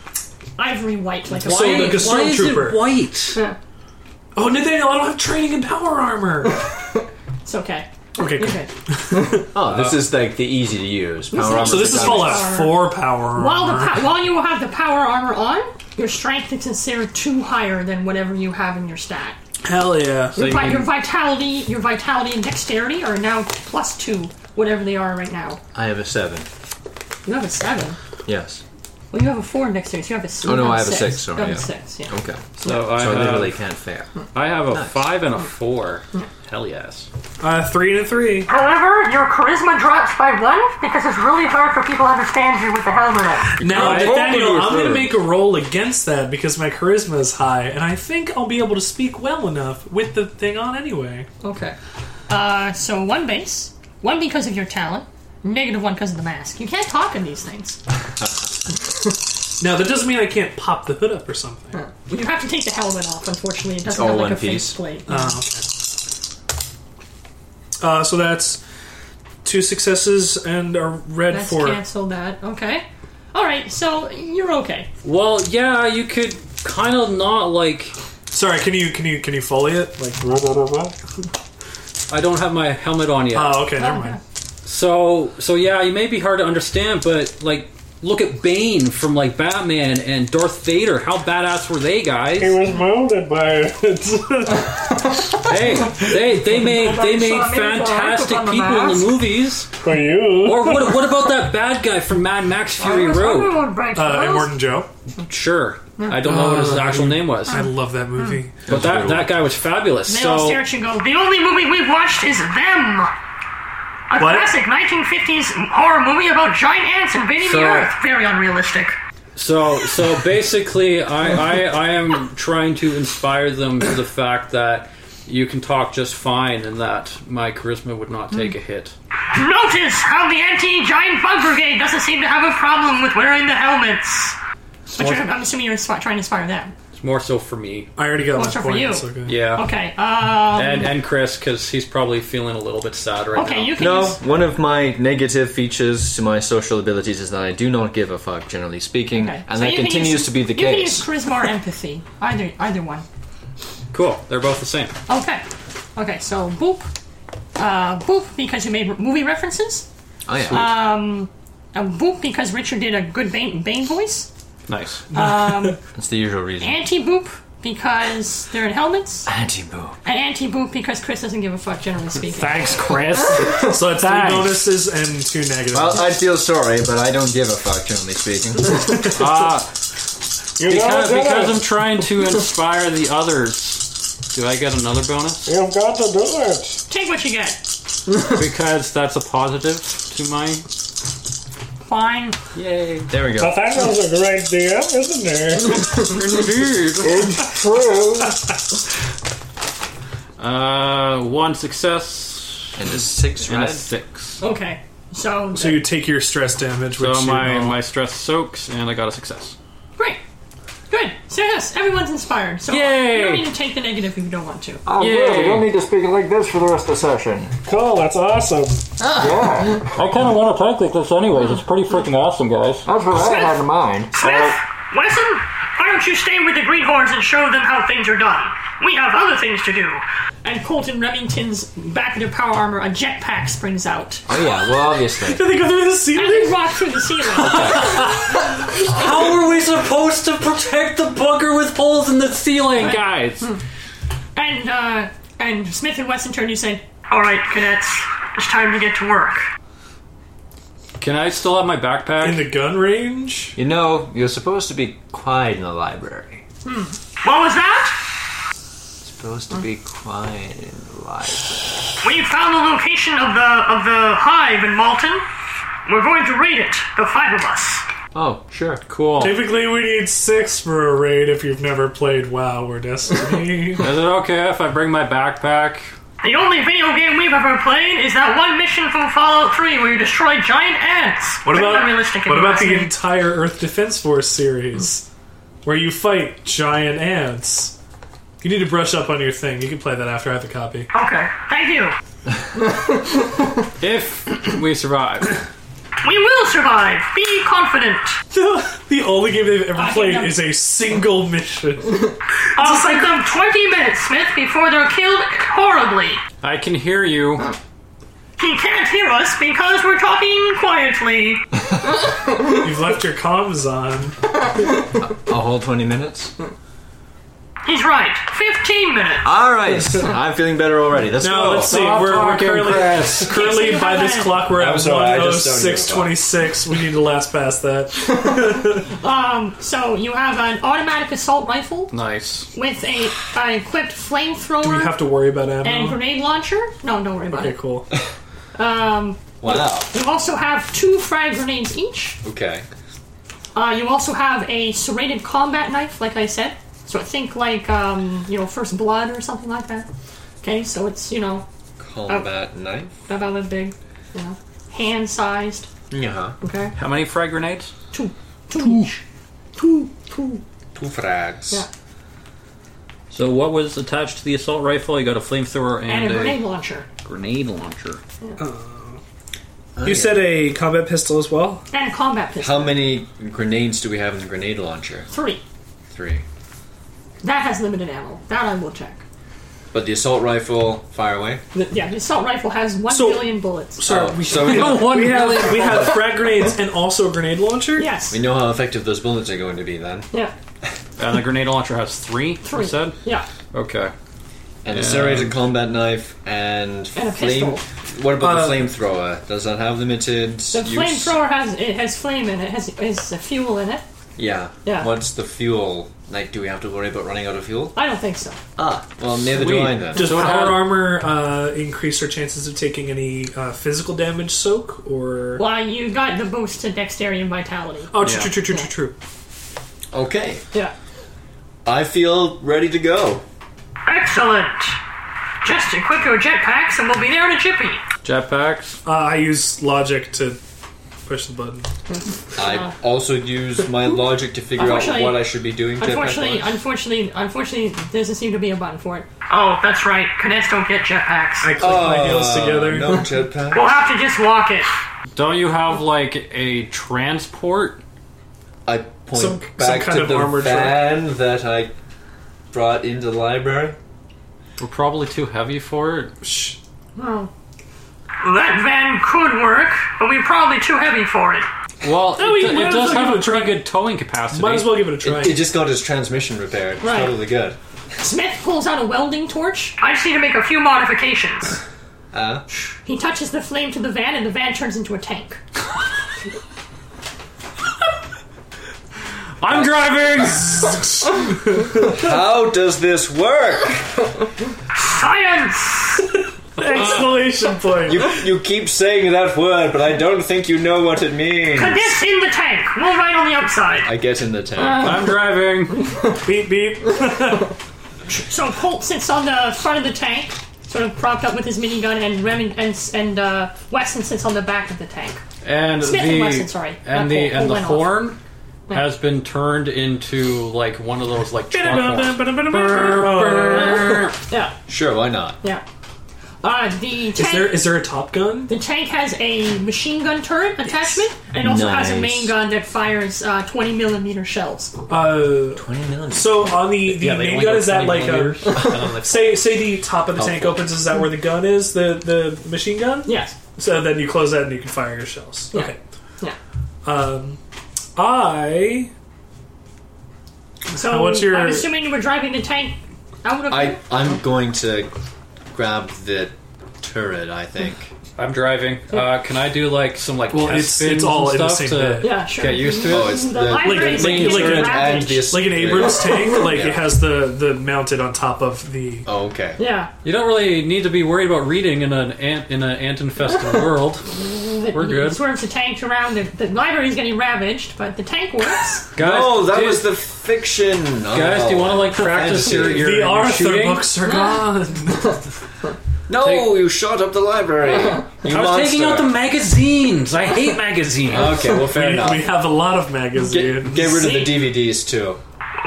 [SPEAKER 1] ivory white, like a
[SPEAKER 2] So like a stormtrooper.
[SPEAKER 7] white?
[SPEAKER 1] Yeah,
[SPEAKER 2] Oh, Nathaniel, I don't have training in power armor.
[SPEAKER 1] it's okay.
[SPEAKER 2] okay, cool.
[SPEAKER 1] Okay.
[SPEAKER 3] Oh, this is like the easy to use. Power armor
[SPEAKER 2] So this is
[SPEAKER 3] for
[SPEAKER 2] Fallout
[SPEAKER 1] Power.
[SPEAKER 2] 4 power armor.
[SPEAKER 1] While the po- while you have the power armor on, your strength is considered two higher than whatever you have in your stat.
[SPEAKER 2] Hell yeah.
[SPEAKER 1] Your, vi-
[SPEAKER 4] can-
[SPEAKER 1] your vitality, your vitality and dexterity are now plus two, whatever they are right now.
[SPEAKER 3] I have a seven.
[SPEAKER 1] You have a seven.
[SPEAKER 3] Yes.
[SPEAKER 1] Well, you have a four in dexterity. so You have a six.
[SPEAKER 3] Oh, no,
[SPEAKER 1] you
[SPEAKER 3] I have a six,
[SPEAKER 1] You
[SPEAKER 3] sorry,
[SPEAKER 1] have a
[SPEAKER 3] yeah.
[SPEAKER 1] six. Yeah.
[SPEAKER 3] Okay. So,
[SPEAKER 4] So I,
[SPEAKER 3] I
[SPEAKER 4] have,
[SPEAKER 3] literally can't fail.
[SPEAKER 4] I have a five and a four. Hell yes.
[SPEAKER 2] Uh, three and a three.
[SPEAKER 1] However, your charisma drops by one because it's really hard for people to understand you with the helmet. on.
[SPEAKER 2] Now,
[SPEAKER 4] I
[SPEAKER 2] Nathaniel,
[SPEAKER 4] totally
[SPEAKER 2] I'm going to
[SPEAKER 4] agree.
[SPEAKER 2] make a roll against that because my charisma is high, and I think I'll be able to speak well enough with the thing on anyway.
[SPEAKER 1] Okay. Uh, so one base, one because of your talent, negative one because of the mask. You can't talk in these things.
[SPEAKER 2] Now, that doesn't mean I can't pop the hood up or something.
[SPEAKER 1] You have to take the helmet off. Unfortunately, it doesn't
[SPEAKER 3] all
[SPEAKER 1] have like
[SPEAKER 3] one
[SPEAKER 1] a
[SPEAKER 3] piece.
[SPEAKER 1] face plate.
[SPEAKER 2] Oh, okay. Uh, so that's two successes and a red
[SPEAKER 1] Let's
[SPEAKER 2] for
[SPEAKER 1] cancel that. Okay. All right. So you're okay.
[SPEAKER 4] Well, yeah, you could kind of not like.
[SPEAKER 2] Sorry, can you can you can you foley it? Like blah, blah, blah, blah?
[SPEAKER 4] I don't have my helmet on yet.
[SPEAKER 2] Oh, okay, never
[SPEAKER 1] Okay.
[SPEAKER 2] mind.
[SPEAKER 4] So, so yeah, you may be hard to understand, but like, look at Bane from like Batman and Darth Vader. How badass were they guys?
[SPEAKER 2] was molded by *laughs* it.
[SPEAKER 4] hey, they they made they made fantastic people in the movies.
[SPEAKER 2] for you.
[SPEAKER 4] Or what, what about that bad guy from Mad Max Fury Road?
[SPEAKER 2] Uh, and Morton Joe.
[SPEAKER 4] Sure, I don't know what his actual name was,
[SPEAKER 2] I love
[SPEAKER 1] Hmm.
[SPEAKER 2] that movie.
[SPEAKER 4] but that that guy was fabulous.
[SPEAKER 1] They all stare at
[SPEAKER 4] So
[SPEAKER 1] you and go, the only movie we've watched is Them! A
[SPEAKER 2] What?
[SPEAKER 1] classic 1950s horror movie about giant ants invading
[SPEAKER 4] So-
[SPEAKER 1] the Earth. Very unrealistic.
[SPEAKER 4] so so basically, I, I I am trying to inspire them to the fact that you can talk just fine and that my charisma would not take
[SPEAKER 1] Hmm.
[SPEAKER 4] a hit.
[SPEAKER 1] Notice how the anti-giant bug brigade doesn't seem to have a problem with wearing the helmets. But you're, I'm assuming you're inspi- trying to inspire them.
[SPEAKER 4] It's more so for me.
[SPEAKER 2] I already got
[SPEAKER 1] Well,
[SPEAKER 2] one
[SPEAKER 1] so for
[SPEAKER 2] point.
[SPEAKER 1] you.
[SPEAKER 2] it's okay.
[SPEAKER 4] Yeah.
[SPEAKER 1] Okay, um...
[SPEAKER 4] And and Chris because he's probably feeling a little bit sad right now.
[SPEAKER 1] okay, you can
[SPEAKER 3] No,
[SPEAKER 1] use...
[SPEAKER 3] one of my negative features to my social abilities is that I do not give a fuck, generally speaking,
[SPEAKER 1] Okay.
[SPEAKER 3] and
[SPEAKER 1] so
[SPEAKER 3] that
[SPEAKER 1] you can
[SPEAKER 3] continues
[SPEAKER 1] use-
[SPEAKER 3] to be the
[SPEAKER 1] You can use
[SPEAKER 3] case.
[SPEAKER 1] charisma or empathy. Either, either one.
[SPEAKER 4] Cool. They're both the same.
[SPEAKER 1] Okay. Okay, so boop. Uh, boop, because you made movie references.
[SPEAKER 3] Oh
[SPEAKER 1] uh,
[SPEAKER 3] yeah,
[SPEAKER 1] And boop, because Richard did a good Bane, Bane voice.
[SPEAKER 4] Nice.
[SPEAKER 3] that's the usual reason.
[SPEAKER 1] Anti boop, because they're in helmets.
[SPEAKER 3] Anti-boo.
[SPEAKER 1] And anti boop, because Chris doesn't give a fuck, generally speaking.
[SPEAKER 7] Thanks, Chris.
[SPEAKER 2] So that's
[SPEAKER 7] Thanks.
[SPEAKER 2] three bonuses and two negatives.
[SPEAKER 3] Well, I feel sorry, but I don't give a fuck, generally speaking.
[SPEAKER 2] you
[SPEAKER 4] Because, because I'm trying to inspire the others. Do I get another bonus?
[SPEAKER 2] You've got to do it.
[SPEAKER 1] Take what you get.
[SPEAKER 4] Because that's a positive to my.
[SPEAKER 1] Fine.
[SPEAKER 4] Yay.
[SPEAKER 3] There we go.
[SPEAKER 2] That was a great deal, isn't there?
[SPEAKER 4] Indeed. Uh, one success
[SPEAKER 3] And a six
[SPEAKER 4] and a
[SPEAKER 3] red.
[SPEAKER 4] six.
[SPEAKER 1] Okay. So,
[SPEAKER 2] So you take your stress damage, which
[SPEAKER 4] So my
[SPEAKER 2] you know,
[SPEAKER 4] my stress soaks and I got a success.
[SPEAKER 1] great. Good. So, yes, everyone's inspired. So,
[SPEAKER 4] Yay.
[SPEAKER 1] you don't need to take the negative if you don't want to.
[SPEAKER 4] Yay.
[SPEAKER 7] need to speak like this for the rest of the session.
[SPEAKER 2] cool. That's awesome.
[SPEAKER 7] I kind of want to talk like this anyways. It's pretty freaking awesome, guys. That's what I had in mind.
[SPEAKER 1] Smith, Wesson, why don't you stay with the greenhorns and show them how things are done? We have other things to do. And Colton Remington's back of their power armor, a jetpack springs out.
[SPEAKER 3] Oh yeah, well obviously.
[SPEAKER 2] Did they go through the
[SPEAKER 1] And
[SPEAKER 2] ceiling?
[SPEAKER 1] they rock through the ceiling.
[SPEAKER 4] How are we supposed to protect the bunker with holes in the ceiling, guys?
[SPEAKER 1] and uh, and Smith and Wesson turn to you saying, "All right, cadets, it's time to get to work."
[SPEAKER 4] Can I still have my
[SPEAKER 2] In
[SPEAKER 4] backpack?
[SPEAKER 2] the gun range?
[SPEAKER 3] You know, you're supposed to be quiet in the library.
[SPEAKER 1] What was that?
[SPEAKER 3] Supposed to be quiet in the library.
[SPEAKER 1] We found the location of the of the hive in Malton. We're going to raid it. The five of us.
[SPEAKER 3] Oh, sure.
[SPEAKER 4] Cool. Is
[SPEAKER 2] Typically, we need six for a raid if you've never played WoW or *laughs* Destiny.
[SPEAKER 4] it okay if I bring my backpack?
[SPEAKER 1] The only video game we've ever played is that one mission from Fallout 3 where you destroy giant ants.
[SPEAKER 2] What
[SPEAKER 1] Pretty
[SPEAKER 2] about
[SPEAKER 1] unrealistic if
[SPEAKER 2] what
[SPEAKER 1] you
[SPEAKER 2] about
[SPEAKER 1] ask
[SPEAKER 2] the
[SPEAKER 1] me.
[SPEAKER 2] entire Earth Defense Force series, where you fight giant ants? You need to brush up on your thing. You can play that after I have the copy. *laughs*
[SPEAKER 1] Okay, thank you.
[SPEAKER 4] If we survive.
[SPEAKER 1] We will survive. Be confident.
[SPEAKER 2] the only game they've ever
[SPEAKER 1] can
[SPEAKER 2] played
[SPEAKER 1] know.
[SPEAKER 2] is a single mission.
[SPEAKER 1] I'll take them 20 minutes, Smith, before they're killed horribly.
[SPEAKER 4] I can hear you.
[SPEAKER 1] He can't hear us because we're talking quietly.
[SPEAKER 2] You've left your comms on.
[SPEAKER 3] A whole 20 minutes?
[SPEAKER 1] He's right. 15
[SPEAKER 5] *laughs*
[SPEAKER 1] minutes.
[SPEAKER 3] Alright, I'm feeling better already. Let's
[SPEAKER 2] Now
[SPEAKER 3] go.
[SPEAKER 2] let's see. We're, we're currently, currently by this clock, we're at
[SPEAKER 5] I'm sorry, I just don't hear the
[SPEAKER 2] 106.26. We need to last past that.
[SPEAKER 1] Um, so you have an automatic assault rifle
[SPEAKER 4] Nice.
[SPEAKER 1] with a an equipped
[SPEAKER 2] Do we
[SPEAKER 1] flamethrower
[SPEAKER 2] have to uh, worry about
[SPEAKER 1] and
[SPEAKER 2] ammo?
[SPEAKER 1] grenade launcher. No, don't worry about
[SPEAKER 2] Okay,
[SPEAKER 1] it.
[SPEAKER 2] cool.
[SPEAKER 5] Wow.
[SPEAKER 1] You also have two frag grenades each.
[SPEAKER 5] Okay.
[SPEAKER 1] Uh, you also have a serrated combat knife, like I said. So I think like um, you know first blood or something like that. Okay, so it's you know
[SPEAKER 5] Combat knife.
[SPEAKER 1] about that big, you know, hand sized.
[SPEAKER 5] Yeah.
[SPEAKER 1] Okay,
[SPEAKER 4] How many frag grenades?
[SPEAKER 1] two, two, each. two, two.
[SPEAKER 5] Two frags.
[SPEAKER 1] Yeah.
[SPEAKER 4] So what was attached to the assault rifle? You got a flamethrower
[SPEAKER 1] and,
[SPEAKER 4] and,
[SPEAKER 1] a grenade launcher
[SPEAKER 4] grenade launcher.
[SPEAKER 2] You said a combat pistol as well.
[SPEAKER 1] and a combat pistol.
[SPEAKER 5] Oh, How many grenades do we have in the grenade launcher?
[SPEAKER 1] Three.
[SPEAKER 5] Three.
[SPEAKER 1] That has limited ammo. That I will check.
[SPEAKER 5] But the assault rifle, fire away.
[SPEAKER 1] The- yeah, the assault rifle has one
[SPEAKER 2] So-
[SPEAKER 1] billion bullets.
[SPEAKER 2] So
[SPEAKER 5] Oh,
[SPEAKER 2] we, *laughs*
[SPEAKER 5] so we
[SPEAKER 2] we,
[SPEAKER 5] have-
[SPEAKER 2] we have we have frag grenades and also a grenade launcher.
[SPEAKER 1] Yes.
[SPEAKER 5] We know how effective those bullets are going to be then.
[SPEAKER 1] Yeah.
[SPEAKER 4] And the grenade launcher has three.
[SPEAKER 1] Three.
[SPEAKER 4] You said
[SPEAKER 1] Yeah.
[SPEAKER 4] okay.
[SPEAKER 5] And the serrated combat knife and,
[SPEAKER 1] And a
[SPEAKER 5] flame.
[SPEAKER 1] pistol.
[SPEAKER 5] What about
[SPEAKER 2] Uh,
[SPEAKER 5] the flamethrower? Does that have limited
[SPEAKER 1] The
[SPEAKER 5] use?
[SPEAKER 1] flamethrower has it has flame in it. Has has uh, fuel in it.
[SPEAKER 5] Yeah.
[SPEAKER 1] Yeah.
[SPEAKER 5] What's the fuel? Like, do we have to worry about running out of fuel?
[SPEAKER 1] I don't think so.
[SPEAKER 5] Ah, well, neither do
[SPEAKER 4] Sweet.
[SPEAKER 5] I then.
[SPEAKER 2] Does
[SPEAKER 4] So it
[SPEAKER 2] power
[SPEAKER 4] had-
[SPEAKER 2] armor uh, increase our chances of taking any uh, physical damage soak or?
[SPEAKER 1] Why you got the boost to dexterity and vitality?
[SPEAKER 2] Oh, true,
[SPEAKER 4] Yeah.
[SPEAKER 2] true, true, true, true, true.
[SPEAKER 5] Okay.
[SPEAKER 1] Yeah.
[SPEAKER 5] I feel ready to go.
[SPEAKER 1] Excellent. Just equip your jetpacks and we'll be there in a jiffy.
[SPEAKER 4] Jetpacks.
[SPEAKER 2] Uh, I use logic to push the button.
[SPEAKER 5] I also use my logic to figure out
[SPEAKER 1] Ah. Unfortunately-
[SPEAKER 5] what I should be doing. to
[SPEAKER 1] Unfortunately,
[SPEAKER 5] attack
[SPEAKER 1] unfortunately, unfortunately, there doesn't seem to be a button for it. Oh, that's right. Cadets don't get jetpacks.
[SPEAKER 2] I click my heels together.
[SPEAKER 5] Uh,
[SPEAKER 2] *laughs*
[SPEAKER 5] No jetpack.
[SPEAKER 1] We'll have to just walk it.
[SPEAKER 4] Don't you have like a transport?
[SPEAKER 5] I point
[SPEAKER 2] Some- some
[SPEAKER 5] back
[SPEAKER 2] kind
[SPEAKER 5] to
[SPEAKER 2] of
[SPEAKER 5] the
[SPEAKER 2] armored
[SPEAKER 5] van that I brought into the library.
[SPEAKER 4] We're probably too heavy for it.
[SPEAKER 2] Shh.
[SPEAKER 1] That van could work, but we're probably too heavy for it. *laughs*
[SPEAKER 4] Well,
[SPEAKER 2] we-
[SPEAKER 4] it, do-
[SPEAKER 2] might
[SPEAKER 4] it
[SPEAKER 2] as well
[SPEAKER 4] does
[SPEAKER 2] give
[SPEAKER 4] have a
[SPEAKER 2] it
[SPEAKER 4] pretty good towing capacity.
[SPEAKER 2] Might as well give it a try.
[SPEAKER 5] It, it just got its transmission repaired. It's
[SPEAKER 1] Right.
[SPEAKER 5] totally good.
[SPEAKER 1] Smith pulls out a welding torch. I just need to make a few modifications.
[SPEAKER 5] Uh,
[SPEAKER 1] He touches the flame to the van, and the van turns into a tank.
[SPEAKER 4] I'm driving.
[SPEAKER 1] *laughs*
[SPEAKER 5] how does this work?
[SPEAKER 2] *laughs*
[SPEAKER 1] Science!
[SPEAKER 2] Exclamation point.
[SPEAKER 5] You, you keep saying that word, but I don't think you know what it means.
[SPEAKER 1] Cadets in the tank. We'll ride on the outside.
[SPEAKER 5] I get in the tank.
[SPEAKER 4] I'm driving.
[SPEAKER 2] beep beep.
[SPEAKER 1] So Colt sits on the front of the tank, sort of propped up with his minigun, and Reming- and, and uh, Weston sits on the back of the tank.
[SPEAKER 4] And
[SPEAKER 1] Smith
[SPEAKER 4] the
[SPEAKER 1] and Wesson, sorry.
[SPEAKER 4] and
[SPEAKER 1] That
[SPEAKER 4] the
[SPEAKER 1] whole-
[SPEAKER 4] and
[SPEAKER 1] whole
[SPEAKER 4] the
[SPEAKER 1] went off.
[SPEAKER 4] horn has been turned into like one of those like truck horns.
[SPEAKER 2] Burr.
[SPEAKER 1] *laughs* Yeah,
[SPEAKER 4] Ah.
[SPEAKER 5] Sure, why not?
[SPEAKER 1] yeah. Uh, the tank,
[SPEAKER 2] Is there is there a Top Gun?
[SPEAKER 1] the tank has a machine gun turret attachment, and it also has a
[SPEAKER 3] Nice.
[SPEAKER 1] main gun that fires uh, 20 millimeter shells.
[SPEAKER 2] Uh,
[SPEAKER 3] Twenty million.
[SPEAKER 2] so on the, the
[SPEAKER 4] Yeah, they
[SPEAKER 2] main
[SPEAKER 4] only
[SPEAKER 2] gun
[SPEAKER 4] go
[SPEAKER 2] is that
[SPEAKER 4] 20
[SPEAKER 2] like
[SPEAKER 5] *laughs*
[SPEAKER 2] a
[SPEAKER 4] millimeters. I don't know if-
[SPEAKER 2] say say the top of the tank opens is that where the gun is the the machine gun?
[SPEAKER 1] Yes.
[SPEAKER 2] So then you close that and you can fire your shells.
[SPEAKER 1] Yeah.
[SPEAKER 2] Okay.
[SPEAKER 1] Yeah.
[SPEAKER 2] I
[SPEAKER 1] So
[SPEAKER 2] Now, what's your-
[SPEAKER 1] I'm assuming you were driving the tank out of
[SPEAKER 5] I
[SPEAKER 1] there?
[SPEAKER 5] I'm going to grab the turret. I think.
[SPEAKER 4] *laughs* I'm driving. Uh, can I do like some like
[SPEAKER 2] Well,
[SPEAKER 4] test
[SPEAKER 2] it's-
[SPEAKER 4] spins
[SPEAKER 2] it's all
[SPEAKER 4] and
[SPEAKER 2] in the
[SPEAKER 4] stuff
[SPEAKER 2] same
[SPEAKER 4] to
[SPEAKER 2] bit.
[SPEAKER 1] Yeah, sure.
[SPEAKER 4] get used to it?
[SPEAKER 5] Oh, it's
[SPEAKER 1] the
[SPEAKER 5] the,
[SPEAKER 1] library's
[SPEAKER 2] like-
[SPEAKER 1] getting
[SPEAKER 2] like-
[SPEAKER 5] turret and
[SPEAKER 1] ravaged.
[SPEAKER 5] the
[SPEAKER 2] like an Abrams tank, like it has the the mounted on top of the.
[SPEAKER 5] Oh, okay.
[SPEAKER 1] Yeah.
[SPEAKER 4] You don't really need to be worried about reading in an ant in an
[SPEAKER 5] *laughs*
[SPEAKER 4] ant infested world. We're
[SPEAKER 1] He
[SPEAKER 4] good,
[SPEAKER 1] swerves the tanks around. The, the library's getting ravaged, but the tank works.
[SPEAKER 4] guys.
[SPEAKER 5] Oh, that
[SPEAKER 4] dude,
[SPEAKER 5] was the fiction.
[SPEAKER 4] guys. Do you want to
[SPEAKER 5] Oh,
[SPEAKER 4] like practice your, your,
[SPEAKER 2] The
[SPEAKER 4] your
[SPEAKER 2] Arthur
[SPEAKER 4] shooting?
[SPEAKER 2] books are gone.
[SPEAKER 5] No, you shot up the library.
[SPEAKER 4] *laughs*
[SPEAKER 5] You
[SPEAKER 4] I was
[SPEAKER 5] monster.
[SPEAKER 4] taking out the magazines. I hate magazines.
[SPEAKER 5] *laughs* Okay, well,
[SPEAKER 4] *laughs*
[SPEAKER 5] fair
[SPEAKER 2] we,
[SPEAKER 5] enough.
[SPEAKER 2] we have a lot of
[SPEAKER 5] Get,
[SPEAKER 2] magazines.
[SPEAKER 5] get rid of the
[SPEAKER 1] See?
[SPEAKER 5] DVDs too.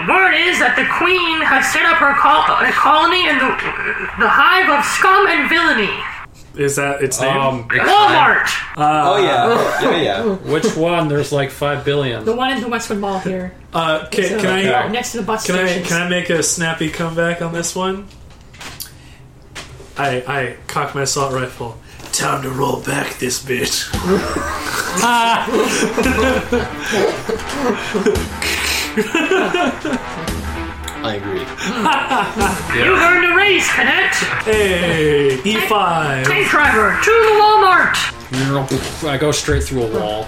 [SPEAKER 1] Word is that the queen has set up her col- a colony in the, the hive of scum and villainy.
[SPEAKER 2] Is that its name?
[SPEAKER 4] Um,
[SPEAKER 1] Walmart!
[SPEAKER 5] oh
[SPEAKER 4] Ah.
[SPEAKER 5] yeah, yeah, yeah.
[SPEAKER 4] which one? There's like five
[SPEAKER 1] The
[SPEAKER 4] billion.
[SPEAKER 1] one in the Westwood Mall here.
[SPEAKER 2] uh, can,
[SPEAKER 1] So,
[SPEAKER 2] can I?
[SPEAKER 1] Next to the bus
[SPEAKER 2] Can I
[SPEAKER 1] station.
[SPEAKER 2] can I make a snappy comeback on this one? I I cock my assault rifle. Time to roll back this bitch.
[SPEAKER 5] I agree.
[SPEAKER 1] You've earned a raise, cadet!
[SPEAKER 2] Hey, E five. *laughs*
[SPEAKER 1] Tank driver, to the Walmart!
[SPEAKER 4] I go straight through a wall.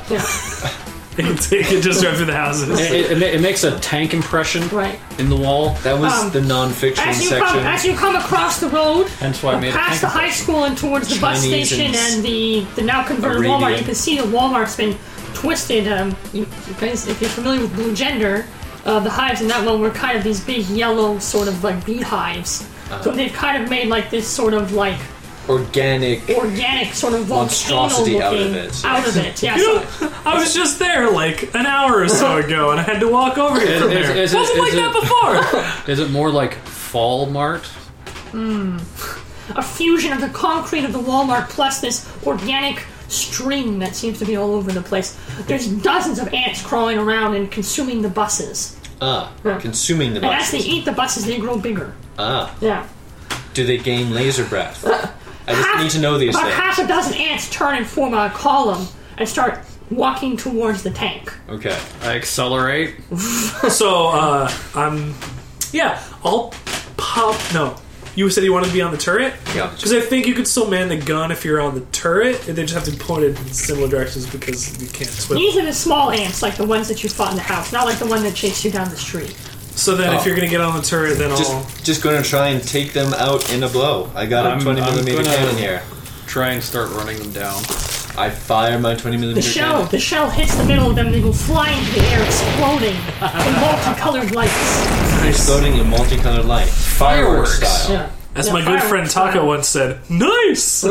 [SPEAKER 2] Take it just right through the houses.
[SPEAKER 4] It, it, it makes a tank impression
[SPEAKER 1] Right.
[SPEAKER 4] in the wall.
[SPEAKER 5] That was
[SPEAKER 1] Um,
[SPEAKER 5] the non-fiction
[SPEAKER 1] As you, come,
[SPEAKER 5] section.
[SPEAKER 1] as you come across the road,
[SPEAKER 4] Hence why I made a
[SPEAKER 1] past the
[SPEAKER 4] tank.
[SPEAKER 1] high school and towards the bus
[SPEAKER 5] Chinese
[SPEAKER 1] station
[SPEAKER 5] and
[SPEAKER 1] and the, the now converted
[SPEAKER 5] Arabian.
[SPEAKER 1] Walmart, you can see the Walmart's been twisted. Um, you, you guys, if you're familiar with Blue Gender, uh, the hives in that one were kind of these big yellow sort of like beehives.
[SPEAKER 5] Uh-huh.
[SPEAKER 1] So they've kind of made like this sort of like
[SPEAKER 5] Organic.
[SPEAKER 1] organic sort of volcano
[SPEAKER 5] Monstrosity
[SPEAKER 1] looking
[SPEAKER 5] out of it.
[SPEAKER 1] out of
[SPEAKER 5] *laughs*
[SPEAKER 1] it. Yeah, so
[SPEAKER 2] I was just there like an hour or so ago, and I had to walk over here from
[SPEAKER 4] Is-
[SPEAKER 2] there.
[SPEAKER 4] is- is-
[SPEAKER 2] Wasn't like
[SPEAKER 4] is
[SPEAKER 2] that
[SPEAKER 4] it-
[SPEAKER 2] before.
[SPEAKER 4] Is it more like Fall Mart?
[SPEAKER 1] a fusion of the concrete of the Walmart plus this organic string that seems to be all over the place. There's dozens of ants crawling around and consuming the buses.
[SPEAKER 5] Ah, consuming the
[SPEAKER 1] And as they
[SPEAKER 5] boxes.
[SPEAKER 1] eat the buses, they grow bigger.
[SPEAKER 5] Ah,
[SPEAKER 1] Yeah.
[SPEAKER 5] do they gain laser breath? I just need to know these
[SPEAKER 1] About
[SPEAKER 5] things.
[SPEAKER 1] Uh, half a dozen ants turn and form a column and start walking towards the tank.
[SPEAKER 5] Okay.
[SPEAKER 4] I accelerate.
[SPEAKER 2] so uh, I'm, yeah, I'll pop. No, you said you wanted to be on the turret.
[SPEAKER 5] Yeah.
[SPEAKER 2] because I think you could still man the gun if you're on the turret. They just have to point it in similar directions because you can't swim.
[SPEAKER 1] These are the small ants, like the ones that you fought in the house, not like the one that chased you down the street.
[SPEAKER 2] So then, if you're gonna get on the turret, then I'll.
[SPEAKER 5] Just, just gonna try and take them out in a blow. I got
[SPEAKER 4] I'm-
[SPEAKER 5] a 20
[SPEAKER 4] I'm
[SPEAKER 5] millimeter
[SPEAKER 4] gonna-
[SPEAKER 5] cannon here.
[SPEAKER 4] Try and start running them down.
[SPEAKER 5] I fire my 20
[SPEAKER 1] The
[SPEAKER 5] millimeter
[SPEAKER 1] shell,
[SPEAKER 5] cannon.
[SPEAKER 1] the shell hits the middle of them, they go flying into the air, *laughs* exploding in multicolored lights.
[SPEAKER 5] Exploding in multicolored light. Fireworks
[SPEAKER 4] Fireworks.
[SPEAKER 5] style.
[SPEAKER 1] Yeah.
[SPEAKER 2] As
[SPEAKER 1] Yeah,
[SPEAKER 2] my good
[SPEAKER 1] fireworks
[SPEAKER 2] friend Taka
[SPEAKER 1] fly.
[SPEAKER 2] once said,
[SPEAKER 1] *laughs*
[SPEAKER 2] "Nice."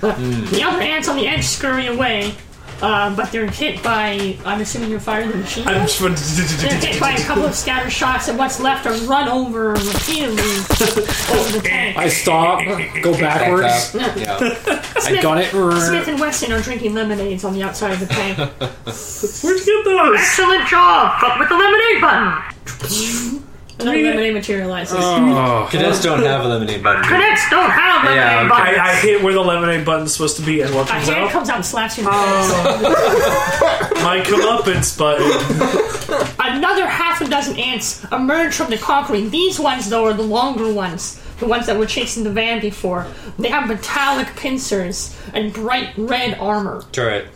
[SPEAKER 1] The other ants on the edge scurry away, um, but they're hit by, I'm assuming you're firing the machine
[SPEAKER 2] I'm
[SPEAKER 1] gun?
[SPEAKER 2] just-
[SPEAKER 1] They're hit by a couple of scatter shots, and what's left are run over repeatedly *laughs* over the tank.
[SPEAKER 4] I stop, go backwards.
[SPEAKER 5] Back up.
[SPEAKER 1] *laughs*
[SPEAKER 5] Yeah.
[SPEAKER 4] I got it.
[SPEAKER 1] Smith and Weston are drinking lemonades on the outside of the tank.
[SPEAKER 2] *laughs* Where'd you get those?
[SPEAKER 1] *laughs* Excellent job, but with the lemonade button. Another lemonade materializes.
[SPEAKER 4] Oh,
[SPEAKER 5] Cadets don't have a lemonade button. do they?
[SPEAKER 1] Cadets don't have lemonade
[SPEAKER 5] Yeah, okay.
[SPEAKER 1] buttons.
[SPEAKER 2] I, I hit where the lemonade button's supposed to be and what
[SPEAKER 1] a
[SPEAKER 2] comes
[SPEAKER 1] hand
[SPEAKER 2] out.
[SPEAKER 1] comes out and slaps you in the face.
[SPEAKER 2] My comeuppance button.
[SPEAKER 1] Another half a dozen ants emerge from the concrete. These ones, though, are the longer ones, the ones that were chasing the van before. They have metallic pincers and bright red armor.
[SPEAKER 5] Turret.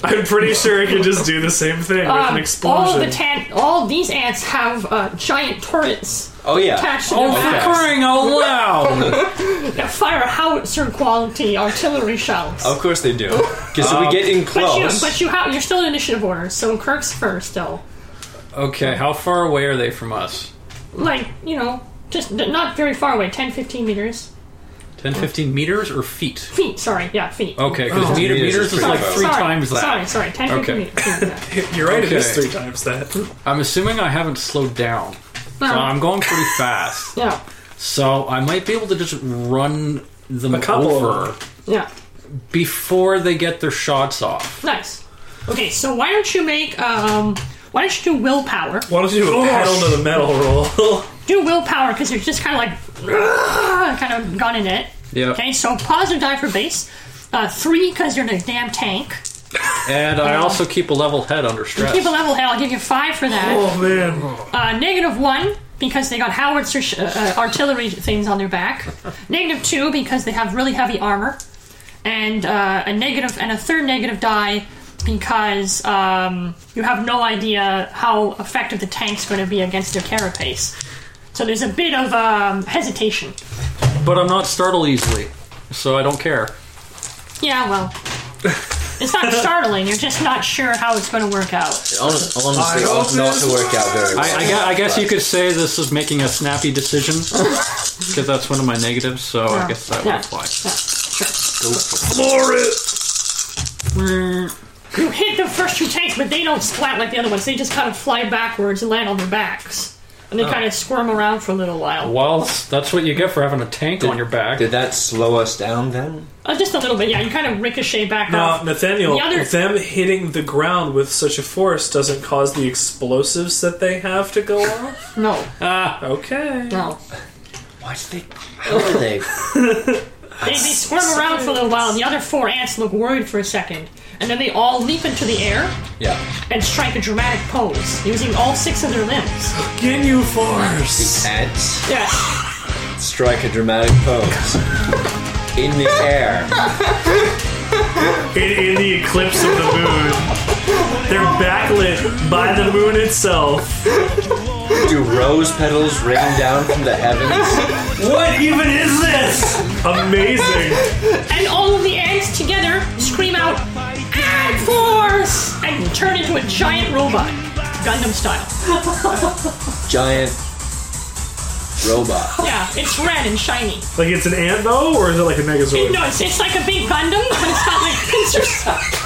[SPEAKER 2] I'm pretty sure I could just do the same thing with
[SPEAKER 1] Um,
[SPEAKER 2] an
[SPEAKER 1] all of
[SPEAKER 2] explosion.
[SPEAKER 1] the tan- all these ants have uh, giant turrets
[SPEAKER 5] Oh yeah.
[SPEAKER 1] attached to their
[SPEAKER 5] okay.
[SPEAKER 1] backs.
[SPEAKER 4] crying out loud!
[SPEAKER 1] that fire howitzer quality artillery shells.
[SPEAKER 5] Of course they do. 'Cause
[SPEAKER 4] Uh,
[SPEAKER 5] so we get in
[SPEAKER 1] But you,
[SPEAKER 5] close.
[SPEAKER 1] but you have you're still in initiative order, so Kirk's first still.
[SPEAKER 4] Okay, how far away are they from us?
[SPEAKER 1] Like you know, just n- not very far away, 10, 15 meters,
[SPEAKER 4] 10, 15 meters or feet?
[SPEAKER 1] feet. Sorry, yeah, feet.
[SPEAKER 4] Okay, because meter,
[SPEAKER 5] meters
[SPEAKER 4] meters
[SPEAKER 5] is
[SPEAKER 4] is
[SPEAKER 5] pretty
[SPEAKER 4] Oh, like
[SPEAKER 5] far.
[SPEAKER 4] three
[SPEAKER 1] sorry,
[SPEAKER 4] times that.
[SPEAKER 1] Sorry, sorry, 10, 15
[SPEAKER 4] Okay.
[SPEAKER 1] meters. feet, yeah.
[SPEAKER 4] *laughs*
[SPEAKER 2] You're right, it is
[SPEAKER 4] Okay.
[SPEAKER 2] three times that.
[SPEAKER 4] I'm assuming I haven't slowed down. So
[SPEAKER 1] No.
[SPEAKER 4] I'm going pretty fast.
[SPEAKER 1] Yeah.
[SPEAKER 4] So I might be able to just run them
[SPEAKER 2] A couple of
[SPEAKER 4] over
[SPEAKER 1] Yeah.
[SPEAKER 4] before they get their shots off.
[SPEAKER 1] Nice. Okay, so why don't you make um why don't you do willpower?
[SPEAKER 2] Why don't you do a pedal to the metal roll?
[SPEAKER 1] Do willpower because you're just kind of like "Ugh," kind of gunning it.
[SPEAKER 4] Yep.
[SPEAKER 1] Okay, so positive die for base. Uh, three because you're in a damn tank.
[SPEAKER 4] And I also keep a level head under stress.
[SPEAKER 1] Keep a level head. I'll give you five for that.
[SPEAKER 2] *laughs* oh man,
[SPEAKER 1] Uh, negative one because they got howitzer sh- uh, uh, artillery things on their back. Negative two because they have really heavy armor, and uh, a negative and a third negative die because um, you have no idea how effective the tank's going to be against their carapace. So there's a bit of um, hesitation.
[SPEAKER 4] but I'm not startled easily, so I don't care.
[SPEAKER 1] Yeah, well. It's
[SPEAKER 4] *laughs*
[SPEAKER 1] not startling. You're just not sure how it's going to work out.
[SPEAKER 3] Hon- Honestly, ought not to work out very well.
[SPEAKER 4] I, I, gue- I guess you could say this is making a snappy decision because that's one of my negatives. So I guess that
[SPEAKER 1] Yeah.
[SPEAKER 4] would apply.
[SPEAKER 2] floor it.
[SPEAKER 1] You hit the first two tanks, but they don't splat like the other ones. They just kind of fly backwards and land on their backs, and they kind of squirm around for a little while.
[SPEAKER 4] Well, that's what you get for having a tank on your back.
[SPEAKER 3] Did that slow us down then?
[SPEAKER 1] Uh, just a little bit, yeah. You kind of ricochet back
[SPEAKER 2] Now,
[SPEAKER 1] off.
[SPEAKER 2] Nathaniel,
[SPEAKER 1] The other-
[SPEAKER 2] them hitting the ground with such a force doesn't cause the explosives that they have to go off.
[SPEAKER 1] No,
[SPEAKER 2] Okay.
[SPEAKER 1] no.
[SPEAKER 3] Why did they? How are
[SPEAKER 1] *laughs*
[SPEAKER 3] they?
[SPEAKER 1] They, they squirm around for a little while, and the other four ants look worried for a second, and then they all leap into the air
[SPEAKER 3] yeah.
[SPEAKER 1] and strike a dramatic pose using all six of their limbs.
[SPEAKER 2] Ginyu force.
[SPEAKER 3] Ants
[SPEAKER 1] Yes.
[SPEAKER 3] strike a dramatic pose in the air.
[SPEAKER 2] in, in the eclipse of the moon. They're backlit by the moon itself.
[SPEAKER 3] Do rose petals rain down from the heavens?
[SPEAKER 2] What even is this? Amazing.
[SPEAKER 1] And all of the ants together scream out, "Ant Force!" and turn into a giant robot, Gundam style.
[SPEAKER 3] Giant robot.
[SPEAKER 1] Yeah, it's red and shiny.
[SPEAKER 2] Like it's an ant though, or is it like a megazord?
[SPEAKER 1] No, it's, it's like a big Gundam, but it's got like pincers.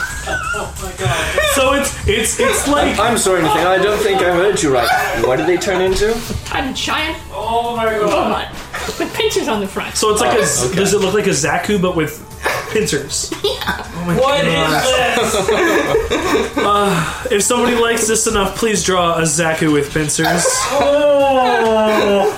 [SPEAKER 2] So it's it's it's like
[SPEAKER 3] I'm sorry, Nathan. I don't think I heard you right. What did they turn into?
[SPEAKER 1] A giant
[SPEAKER 8] Oh
[SPEAKER 1] robot with pincers on the front.
[SPEAKER 2] so it's like a z- does it look like a Zaku but with pincers?
[SPEAKER 8] What is this?
[SPEAKER 2] If somebody likes this enough, please draw a Zaku with pincers.
[SPEAKER 1] Um,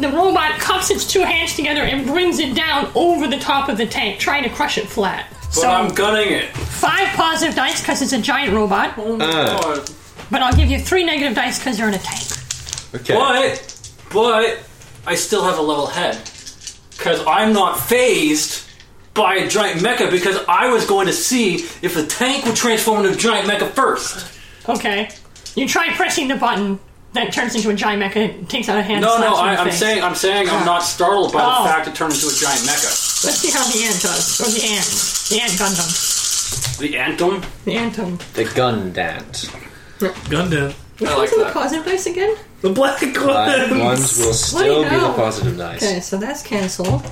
[SPEAKER 1] the robot cups its two hands together and brings it down over the top of the tank, trying to crush it flat. So
[SPEAKER 8] I'm gunning it.
[SPEAKER 1] five positive dice because it's a giant robot,
[SPEAKER 3] Uh,
[SPEAKER 1] but I'll give you three negative dice because you're in a tank.
[SPEAKER 3] Okay.
[SPEAKER 8] But, but, I still have a level head. Because I'm not phased by a giant mecha because I was going to see if the tank would transform into a giant mecha first.
[SPEAKER 1] Okay. You try pressing the button that turns into a giant mecha, and takes out a hand.
[SPEAKER 8] No, no,
[SPEAKER 1] slaps you in
[SPEAKER 8] I,
[SPEAKER 1] the
[SPEAKER 8] I'm
[SPEAKER 1] face.
[SPEAKER 8] saying, I'm saying I'm not startled by
[SPEAKER 1] Oh.
[SPEAKER 8] the fact it turned into a giant mecha.
[SPEAKER 1] Let's see how the ant does, or the ant, the ant Gundam,
[SPEAKER 8] The Anthem?
[SPEAKER 1] the antum.
[SPEAKER 3] The gun dance.
[SPEAKER 8] I
[SPEAKER 2] Gundam.
[SPEAKER 8] like
[SPEAKER 1] Isn't the
[SPEAKER 8] that.
[SPEAKER 1] positive dice again?
[SPEAKER 2] The black
[SPEAKER 1] *laughs*
[SPEAKER 3] Black
[SPEAKER 2] one.
[SPEAKER 3] ones will still
[SPEAKER 1] Wait,
[SPEAKER 3] be the
[SPEAKER 1] no.
[SPEAKER 3] positive dice.
[SPEAKER 1] Okay, so that's cancelled.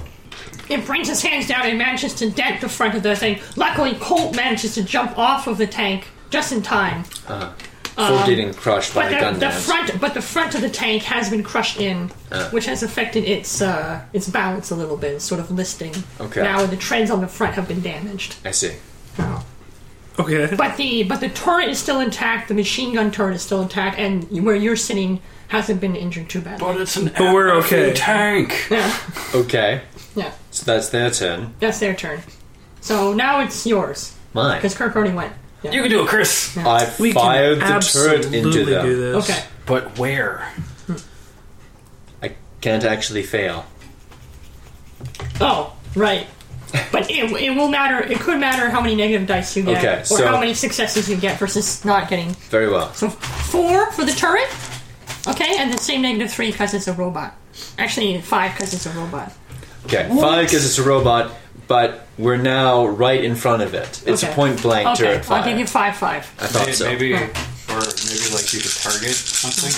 [SPEAKER 1] It brings his hands down and manages to dent the front of the thing. Luckily, Colt manages to jump off of the tank just in time.
[SPEAKER 3] For getting crushed by
[SPEAKER 1] Um, But
[SPEAKER 3] the
[SPEAKER 1] the,
[SPEAKER 3] gun
[SPEAKER 1] the
[SPEAKER 3] dance.
[SPEAKER 1] front, but the front of the tank has been crushed in,
[SPEAKER 3] Ah.
[SPEAKER 1] which has affected its uh, its balance a little bit, sort of listing.
[SPEAKER 3] Okay.
[SPEAKER 1] Now the trends on the front have been damaged.
[SPEAKER 3] I see.
[SPEAKER 2] Okay.
[SPEAKER 1] But the but the turret is still intact. The machine gun turret is still intact, and where you're sitting hasn't been injured too badly.
[SPEAKER 8] But it's an
[SPEAKER 2] But we're
[SPEAKER 8] effing
[SPEAKER 2] okay.
[SPEAKER 8] tank.
[SPEAKER 1] yeah,
[SPEAKER 3] Okay.
[SPEAKER 1] yeah.
[SPEAKER 3] So that's their turn.
[SPEAKER 1] That's their turn. So now it's yours.
[SPEAKER 3] Mine.
[SPEAKER 1] Because Kirk already went. Yeah.
[SPEAKER 8] You can do it, Chris.
[SPEAKER 3] I
[SPEAKER 2] We can
[SPEAKER 3] fired the turret
[SPEAKER 2] absolutely
[SPEAKER 3] into them.
[SPEAKER 2] do this.
[SPEAKER 1] okay.
[SPEAKER 4] But where?
[SPEAKER 3] I can't actually fail.
[SPEAKER 1] Oh, right. But it, it will matter. It could matter how many negative dice you get,
[SPEAKER 3] Okay,
[SPEAKER 1] or
[SPEAKER 3] so-
[SPEAKER 1] how many successes you get versus not getting.
[SPEAKER 3] Very well.
[SPEAKER 1] So four for the turret. Okay, and the same negative three because it's a robot. Actually, five because it's a robot.
[SPEAKER 3] Okay, fine because it's a robot, but we're now right in front of it. It's
[SPEAKER 1] Okay.
[SPEAKER 3] a point blank
[SPEAKER 1] Okay,
[SPEAKER 3] turret fire.
[SPEAKER 1] I'll give you five five.
[SPEAKER 3] I thought so.
[SPEAKER 4] Maybe, or maybe like you could target something.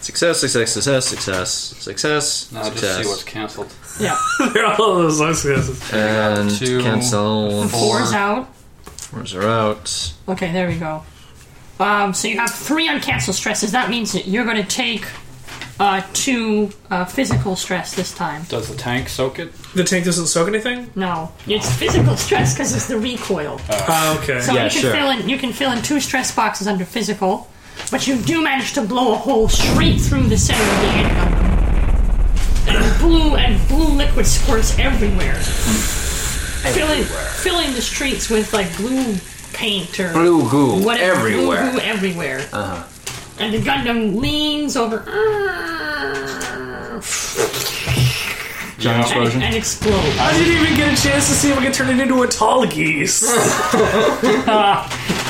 [SPEAKER 3] Success, success, success, success, success,
[SPEAKER 4] No, just see what's
[SPEAKER 3] success,
[SPEAKER 4] canceled.
[SPEAKER 1] Yeah,
[SPEAKER 2] *laughs* They're all those successes.
[SPEAKER 3] and
[SPEAKER 4] Two,
[SPEAKER 3] cancel.
[SPEAKER 1] four's out.
[SPEAKER 3] Fours are out.
[SPEAKER 1] Okay, there we go. Um, so you have three on cancel stresses. That means that you're going to take uh, two uh, physical stress this time.
[SPEAKER 4] Does the tank soak it?
[SPEAKER 2] The tank doesn't soak anything?
[SPEAKER 1] No, it's physical *laughs* stress because it's the recoil.
[SPEAKER 2] Oh, okay.
[SPEAKER 1] So
[SPEAKER 3] Yeah,
[SPEAKER 1] you can
[SPEAKER 3] sure.
[SPEAKER 1] fill in you can fill in two stress boxes under physical, but you do manage to blow a hole straight through the center of the antebellum. And blue and blue liquid squirts everywhere. Filling filling the streets with like blue paint or
[SPEAKER 3] Blue goo
[SPEAKER 1] whatever *laughs*
[SPEAKER 3] everywhere.
[SPEAKER 1] blue goo everywhere. Uh-huh. And the Gundam leans over uh,
[SPEAKER 3] Giant explosion.
[SPEAKER 1] and, and explodes.
[SPEAKER 2] I didn't even get a chance to see if I could turn it into a tall *laughs* geese.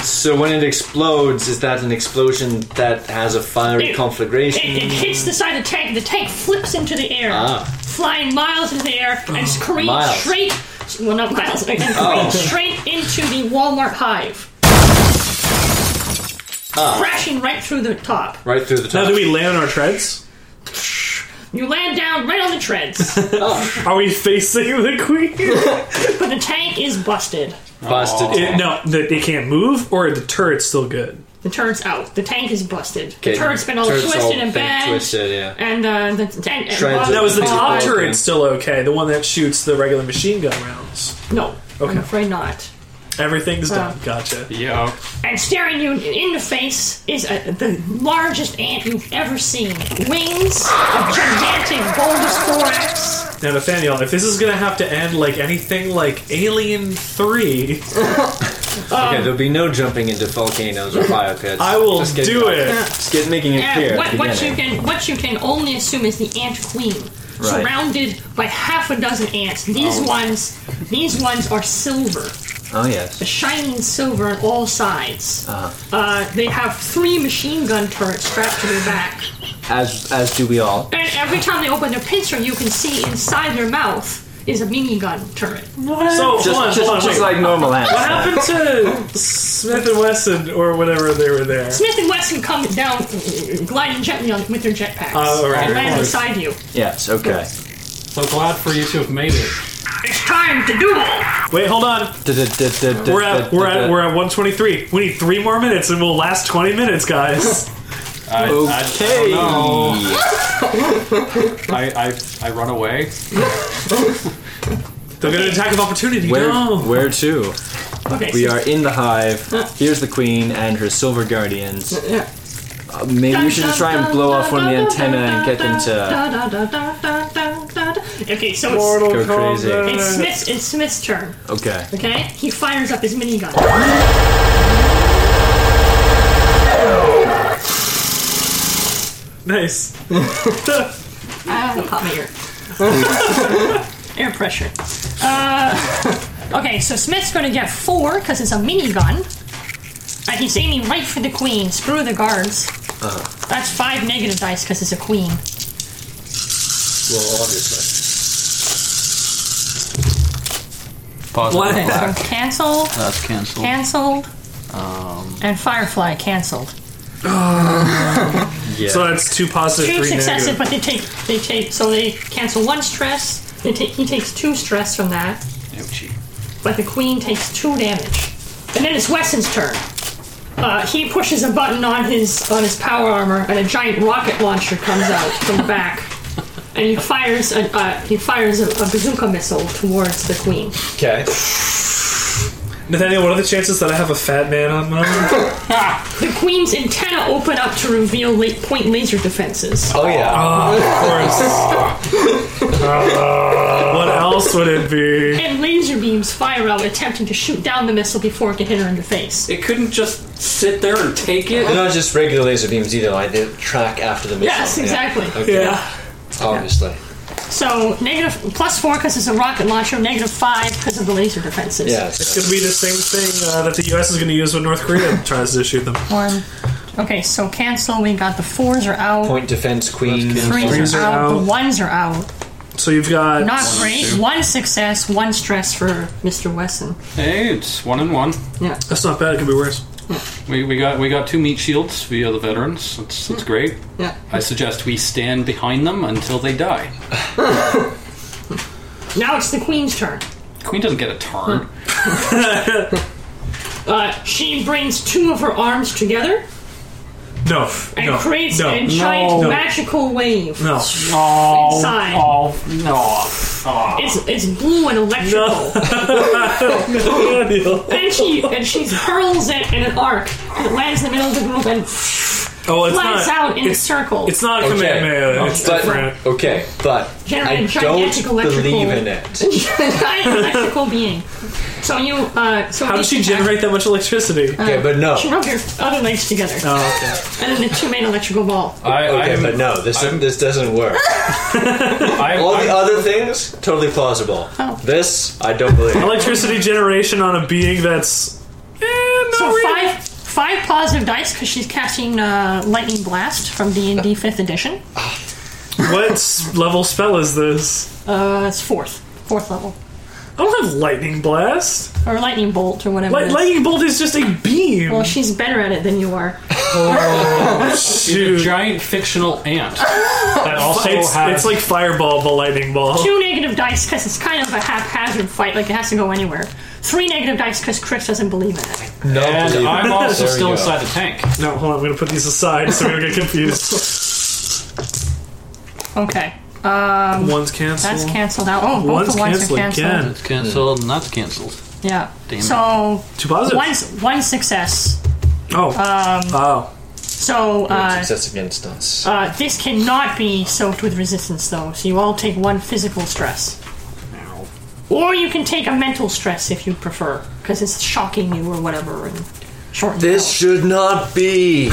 [SPEAKER 5] So when it explodes, is that an explosion that has a fiery
[SPEAKER 1] It-
[SPEAKER 5] conflagration?
[SPEAKER 1] It, it hits the side of the tank. The tank flips into the air,
[SPEAKER 3] Ah,
[SPEAKER 1] flying miles into the air, and screams
[SPEAKER 5] Miles.
[SPEAKER 1] straight. Well, not miles, *laughs* and screams straight into the Walmart hive, crashing right through the top.
[SPEAKER 5] Right through the
[SPEAKER 2] now,
[SPEAKER 5] top.
[SPEAKER 2] do we land on our treads?
[SPEAKER 1] You land down right on the treads,
[SPEAKER 2] Are we facing the queen?
[SPEAKER 1] but the tank is busted.
[SPEAKER 5] Busted.
[SPEAKER 2] It- *laughs* no, that they can't move, or the turret's still good.
[SPEAKER 1] The turret's out. The tank is busted. The
[SPEAKER 5] Okay,
[SPEAKER 1] turret's been all
[SPEAKER 5] turret's
[SPEAKER 1] twisted
[SPEAKER 5] all
[SPEAKER 1] and
[SPEAKER 5] bent,
[SPEAKER 1] bent.
[SPEAKER 5] twisted, yeah.
[SPEAKER 1] And uh, the tank. and-
[SPEAKER 5] Shreds of-
[SPEAKER 2] That was the
[SPEAKER 5] Oh,
[SPEAKER 2] top
[SPEAKER 5] okay.
[SPEAKER 2] turret's still okay. The one that shoots the regular machine gun rounds.
[SPEAKER 1] No, I'm
[SPEAKER 2] Okay.
[SPEAKER 1] afraid not.
[SPEAKER 2] Everything's
[SPEAKER 1] Uh.
[SPEAKER 2] done. Gotcha.
[SPEAKER 4] Yeah.
[SPEAKER 1] and staring you in the face is a, the largest ant you've ever seen. Wings, a gigantic bulbous thorax.
[SPEAKER 2] Now, Nathaniel, if this is gonna have to end like anything like Alien Three,
[SPEAKER 5] okay, there'll be no jumping into volcanoes or fire pits.
[SPEAKER 2] Um, *laughs* I will
[SPEAKER 5] Just get
[SPEAKER 2] do
[SPEAKER 5] going.
[SPEAKER 2] it.
[SPEAKER 5] Just get making it clear. at
[SPEAKER 1] And what,
[SPEAKER 5] the
[SPEAKER 1] what you
[SPEAKER 5] beginning.
[SPEAKER 1] can what you can only assume is the ant queen, surrounded by half a dozen ants. These ones, these ones are silver,
[SPEAKER 3] Oh yes.
[SPEAKER 1] shining silver on all sides. Uh, they have three machine gun turrets strapped to their back.
[SPEAKER 3] As as do we all.
[SPEAKER 1] And every time they open their pincer, you can see inside their mouth is a minigun turret.
[SPEAKER 2] So
[SPEAKER 3] Just,
[SPEAKER 2] hold on,
[SPEAKER 3] just,
[SPEAKER 2] hold on, wait.
[SPEAKER 3] just like normal ants.
[SPEAKER 2] what happened to Smith and Wesson or whatever they were there?
[SPEAKER 1] Smith and Wesson come down, gliding gently on, with their jetpacks.
[SPEAKER 2] Oh, all right,
[SPEAKER 1] And
[SPEAKER 2] of
[SPEAKER 1] land
[SPEAKER 2] course.
[SPEAKER 1] beside you.
[SPEAKER 3] Yes. Okay.
[SPEAKER 4] So glad for you to have made it.
[SPEAKER 1] It's time to duel.
[SPEAKER 2] Wait, hold on. We're
[SPEAKER 3] We're
[SPEAKER 2] at we're at we're at 123. We need three more minutes, and we'll last 20 minutes,
[SPEAKER 3] *laughs*
[SPEAKER 2] guys.
[SPEAKER 3] Okay.
[SPEAKER 4] I, I, I run away.
[SPEAKER 2] They're gonna attack of opportunity.
[SPEAKER 3] Where
[SPEAKER 2] No.
[SPEAKER 3] where to?
[SPEAKER 1] Okay,
[SPEAKER 3] We
[SPEAKER 1] so
[SPEAKER 3] are in the hive. Here's the queen and her silver guardians. Uh, maybe we should just try and blow off one of the antenna and get them to
[SPEAKER 1] Okay, so it's,
[SPEAKER 3] go crazy.
[SPEAKER 1] it's Smith's it's Smith's turn.
[SPEAKER 3] Okay.
[SPEAKER 1] Okay, he fires up his minigun.
[SPEAKER 3] *laughs*
[SPEAKER 2] Nice.
[SPEAKER 1] Ah, uh, pop my ear. Air pressure. Uh, okay, so Smith's going to get four because it's a minigun. And he's aiming right for the queen. Screw the guards.
[SPEAKER 4] Uh-huh.
[SPEAKER 1] That's five negative dice because it's a queen.
[SPEAKER 5] Well, obviously.
[SPEAKER 4] Oh,
[SPEAKER 1] Okay, so cancel,
[SPEAKER 4] That's canceled. Um,
[SPEAKER 1] canceled, and Firefly canceled.
[SPEAKER 5] Yeah.
[SPEAKER 2] So that's two positive,
[SPEAKER 1] Two
[SPEAKER 2] three
[SPEAKER 1] successive,
[SPEAKER 2] negative.
[SPEAKER 1] but they take they take so they cancel one stress. They take he takes two stress from that,
[SPEAKER 4] Ouchie.
[SPEAKER 1] but the queen takes two damage. And then it's Wesson's turn. Uh, he pushes a button on his on his power armor, and a giant rocket launcher comes out from the back, and he fires a uh, he fires a, a bazooka missile towards the queen.
[SPEAKER 5] okay.
[SPEAKER 2] Nathaniel, what are the chances that I have a fat man on my arm?
[SPEAKER 1] The queen's antenna open up to reveal la- point laser defenses.
[SPEAKER 5] Oh yeah.
[SPEAKER 3] *laughs*
[SPEAKER 2] *laughs* what else would it be?
[SPEAKER 1] and laser beams fire out, attempting to shoot down the missile before it can hit her in the face.
[SPEAKER 9] It couldn't just sit there and take it.
[SPEAKER 5] Not just regular laser beams either. Like they track after the missile.
[SPEAKER 1] Yes,
[SPEAKER 5] Yeah.
[SPEAKER 1] exactly.
[SPEAKER 2] Yeah.
[SPEAKER 5] Obviously.
[SPEAKER 1] So negative plus four because it's a rocket launcher, negative five because of the laser defenses.
[SPEAKER 5] Yes.
[SPEAKER 2] It's gonna be the same thing uh, that the U.S. is gonna use when North Korea *laughs* tries to shoot them.
[SPEAKER 1] One. Okay, so cancel. We got the fours are out,
[SPEAKER 5] Point defense queen.
[SPEAKER 1] threes,
[SPEAKER 2] Threes
[SPEAKER 1] are,
[SPEAKER 2] are
[SPEAKER 1] out,
[SPEAKER 2] out.
[SPEAKER 1] the ones are out.
[SPEAKER 2] So you've got
[SPEAKER 1] Not great. One success, one stress for Mr. Wesson.
[SPEAKER 4] Hey, it's one and one.
[SPEAKER 1] Yeah.
[SPEAKER 2] that's not bad. It could be worse.
[SPEAKER 4] We, we got we got two meat shields via the veterans. That's that's great.
[SPEAKER 1] Yeah.
[SPEAKER 4] I suggest we stand behind them until they die.
[SPEAKER 1] Now it's the queen's turn.
[SPEAKER 4] Queen doesn't get a turn.
[SPEAKER 1] Uh, she brings two of her arms together
[SPEAKER 2] No,
[SPEAKER 1] and
[SPEAKER 2] no,
[SPEAKER 1] creates
[SPEAKER 2] no,
[SPEAKER 1] a giant
[SPEAKER 2] no.
[SPEAKER 1] magical wave
[SPEAKER 2] *laughs* no.
[SPEAKER 1] inside.
[SPEAKER 10] Oh, no.
[SPEAKER 1] It's it's blue and electrical.
[SPEAKER 2] *laughs* Oh,
[SPEAKER 1] and she and she hurls it in an arc and it lands in the middle of the group and
[SPEAKER 2] Oh, it's
[SPEAKER 1] flies
[SPEAKER 2] not.
[SPEAKER 1] out in a
[SPEAKER 2] it's,
[SPEAKER 1] circle.
[SPEAKER 2] It's not
[SPEAKER 3] Okay.
[SPEAKER 2] Kamehameha. It's
[SPEAKER 3] But-
[SPEAKER 2] different.
[SPEAKER 3] Okay, but I
[SPEAKER 1] Giant-
[SPEAKER 3] don't
[SPEAKER 1] gigantic electrical-
[SPEAKER 3] believe in it.
[SPEAKER 1] a
[SPEAKER 2] *laughs*
[SPEAKER 1] giant electrical being. So you uh so
[SPEAKER 2] How did she generate that much electricity?
[SPEAKER 1] Uh,
[SPEAKER 3] Okay, but no.
[SPEAKER 1] She rubbed her other legs together.
[SPEAKER 2] Oh,
[SPEAKER 1] And then the two made an electrical ball.
[SPEAKER 11] I,
[SPEAKER 3] Okay,
[SPEAKER 11] I'm,
[SPEAKER 3] but no. This this doesn't work.
[SPEAKER 11] I'm,
[SPEAKER 3] All
[SPEAKER 11] I'm-
[SPEAKER 3] the other things totally plausible.
[SPEAKER 1] Oh.
[SPEAKER 3] This I don't believe.
[SPEAKER 2] Oh Electricity generation on a being that's. Eh, not
[SPEAKER 1] So
[SPEAKER 2] really.
[SPEAKER 1] five five positive dice because she's casting uh, lightning blast from D
[SPEAKER 2] Uh.
[SPEAKER 1] and D fifth edition.
[SPEAKER 2] *laughs* What s- level spell is this?
[SPEAKER 1] Uh, it's fourth, fourth level
[SPEAKER 2] I don't have lightning blast.
[SPEAKER 1] or lightning bolt or whatever. it
[SPEAKER 2] Light
[SPEAKER 1] is.
[SPEAKER 2] lightning bolt is just a beam.
[SPEAKER 1] well, she's better at it than you are.
[SPEAKER 2] Oh. Shoot.
[SPEAKER 4] Giant fictional ant.
[SPEAKER 10] That also
[SPEAKER 2] it's,
[SPEAKER 10] has.
[SPEAKER 2] it's like fireball, but lightning ball.
[SPEAKER 1] Two negative dice because it's kind of a haphazard fight. Like it has to go anywhere. Three negative dice because Chris doesn't believe in it.
[SPEAKER 3] No,
[SPEAKER 4] And I'm also
[SPEAKER 3] There we
[SPEAKER 4] still
[SPEAKER 3] go.
[SPEAKER 4] inside the tank.
[SPEAKER 2] No, hold on. I'm gonna put these aside so we don't get confused.
[SPEAKER 1] Okay,
[SPEAKER 2] *laughs* One's canceled.
[SPEAKER 1] that's canceled out. Oh, both
[SPEAKER 2] One's
[SPEAKER 1] the ones are
[SPEAKER 2] canceled
[SPEAKER 1] canceled.
[SPEAKER 2] again.
[SPEAKER 4] It's canceled, and that's canceled.
[SPEAKER 1] Yeah.
[SPEAKER 4] Damn it.
[SPEAKER 1] so
[SPEAKER 2] Two positives.
[SPEAKER 1] one one success.
[SPEAKER 2] Oh.
[SPEAKER 1] Um,
[SPEAKER 2] oh.
[SPEAKER 1] So uh,
[SPEAKER 3] Success against us.
[SPEAKER 1] uh, this cannot be soaked with resistance though. So you all take one physical stress. Or you can take a mental stress if you prefer, because it's shocking you or whatever, and short.
[SPEAKER 3] This should not be.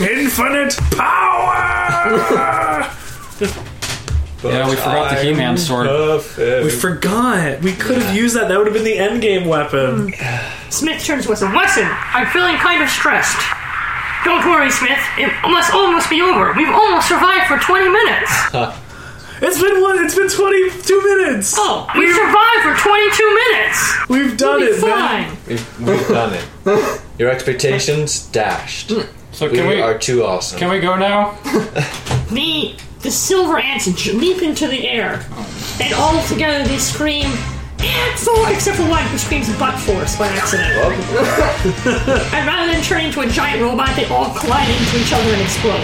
[SPEAKER 2] Infinite power.
[SPEAKER 4] Yeah, we forgot the He-Man sword.
[SPEAKER 2] *laughs* we forgot. We could have used that. That would have been the end game weapon.
[SPEAKER 1] Smith turns with him. Listen, I'm feeling kind of stressed. Don't worry, Smith. It must almost be over. We've almost survived for 20 minutes.
[SPEAKER 2] It's been one. It's been twenty-two minutes.
[SPEAKER 1] Oh, we survived for 22 minutes.
[SPEAKER 2] We've done
[SPEAKER 1] We'll be
[SPEAKER 2] it, man.
[SPEAKER 1] fine.
[SPEAKER 3] We've, we've done it. Your expectations dashed.
[SPEAKER 4] So
[SPEAKER 3] We,
[SPEAKER 4] Hmm, can we
[SPEAKER 3] are too awesome.
[SPEAKER 4] can we go now?
[SPEAKER 1] The the silver ants j- leap into the air, and all together they scream. Ant force! Except for one who screams butt force by
[SPEAKER 2] *laughs*
[SPEAKER 1] accident. and rather than turn into a giant robot, they all collide into each other and explode.
[SPEAKER 2] *laughs*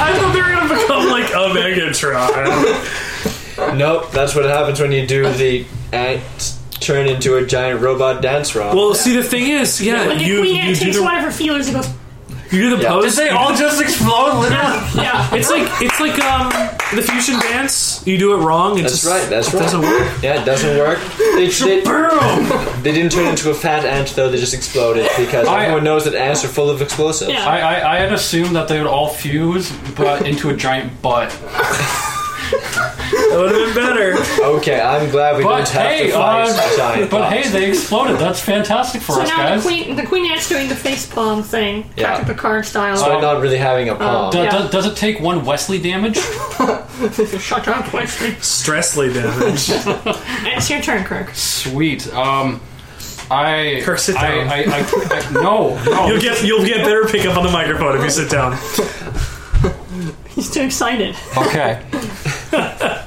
[SPEAKER 2] I thought they were gonna become like a Megatron.
[SPEAKER 3] Nope, that's what happens when you do the ant turn into a giant robot dance
[SPEAKER 2] *laughs*
[SPEAKER 3] romp.
[SPEAKER 2] well, see, the thing is, yeah,
[SPEAKER 1] When the
[SPEAKER 2] you
[SPEAKER 1] queen
[SPEAKER 2] you
[SPEAKER 1] ant
[SPEAKER 2] do
[SPEAKER 1] takes one
[SPEAKER 2] the,
[SPEAKER 1] of her feelers and goes,
[SPEAKER 2] you do the pose.
[SPEAKER 11] they all just explode. Literally.
[SPEAKER 1] yeah.
[SPEAKER 2] *laughs* It's like it's like um the fusion dance. You do it wrong. It
[SPEAKER 3] that's
[SPEAKER 2] just,
[SPEAKER 3] right, that's
[SPEAKER 2] it
[SPEAKER 3] right.
[SPEAKER 2] Doesn't work.
[SPEAKER 3] Yeah, it doesn't work. They, they, they didn't turn into a fat ant, though, they just exploded because
[SPEAKER 4] I-
[SPEAKER 3] everyone knows that ants are full of explosives.
[SPEAKER 1] Yeah.
[SPEAKER 4] I, I I had assumed that they would all fuse, but into a giant butt.
[SPEAKER 2] That would have been better.
[SPEAKER 3] Okay, I'm glad we
[SPEAKER 4] But
[SPEAKER 3] don't have
[SPEAKER 4] hey,
[SPEAKER 3] to fight
[SPEAKER 4] uh,
[SPEAKER 3] giant
[SPEAKER 4] But hey,
[SPEAKER 3] bots.
[SPEAKER 4] they exploded. That's fantastic for
[SPEAKER 1] So
[SPEAKER 4] us,
[SPEAKER 1] now the
[SPEAKER 4] guys.
[SPEAKER 1] queen, the queen ant's doing the face palm thing,
[SPEAKER 3] Yeah.
[SPEAKER 1] Captain Picard style.
[SPEAKER 3] We're not really having a palm.
[SPEAKER 4] Do-
[SPEAKER 1] Yeah.
[SPEAKER 4] does- does it take one Wesley damage?
[SPEAKER 1] Shut up, Wesley.
[SPEAKER 2] Stressly damage.
[SPEAKER 1] And it's your turn,
[SPEAKER 2] *laughs*
[SPEAKER 1] Kirk.
[SPEAKER 4] Sweet. Um, I
[SPEAKER 2] Curse it
[SPEAKER 4] I,
[SPEAKER 2] down.
[SPEAKER 4] I, I, I- no, *laughs* no.
[SPEAKER 2] You'll get you'll get better pickup on the microphone if you sit down. *laughs*
[SPEAKER 1] He's too excited.
[SPEAKER 4] Okay. um,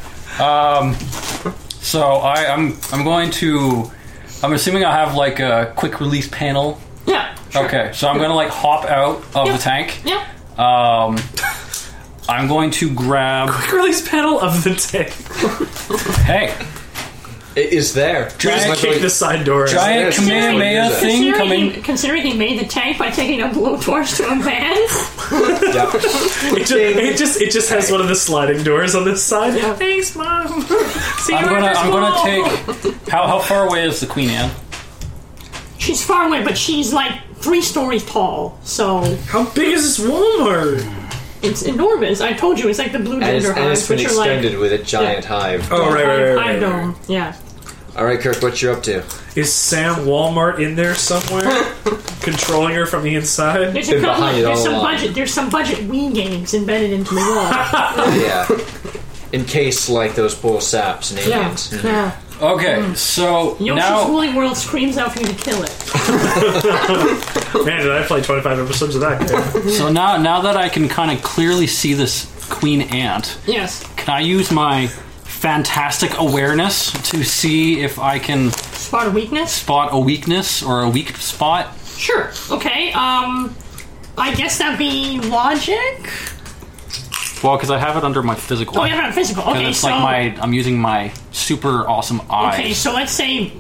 [SPEAKER 4] so I, I'm I'm going to. I'm assuming I have like a quick release panel.
[SPEAKER 1] Yeah.
[SPEAKER 4] Okay, so I'm gonna like hop out of
[SPEAKER 1] Yeah.
[SPEAKER 4] the tank.
[SPEAKER 1] Yeah.
[SPEAKER 4] Um, I'm going to grab.
[SPEAKER 2] Curly's pedal of the day.
[SPEAKER 4] Hey,
[SPEAKER 3] It is there.
[SPEAKER 4] Just
[SPEAKER 3] It's
[SPEAKER 2] Kick the side door.
[SPEAKER 4] giant
[SPEAKER 3] Yes, yes,
[SPEAKER 4] Kamehameha
[SPEAKER 3] yes.
[SPEAKER 4] thing
[SPEAKER 1] Considering
[SPEAKER 4] coming.
[SPEAKER 1] He, considering he made the tank by taking a blowtorch to a man.
[SPEAKER 2] *laughs*
[SPEAKER 4] *laughs*
[SPEAKER 2] It just, it just it just has one of the sliding doors on this side. Thanks, mom. See you
[SPEAKER 4] I'm
[SPEAKER 2] after
[SPEAKER 4] gonna I'm
[SPEAKER 2] school.
[SPEAKER 4] gonna take. How how far away is the Queen Anne?
[SPEAKER 1] She's far away, but she's like three stories tall, so
[SPEAKER 2] How big is this Walmart?
[SPEAKER 1] it's enormous. I told you, it's like the blue
[SPEAKER 3] And it's,
[SPEAKER 1] ginger
[SPEAKER 3] and
[SPEAKER 1] hives,
[SPEAKER 3] it's been
[SPEAKER 1] which are
[SPEAKER 3] extended
[SPEAKER 1] like
[SPEAKER 3] with a giant hive.
[SPEAKER 2] Oh right, right,
[SPEAKER 1] I
[SPEAKER 2] right, right, right.
[SPEAKER 1] know. Yeah.
[SPEAKER 3] All right, Kirk, what you up to?
[SPEAKER 2] Is Sam Walmart in there *laughs* somewhere, controlling her from the inside?
[SPEAKER 1] There's a
[SPEAKER 3] Been
[SPEAKER 1] couple.
[SPEAKER 3] behind it
[SPEAKER 1] There's
[SPEAKER 3] all
[SPEAKER 1] some
[SPEAKER 3] along.
[SPEAKER 1] budget. There's some budget Wii games embedded into the
[SPEAKER 4] *laughs*
[SPEAKER 1] wall.
[SPEAKER 3] Yeah. In case, like those poor saps and
[SPEAKER 1] yeah.
[SPEAKER 3] aliens.
[SPEAKER 1] Yeah.
[SPEAKER 4] Okay, so
[SPEAKER 1] Yoshi's
[SPEAKER 4] now
[SPEAKER 1] Woolly World screams out for you to kill it.
[SPEAKER 2] Man, did I play twenty five episodes of that
[SPEAKER 1] *laughs*
[SPEAKER 2] game?
[SPEAKER 4] so now now that I can kind of clearly see this Queen Ant.
[SPEAKER 1] Yes.
[SPEAKER 4] Can I use my fantastic awareness to see if I can
[SPEAKER 1] Spot of weakness.
[SPEAKER 4] spot a weakness or a weak spot?
[SPEAKER 1] Sure. Okay. Um, I guess that'd be logic.
[SPEAKER 4] Well, because I have it under my physical.
[SPEAKER 1] Oh, yeah, physical.
[SPEAKER 4] And
[SPEAKER 1] Okay,
[SPEAKER 4] it's
[SPEAKER 1] so
[SPEAKER 4] like my I'm using my super awesome eyes.
[SPEAKER 1] okay, so let's say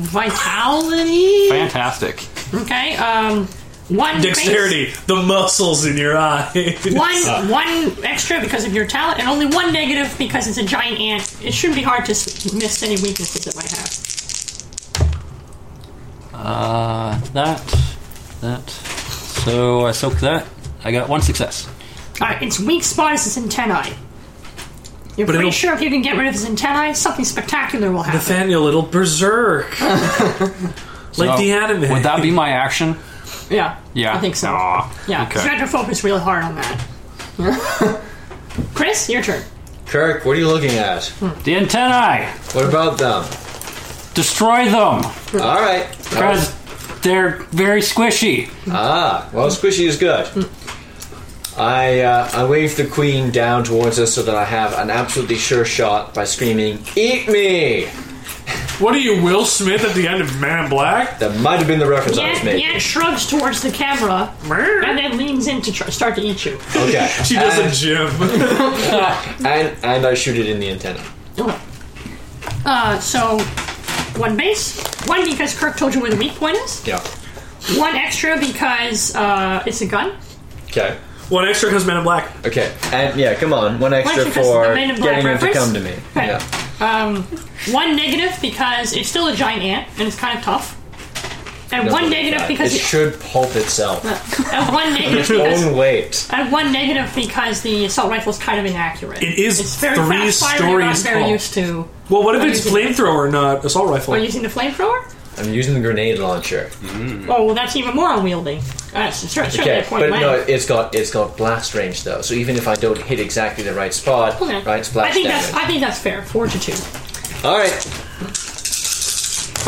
[SPEAKER 1] vitality.
[SPEAKER 4] Fantastic.
[SPEAKER 1] Okay. Um, one base-
[SPEAKER 2] Dexterity, the muscles in your eye. *laughs*
[SPEAKER 4] *laughs* Uh.
[SPEAKER 1] one one extra because of your talent, and only one negative because it's a giant ant. It shouldn't be hard to s- miss any weaknesses it might have.
[SPEAKER 4] Uh, that, that. So I soaked that. I got one success.
[SPEAKER 1] All right, its weak spot is its antennae. You're
[SPEAKER 2] it'll-
[SPEAKER 1] pretty sure if you can get rid of its antennae, something spectacular will happen.
[SPEAKER 2] Nathaniel, it'll *laughs* berserk. like
[SPEAKER 4] So,
[SPEAKER 2] the anime.
[SPEAKER 4] Would that be
[SPEAKER 1] *laughs*
[SPEAKER 4] my action?
[SPEAKER 1] yeah.
[SPEAKER 4] Yeah.
[SPEAKER 1] I think so.
[SPEAKER 4] Aw,
[SPEAKER 1] Yeah, 'cause you
[SPEAKER 4] Okay.
[SPEAKER 1] have to focus really hard on that.
[SPEAKER 4] *laughs*
[SPEAKER 1] Chris, your turn.
[SPEAKER 3] Kirk, what are you looking at?
[SPEAKER 4] The antennae.
[SPEAKER 3] What about them?
[SPEAKER 4] Destroy them
[SPEAKER 3] All right.
[SPEAKER 4] because they're very squishy.
[SPEAKER 3] Ah, well, squishy is good. I uh, I wave the queen down towards us so that I have an absolutely sure shot by screaming, "Eat me!"
[SPEAKER 2] what are you, Will Smith at the end of Man in Black?
[SPEAKER 3] That might have been the reference I was
[SPEAKER 1] Yant,
[SPEAKER 3] making.
[SPEAKER 1] Yant shrugs towards the camera and then leans in to tr- start to eat you. *laughs*
[SPEAKER 3] Okay.
[SPEAKER 2] She does
[SPEAKER 3] Uh,
[SPEAKER 2] a gym. *laughs*
[SPEAKER 3] and, and and I shoot it in the antenna.
[SPEAKER 1] Okay. Uh, so, one base. One because Kirk told you where the weak point is.
[SPEAKER 3] Yeah.
[SPEAKER 1] One extra because uh, it's a gun.
[SPEAKER 3] Okay.
[SPEAKER 2] One extra because Man in Black.
[SPEAKER 3] Okay. And yeah, come on, one extra
[SPEAKER 1] Why don't you just
[SPEAKER 3] for
[SPEAKER 1] amend it by
[SPEAKER 3] getting him to
[SPEAKER 1] reference?
[SPEAKER 3] come to me.
[SPEAKER 1] Okay.
[SPEAKER 3] Yeah.
[SPEAKER 1] Um, one negative because it's still a giant ant and it's kind of tough. And one negative because
[SPEAKER 3] it should pulp itself.
[SPEAKER 1] and
[SPEAKER 3] *laughs*
[SPEAKER 1] one negative *laughs*
[SPEAKER 3] Its
[SPEAKER 1] because
[SPEAKER 3] own weight.
[SPEAKER 1] and one negative because the assault rifle is kind of inaccurate.
[SPEAKER 2] It is
[SPEAKER 1] It's very
[SPEAKER 2] three
[SPEAKER 1] fast firing. We're not
[SPEAKER 2] stories
[SPEAKER 1] very
[SPEAKER 2] tall.
[SPEAKER 1] used to.
[SPEAKER 2] Well, what if it's
[SPEAKER 1] using it.
[SPEAKER 2] flamethrower, not assault rifle?
[SPEAKER 1] Are you using the flamethrower?
[SPEAKER 3] I'm using the grenade
[SPEAKER 1] *laughs*
[SPEAKER 3] launcher.
[SPEAKER 1] Oh, well, that's even more unwieldy. Uh, it's cer- certainly
[SPEAKER 3] Okay,
[SPEAKER 1] a point
[SPEAKER 3] but no,
[SPEAKER 1] blank.
[SPEAKER 3] it's got it's got blast range though. So even if I don't hit exactly the right spot,
[SPEAKER 1] Okay.
[SPEAKER 3] right, it's blast
[SPEAKER 1] I think
[SPEAKER 3] damage.
[SPEAKER 1] that's I think that's fair. Fortitude.
[SPEAKER 3] All right.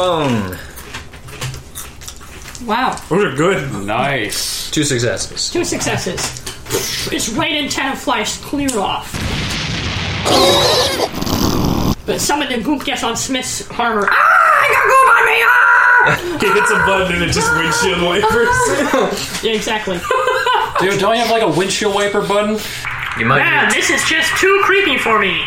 [SPEAKER 3] Boom.
[SPEAKER 1] Wow,
[SPEAKER 2] Those are
[SPEAKER 1] *laughs*
[SPEAKER 2] good.
[SPEAKER 4] Nice.
[SPEAKER 3] Two successes.
[SPEAKER 1] two successes. This right antenna flies clear off. But some of the goop gets on Smith's armor. Ah, I got goop on me! Ah!
[SPEAKER 2] He hits a button and it just
[SPEAKER 1] *laughs*
[SPEAKER 2] windshield wipers.
[SPEAKER 1] Yeah, *laughs* exactly.
[SPEAKER 4] Dude, don't you have like a windshield wiper button?
[SPEAKER 3] You might.
[SPEAKER 1] Man, this is just too creepy for me.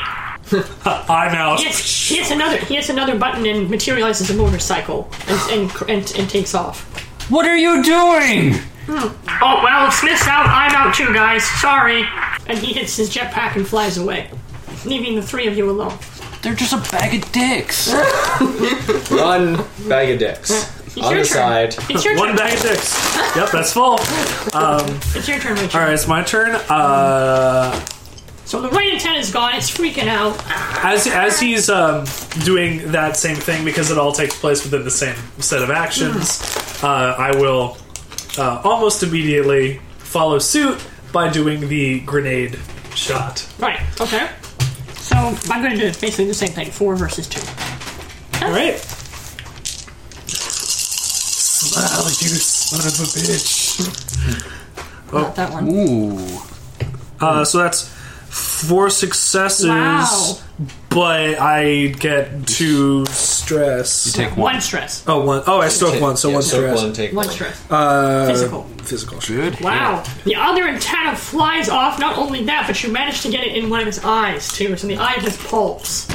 [SPEAKER 2] I'm out.
[SPEAKER 1] He hits, he hits another. He hits another button and materializes a motorcycle and and, and, and takes off.
[SPEAKER 4] What are you doing?
[SPEAKER 1] Oh well, if Smith's out, I'm out too, guys. Sorry. And he hits his jetpack and flies away, leaving the three of you alone.
[SPEAKER 4] They're just a bag of dicks.
[SPEAKER 3] One bag of dicks on
[SPEAKER 1] your
[SPEAKER 3] the
[SPEAKER 1] turn.
[SPEAKER 3] side.
[SPEAKER 1] It's your
[SPEAKER 2] One
[SPEAKER 1] turn.
[SPEAKER 2] bag of dicks. Yep, that's full.
[SPEAKER 1] It's your turn, Richard.
[SPEAKER 2] All right, it's my turn. Uh,
[SPEAKER 1] So the right antenna's gone. It's freaking out.
[SPEAKER 2] as as he's um, doing that same thing because it all takes place within the same set of actions, uh, I will uh, almost immediately follow suit by doing the grenade shot.
[SPEAKER 1] Right. Okay. So I'm going to do basically the same thing: four versus two.
[SPEAKER 2] All right. Smile, you son of a bitch.
[SPEAKER 1] Not that one.
[SPEAKER 4] Ooh.
[SPEAKER 2] Uh, so that's four successes,
[SPEAKER 1] Wow.
[SPEAKER 2] but I get two stress.
[SPEAKER 4] Take one.
[SPEAKER 1] One stress.
[SPEAKER 2] Oh, one. Oh, I still have one, so
[SPEAKER 3] Yeah,
[SPEAKER 2] one
[SPEAKER 3] soak
[SPEAKER 2] stress.
[SPEAKER 3] one, take
[SPEAKER 1] One
[SPEAKER 3] one.
[SPEAKER 1] stress.
[SPEAKER 2] Uh,
[SPEAKER 1] Physical.
[SPEAKER 2] Physical.
[SPEAKER 4] Good.
[SPEAKER 1] Wow. The other antenna flies off. Not only that, but you managed to get it in one of its eyes, too. So the eye just pulps.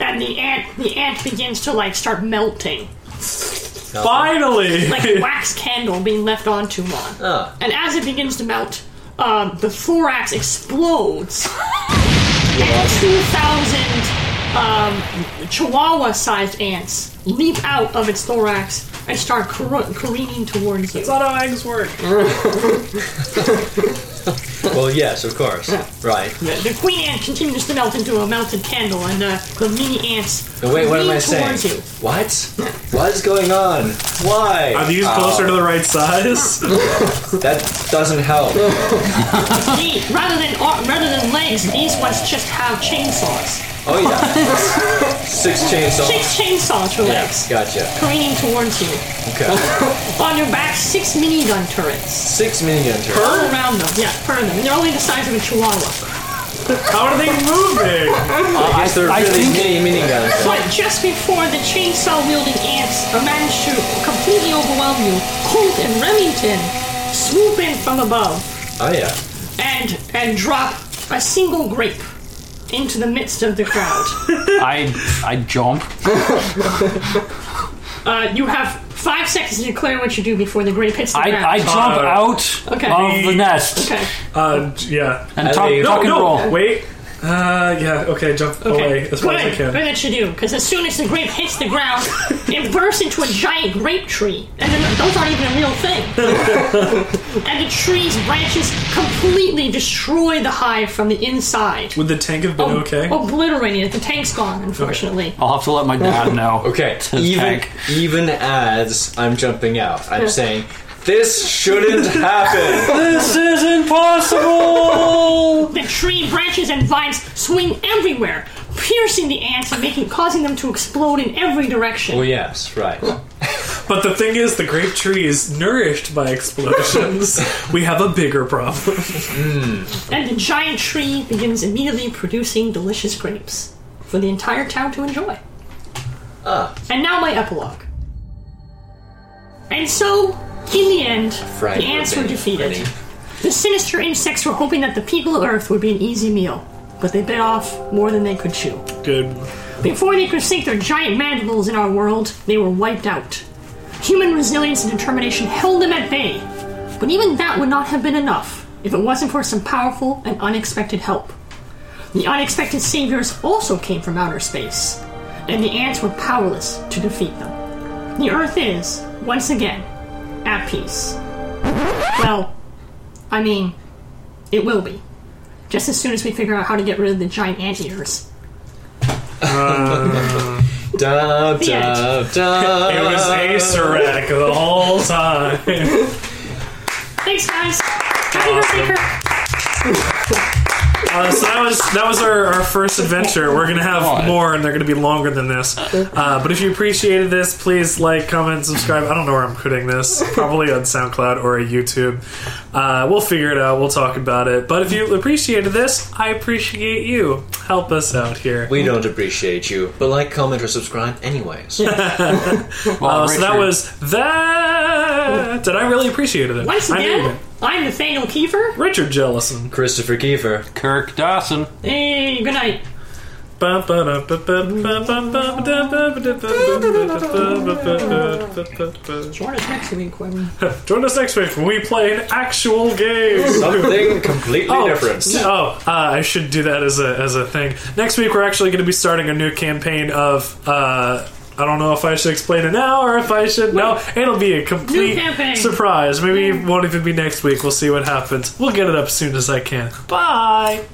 [SPEAKER 1] and the ant, the ant begins to like start melting,
[SPEAKER 2] Finally!
[SPEAKER 1] like a *laughs* wax candle being left on too long.
[SPEAKER 3] Ah.
[SPEAKER 1] And as it begins to melt, um, the thorax
[SPEAKER 3] *laughs*
[SPEAKER 1] explodes, and two thousand um, chihuahua-sized ants leap out of its thorax and start car- careening towards you.
[SPEAKER 2] That's not how eggs work.
[SPEAKER 3] Well, yes, of course. Right.
[SPEAKER 1] The, the queen ant continues to melt into a melted candle, and uh, the mini ants
[SPEAKER 3] No, wait, what am I
[SPEAKER 1] lean
[SPEAKER 3] saying?
[SPEAKER 1] towards you.
[SPEAKER 3] What? What is going on? Why? Ah,
[SPEAKER 2] Are these closer to the right *laughs* size?
[SPEAKER 3] That doesn't
[SPEAKER 1] *laughs*
[SPEAKER 3] help.
[SPEAKER 1] See, rather than rather than legs, these ones just have chainsaws.
[SPEAKER 3] Oh yeah.
[SPEAKER 1] *laughs*
[SPEAKER 3] Six chainsaws.
[SPEAKER 1] Six chainsaws for legs,
[SPEAKER 3] Yes. Gotcha.
[SPEAKER 1] careening towards you.
[SPEAKER 3] Okay.
[SPEAKER 1] On your back, six minigun turrets.
[SPEAKER 3] Six minigun turrets.
[SPEAKER 1] All around them, yeah, burn them. And they're only the size of a chihuahua.
[SPEAKER 2] How are they moving?
[SPEAKER 4] I guess they're
[SPEAKER 12] I
[SPEAKER 4] really
[SPEAKER 12] think-
[SPEAKER 4] mini mini
[SPEAKER 5] *laughs*
[SPEAKER 4] guns.
[SPEAKER 1] But just before the chainsaw wielding ants managed to completely overwhelm you, Holt and Remington swoop in from above
[SPEAKER 5] Oh yeah.
[SPEAKER 1] and and drop a single grape into the midst of
[SPEAKER 12] *laughs*
[SPEAKER 1] the crowd.
[SPEAKER 4] I I jump.
[SPEAKER 1] Uh, you have five seconds to declare what you do before the grape hits the
[SPEAKER 12] I,
[SPEAKER 1] ground.
[SPEAKER 12] I jump
[SPEAKER 2] Uh,
[SPEAKER 12] out
[SPEAKER 1] okay.
[SPEAKER 12] of the nest
[SPEAKER 1] okay.
[SPEAKER 2] Uh, yeah.
[SPEAKER 12] and tuck,
[SPEAKER 5] leave.
[SPEAKER 12] tuck and roll.
[SPEAKER 2] Wait. Uh, yeah. Okay, jump away as far
[SPEAKER 1] Good.
[SPEAKER 2] as I
[SPEAKER 1] Good
[SPEAKER 2] can.
[SPEAKER 1] that you do, because as soon as the grape hits the
[SPEAKER 2] *laughs*
[SPEAKER 1] ground, it bursts into a giant grape tree, and then those aren't even a real
[SPEAKER 2] *laughs*
[SPEAKER 1] thing. and the tree's branches completely destroy the hive from the inside.
[SPEAKER 2] Would the tank have been
[SPEAKER 12] Oh,
[SPEAKER 2] okay?
[SPEAKER 1] Obliterating it. The tank's gone, unfortunately.
[SPEAKER 12] I'll have to let my dad know.
[SPEAKER 5] *laughs* Okay.
[SPEAKER 12] To
[SPEAKER 5] Even
[SPEAKER 12] tank.
[SPEAKER 5] even as I'm jumping out, I'm saying this *laughs* shouldn't happen.
[SPEAKER 12] This is impossible.
[SPEAKER 1] The tree branches and vines swing everywhere, piercing the ants and making, causing them to explode in every direction.
[SPEAKER 5] well, yes, right.
[SPEAKER 2] But the thing is, the grape tree is nourished by
[SPEAKER 12] *laughs*
[SPEAKER 2] explosions. we have a bigger problem.
[SPEAKER 1] And the giant tree begins immediately producing delicious grapes for the entire town to enjoy.
[SPEAKER 5] Ah.
[SPEAKER 1] And now my epilogue. And so, in the end,
[SPEAKER 5] Fried
[SPEAKER 1] the ants were
[SPEAKER 5] ribbon,
[SPEAKER 1] defeated.
[SPEAKER 5] honey.
[SPEAKER 1] The sinister insects were hoping that the people of Earth would be an easy meal, but they bit off more than they could chew.
[SPEAKER 2] Good.
[SPEAKER 1] Before they could sink their giant mandibles in our world, they were wiped out. Human resilience and determination held them at bay, but even that would not have been enough if it wasn't for some powerful and unexpected help. The unexpected saviors also came from outer space, and the ants were powerless to defeat them. The Earth is, once again, at peace. Well, I mean, it will be. Just as soon as we figure out how to get rid of the giant anteaters.
[SPEAKER 5] Dub
[SPEAKER 1] The end.
[SPEAKER 5] dub dub.
[SPEAKER 2] It was
[SPEAKER 12] Uh.
[SPEAKER 2] Acerec the whole time.
[SPEAKER 1] Thanks, guys. Happy birthday, Kirk.
[SPEAKER 2] Uh, so that was that was our, our first adventure. We're gonna have more, and they're gonna be longer than this. Uh, but if you appreciated this, please like, comment, subscribe. I don't know where I'm putting this. Probably on SoundCloud or a YouTube. Uh, we'll figure it out. We'll talk about it. But if you appreciated this, I appreciate you. Help us out here.
[SPEAKER 5] *laughs* We don't appreciate you, but like, comment, or subscribe, anyways.
[SPEAKER 12] Well,
[SPEAKER 2] Uh, so that
[SPEAKER 12] Richard,
[SPEAKER 2] was that. And I really appreciated it.
[SPEAKER 1] Once
[SPEAKER 2] I needed
[SPEAKER 1] again,
[SPEAKER 2] it.
[SPEAKER 1] I'm Nathaniel Kiefer.
[SPEAKER 2] Richard Jellison.
[SPEAKER 5] Christopher Kiefer.
[SPEAKER 12] Kirk Dawson.
[SPEAKER 1] Hey, good night. Join us next week when we-
[SPEAKER 2] Join us next week when we play an actual game.
[SPEAKER 5] *laughs* Something completely different.
[SPEAKER 2] Oh, uh, I should do that as a as a thing. Next week, we're actually going to be starting a new campaign of. Uh, I don't know if I should explain it now or if I should. No, it'll be a
[SPEAKER 1] New
[SPEAKER 2] complete
[SPEAKER 1] campaign.
[SPEAKER 2] surprise. Maybe it won't even be next week. We'll see what happens. We'll get it up as soon as I can. Bye.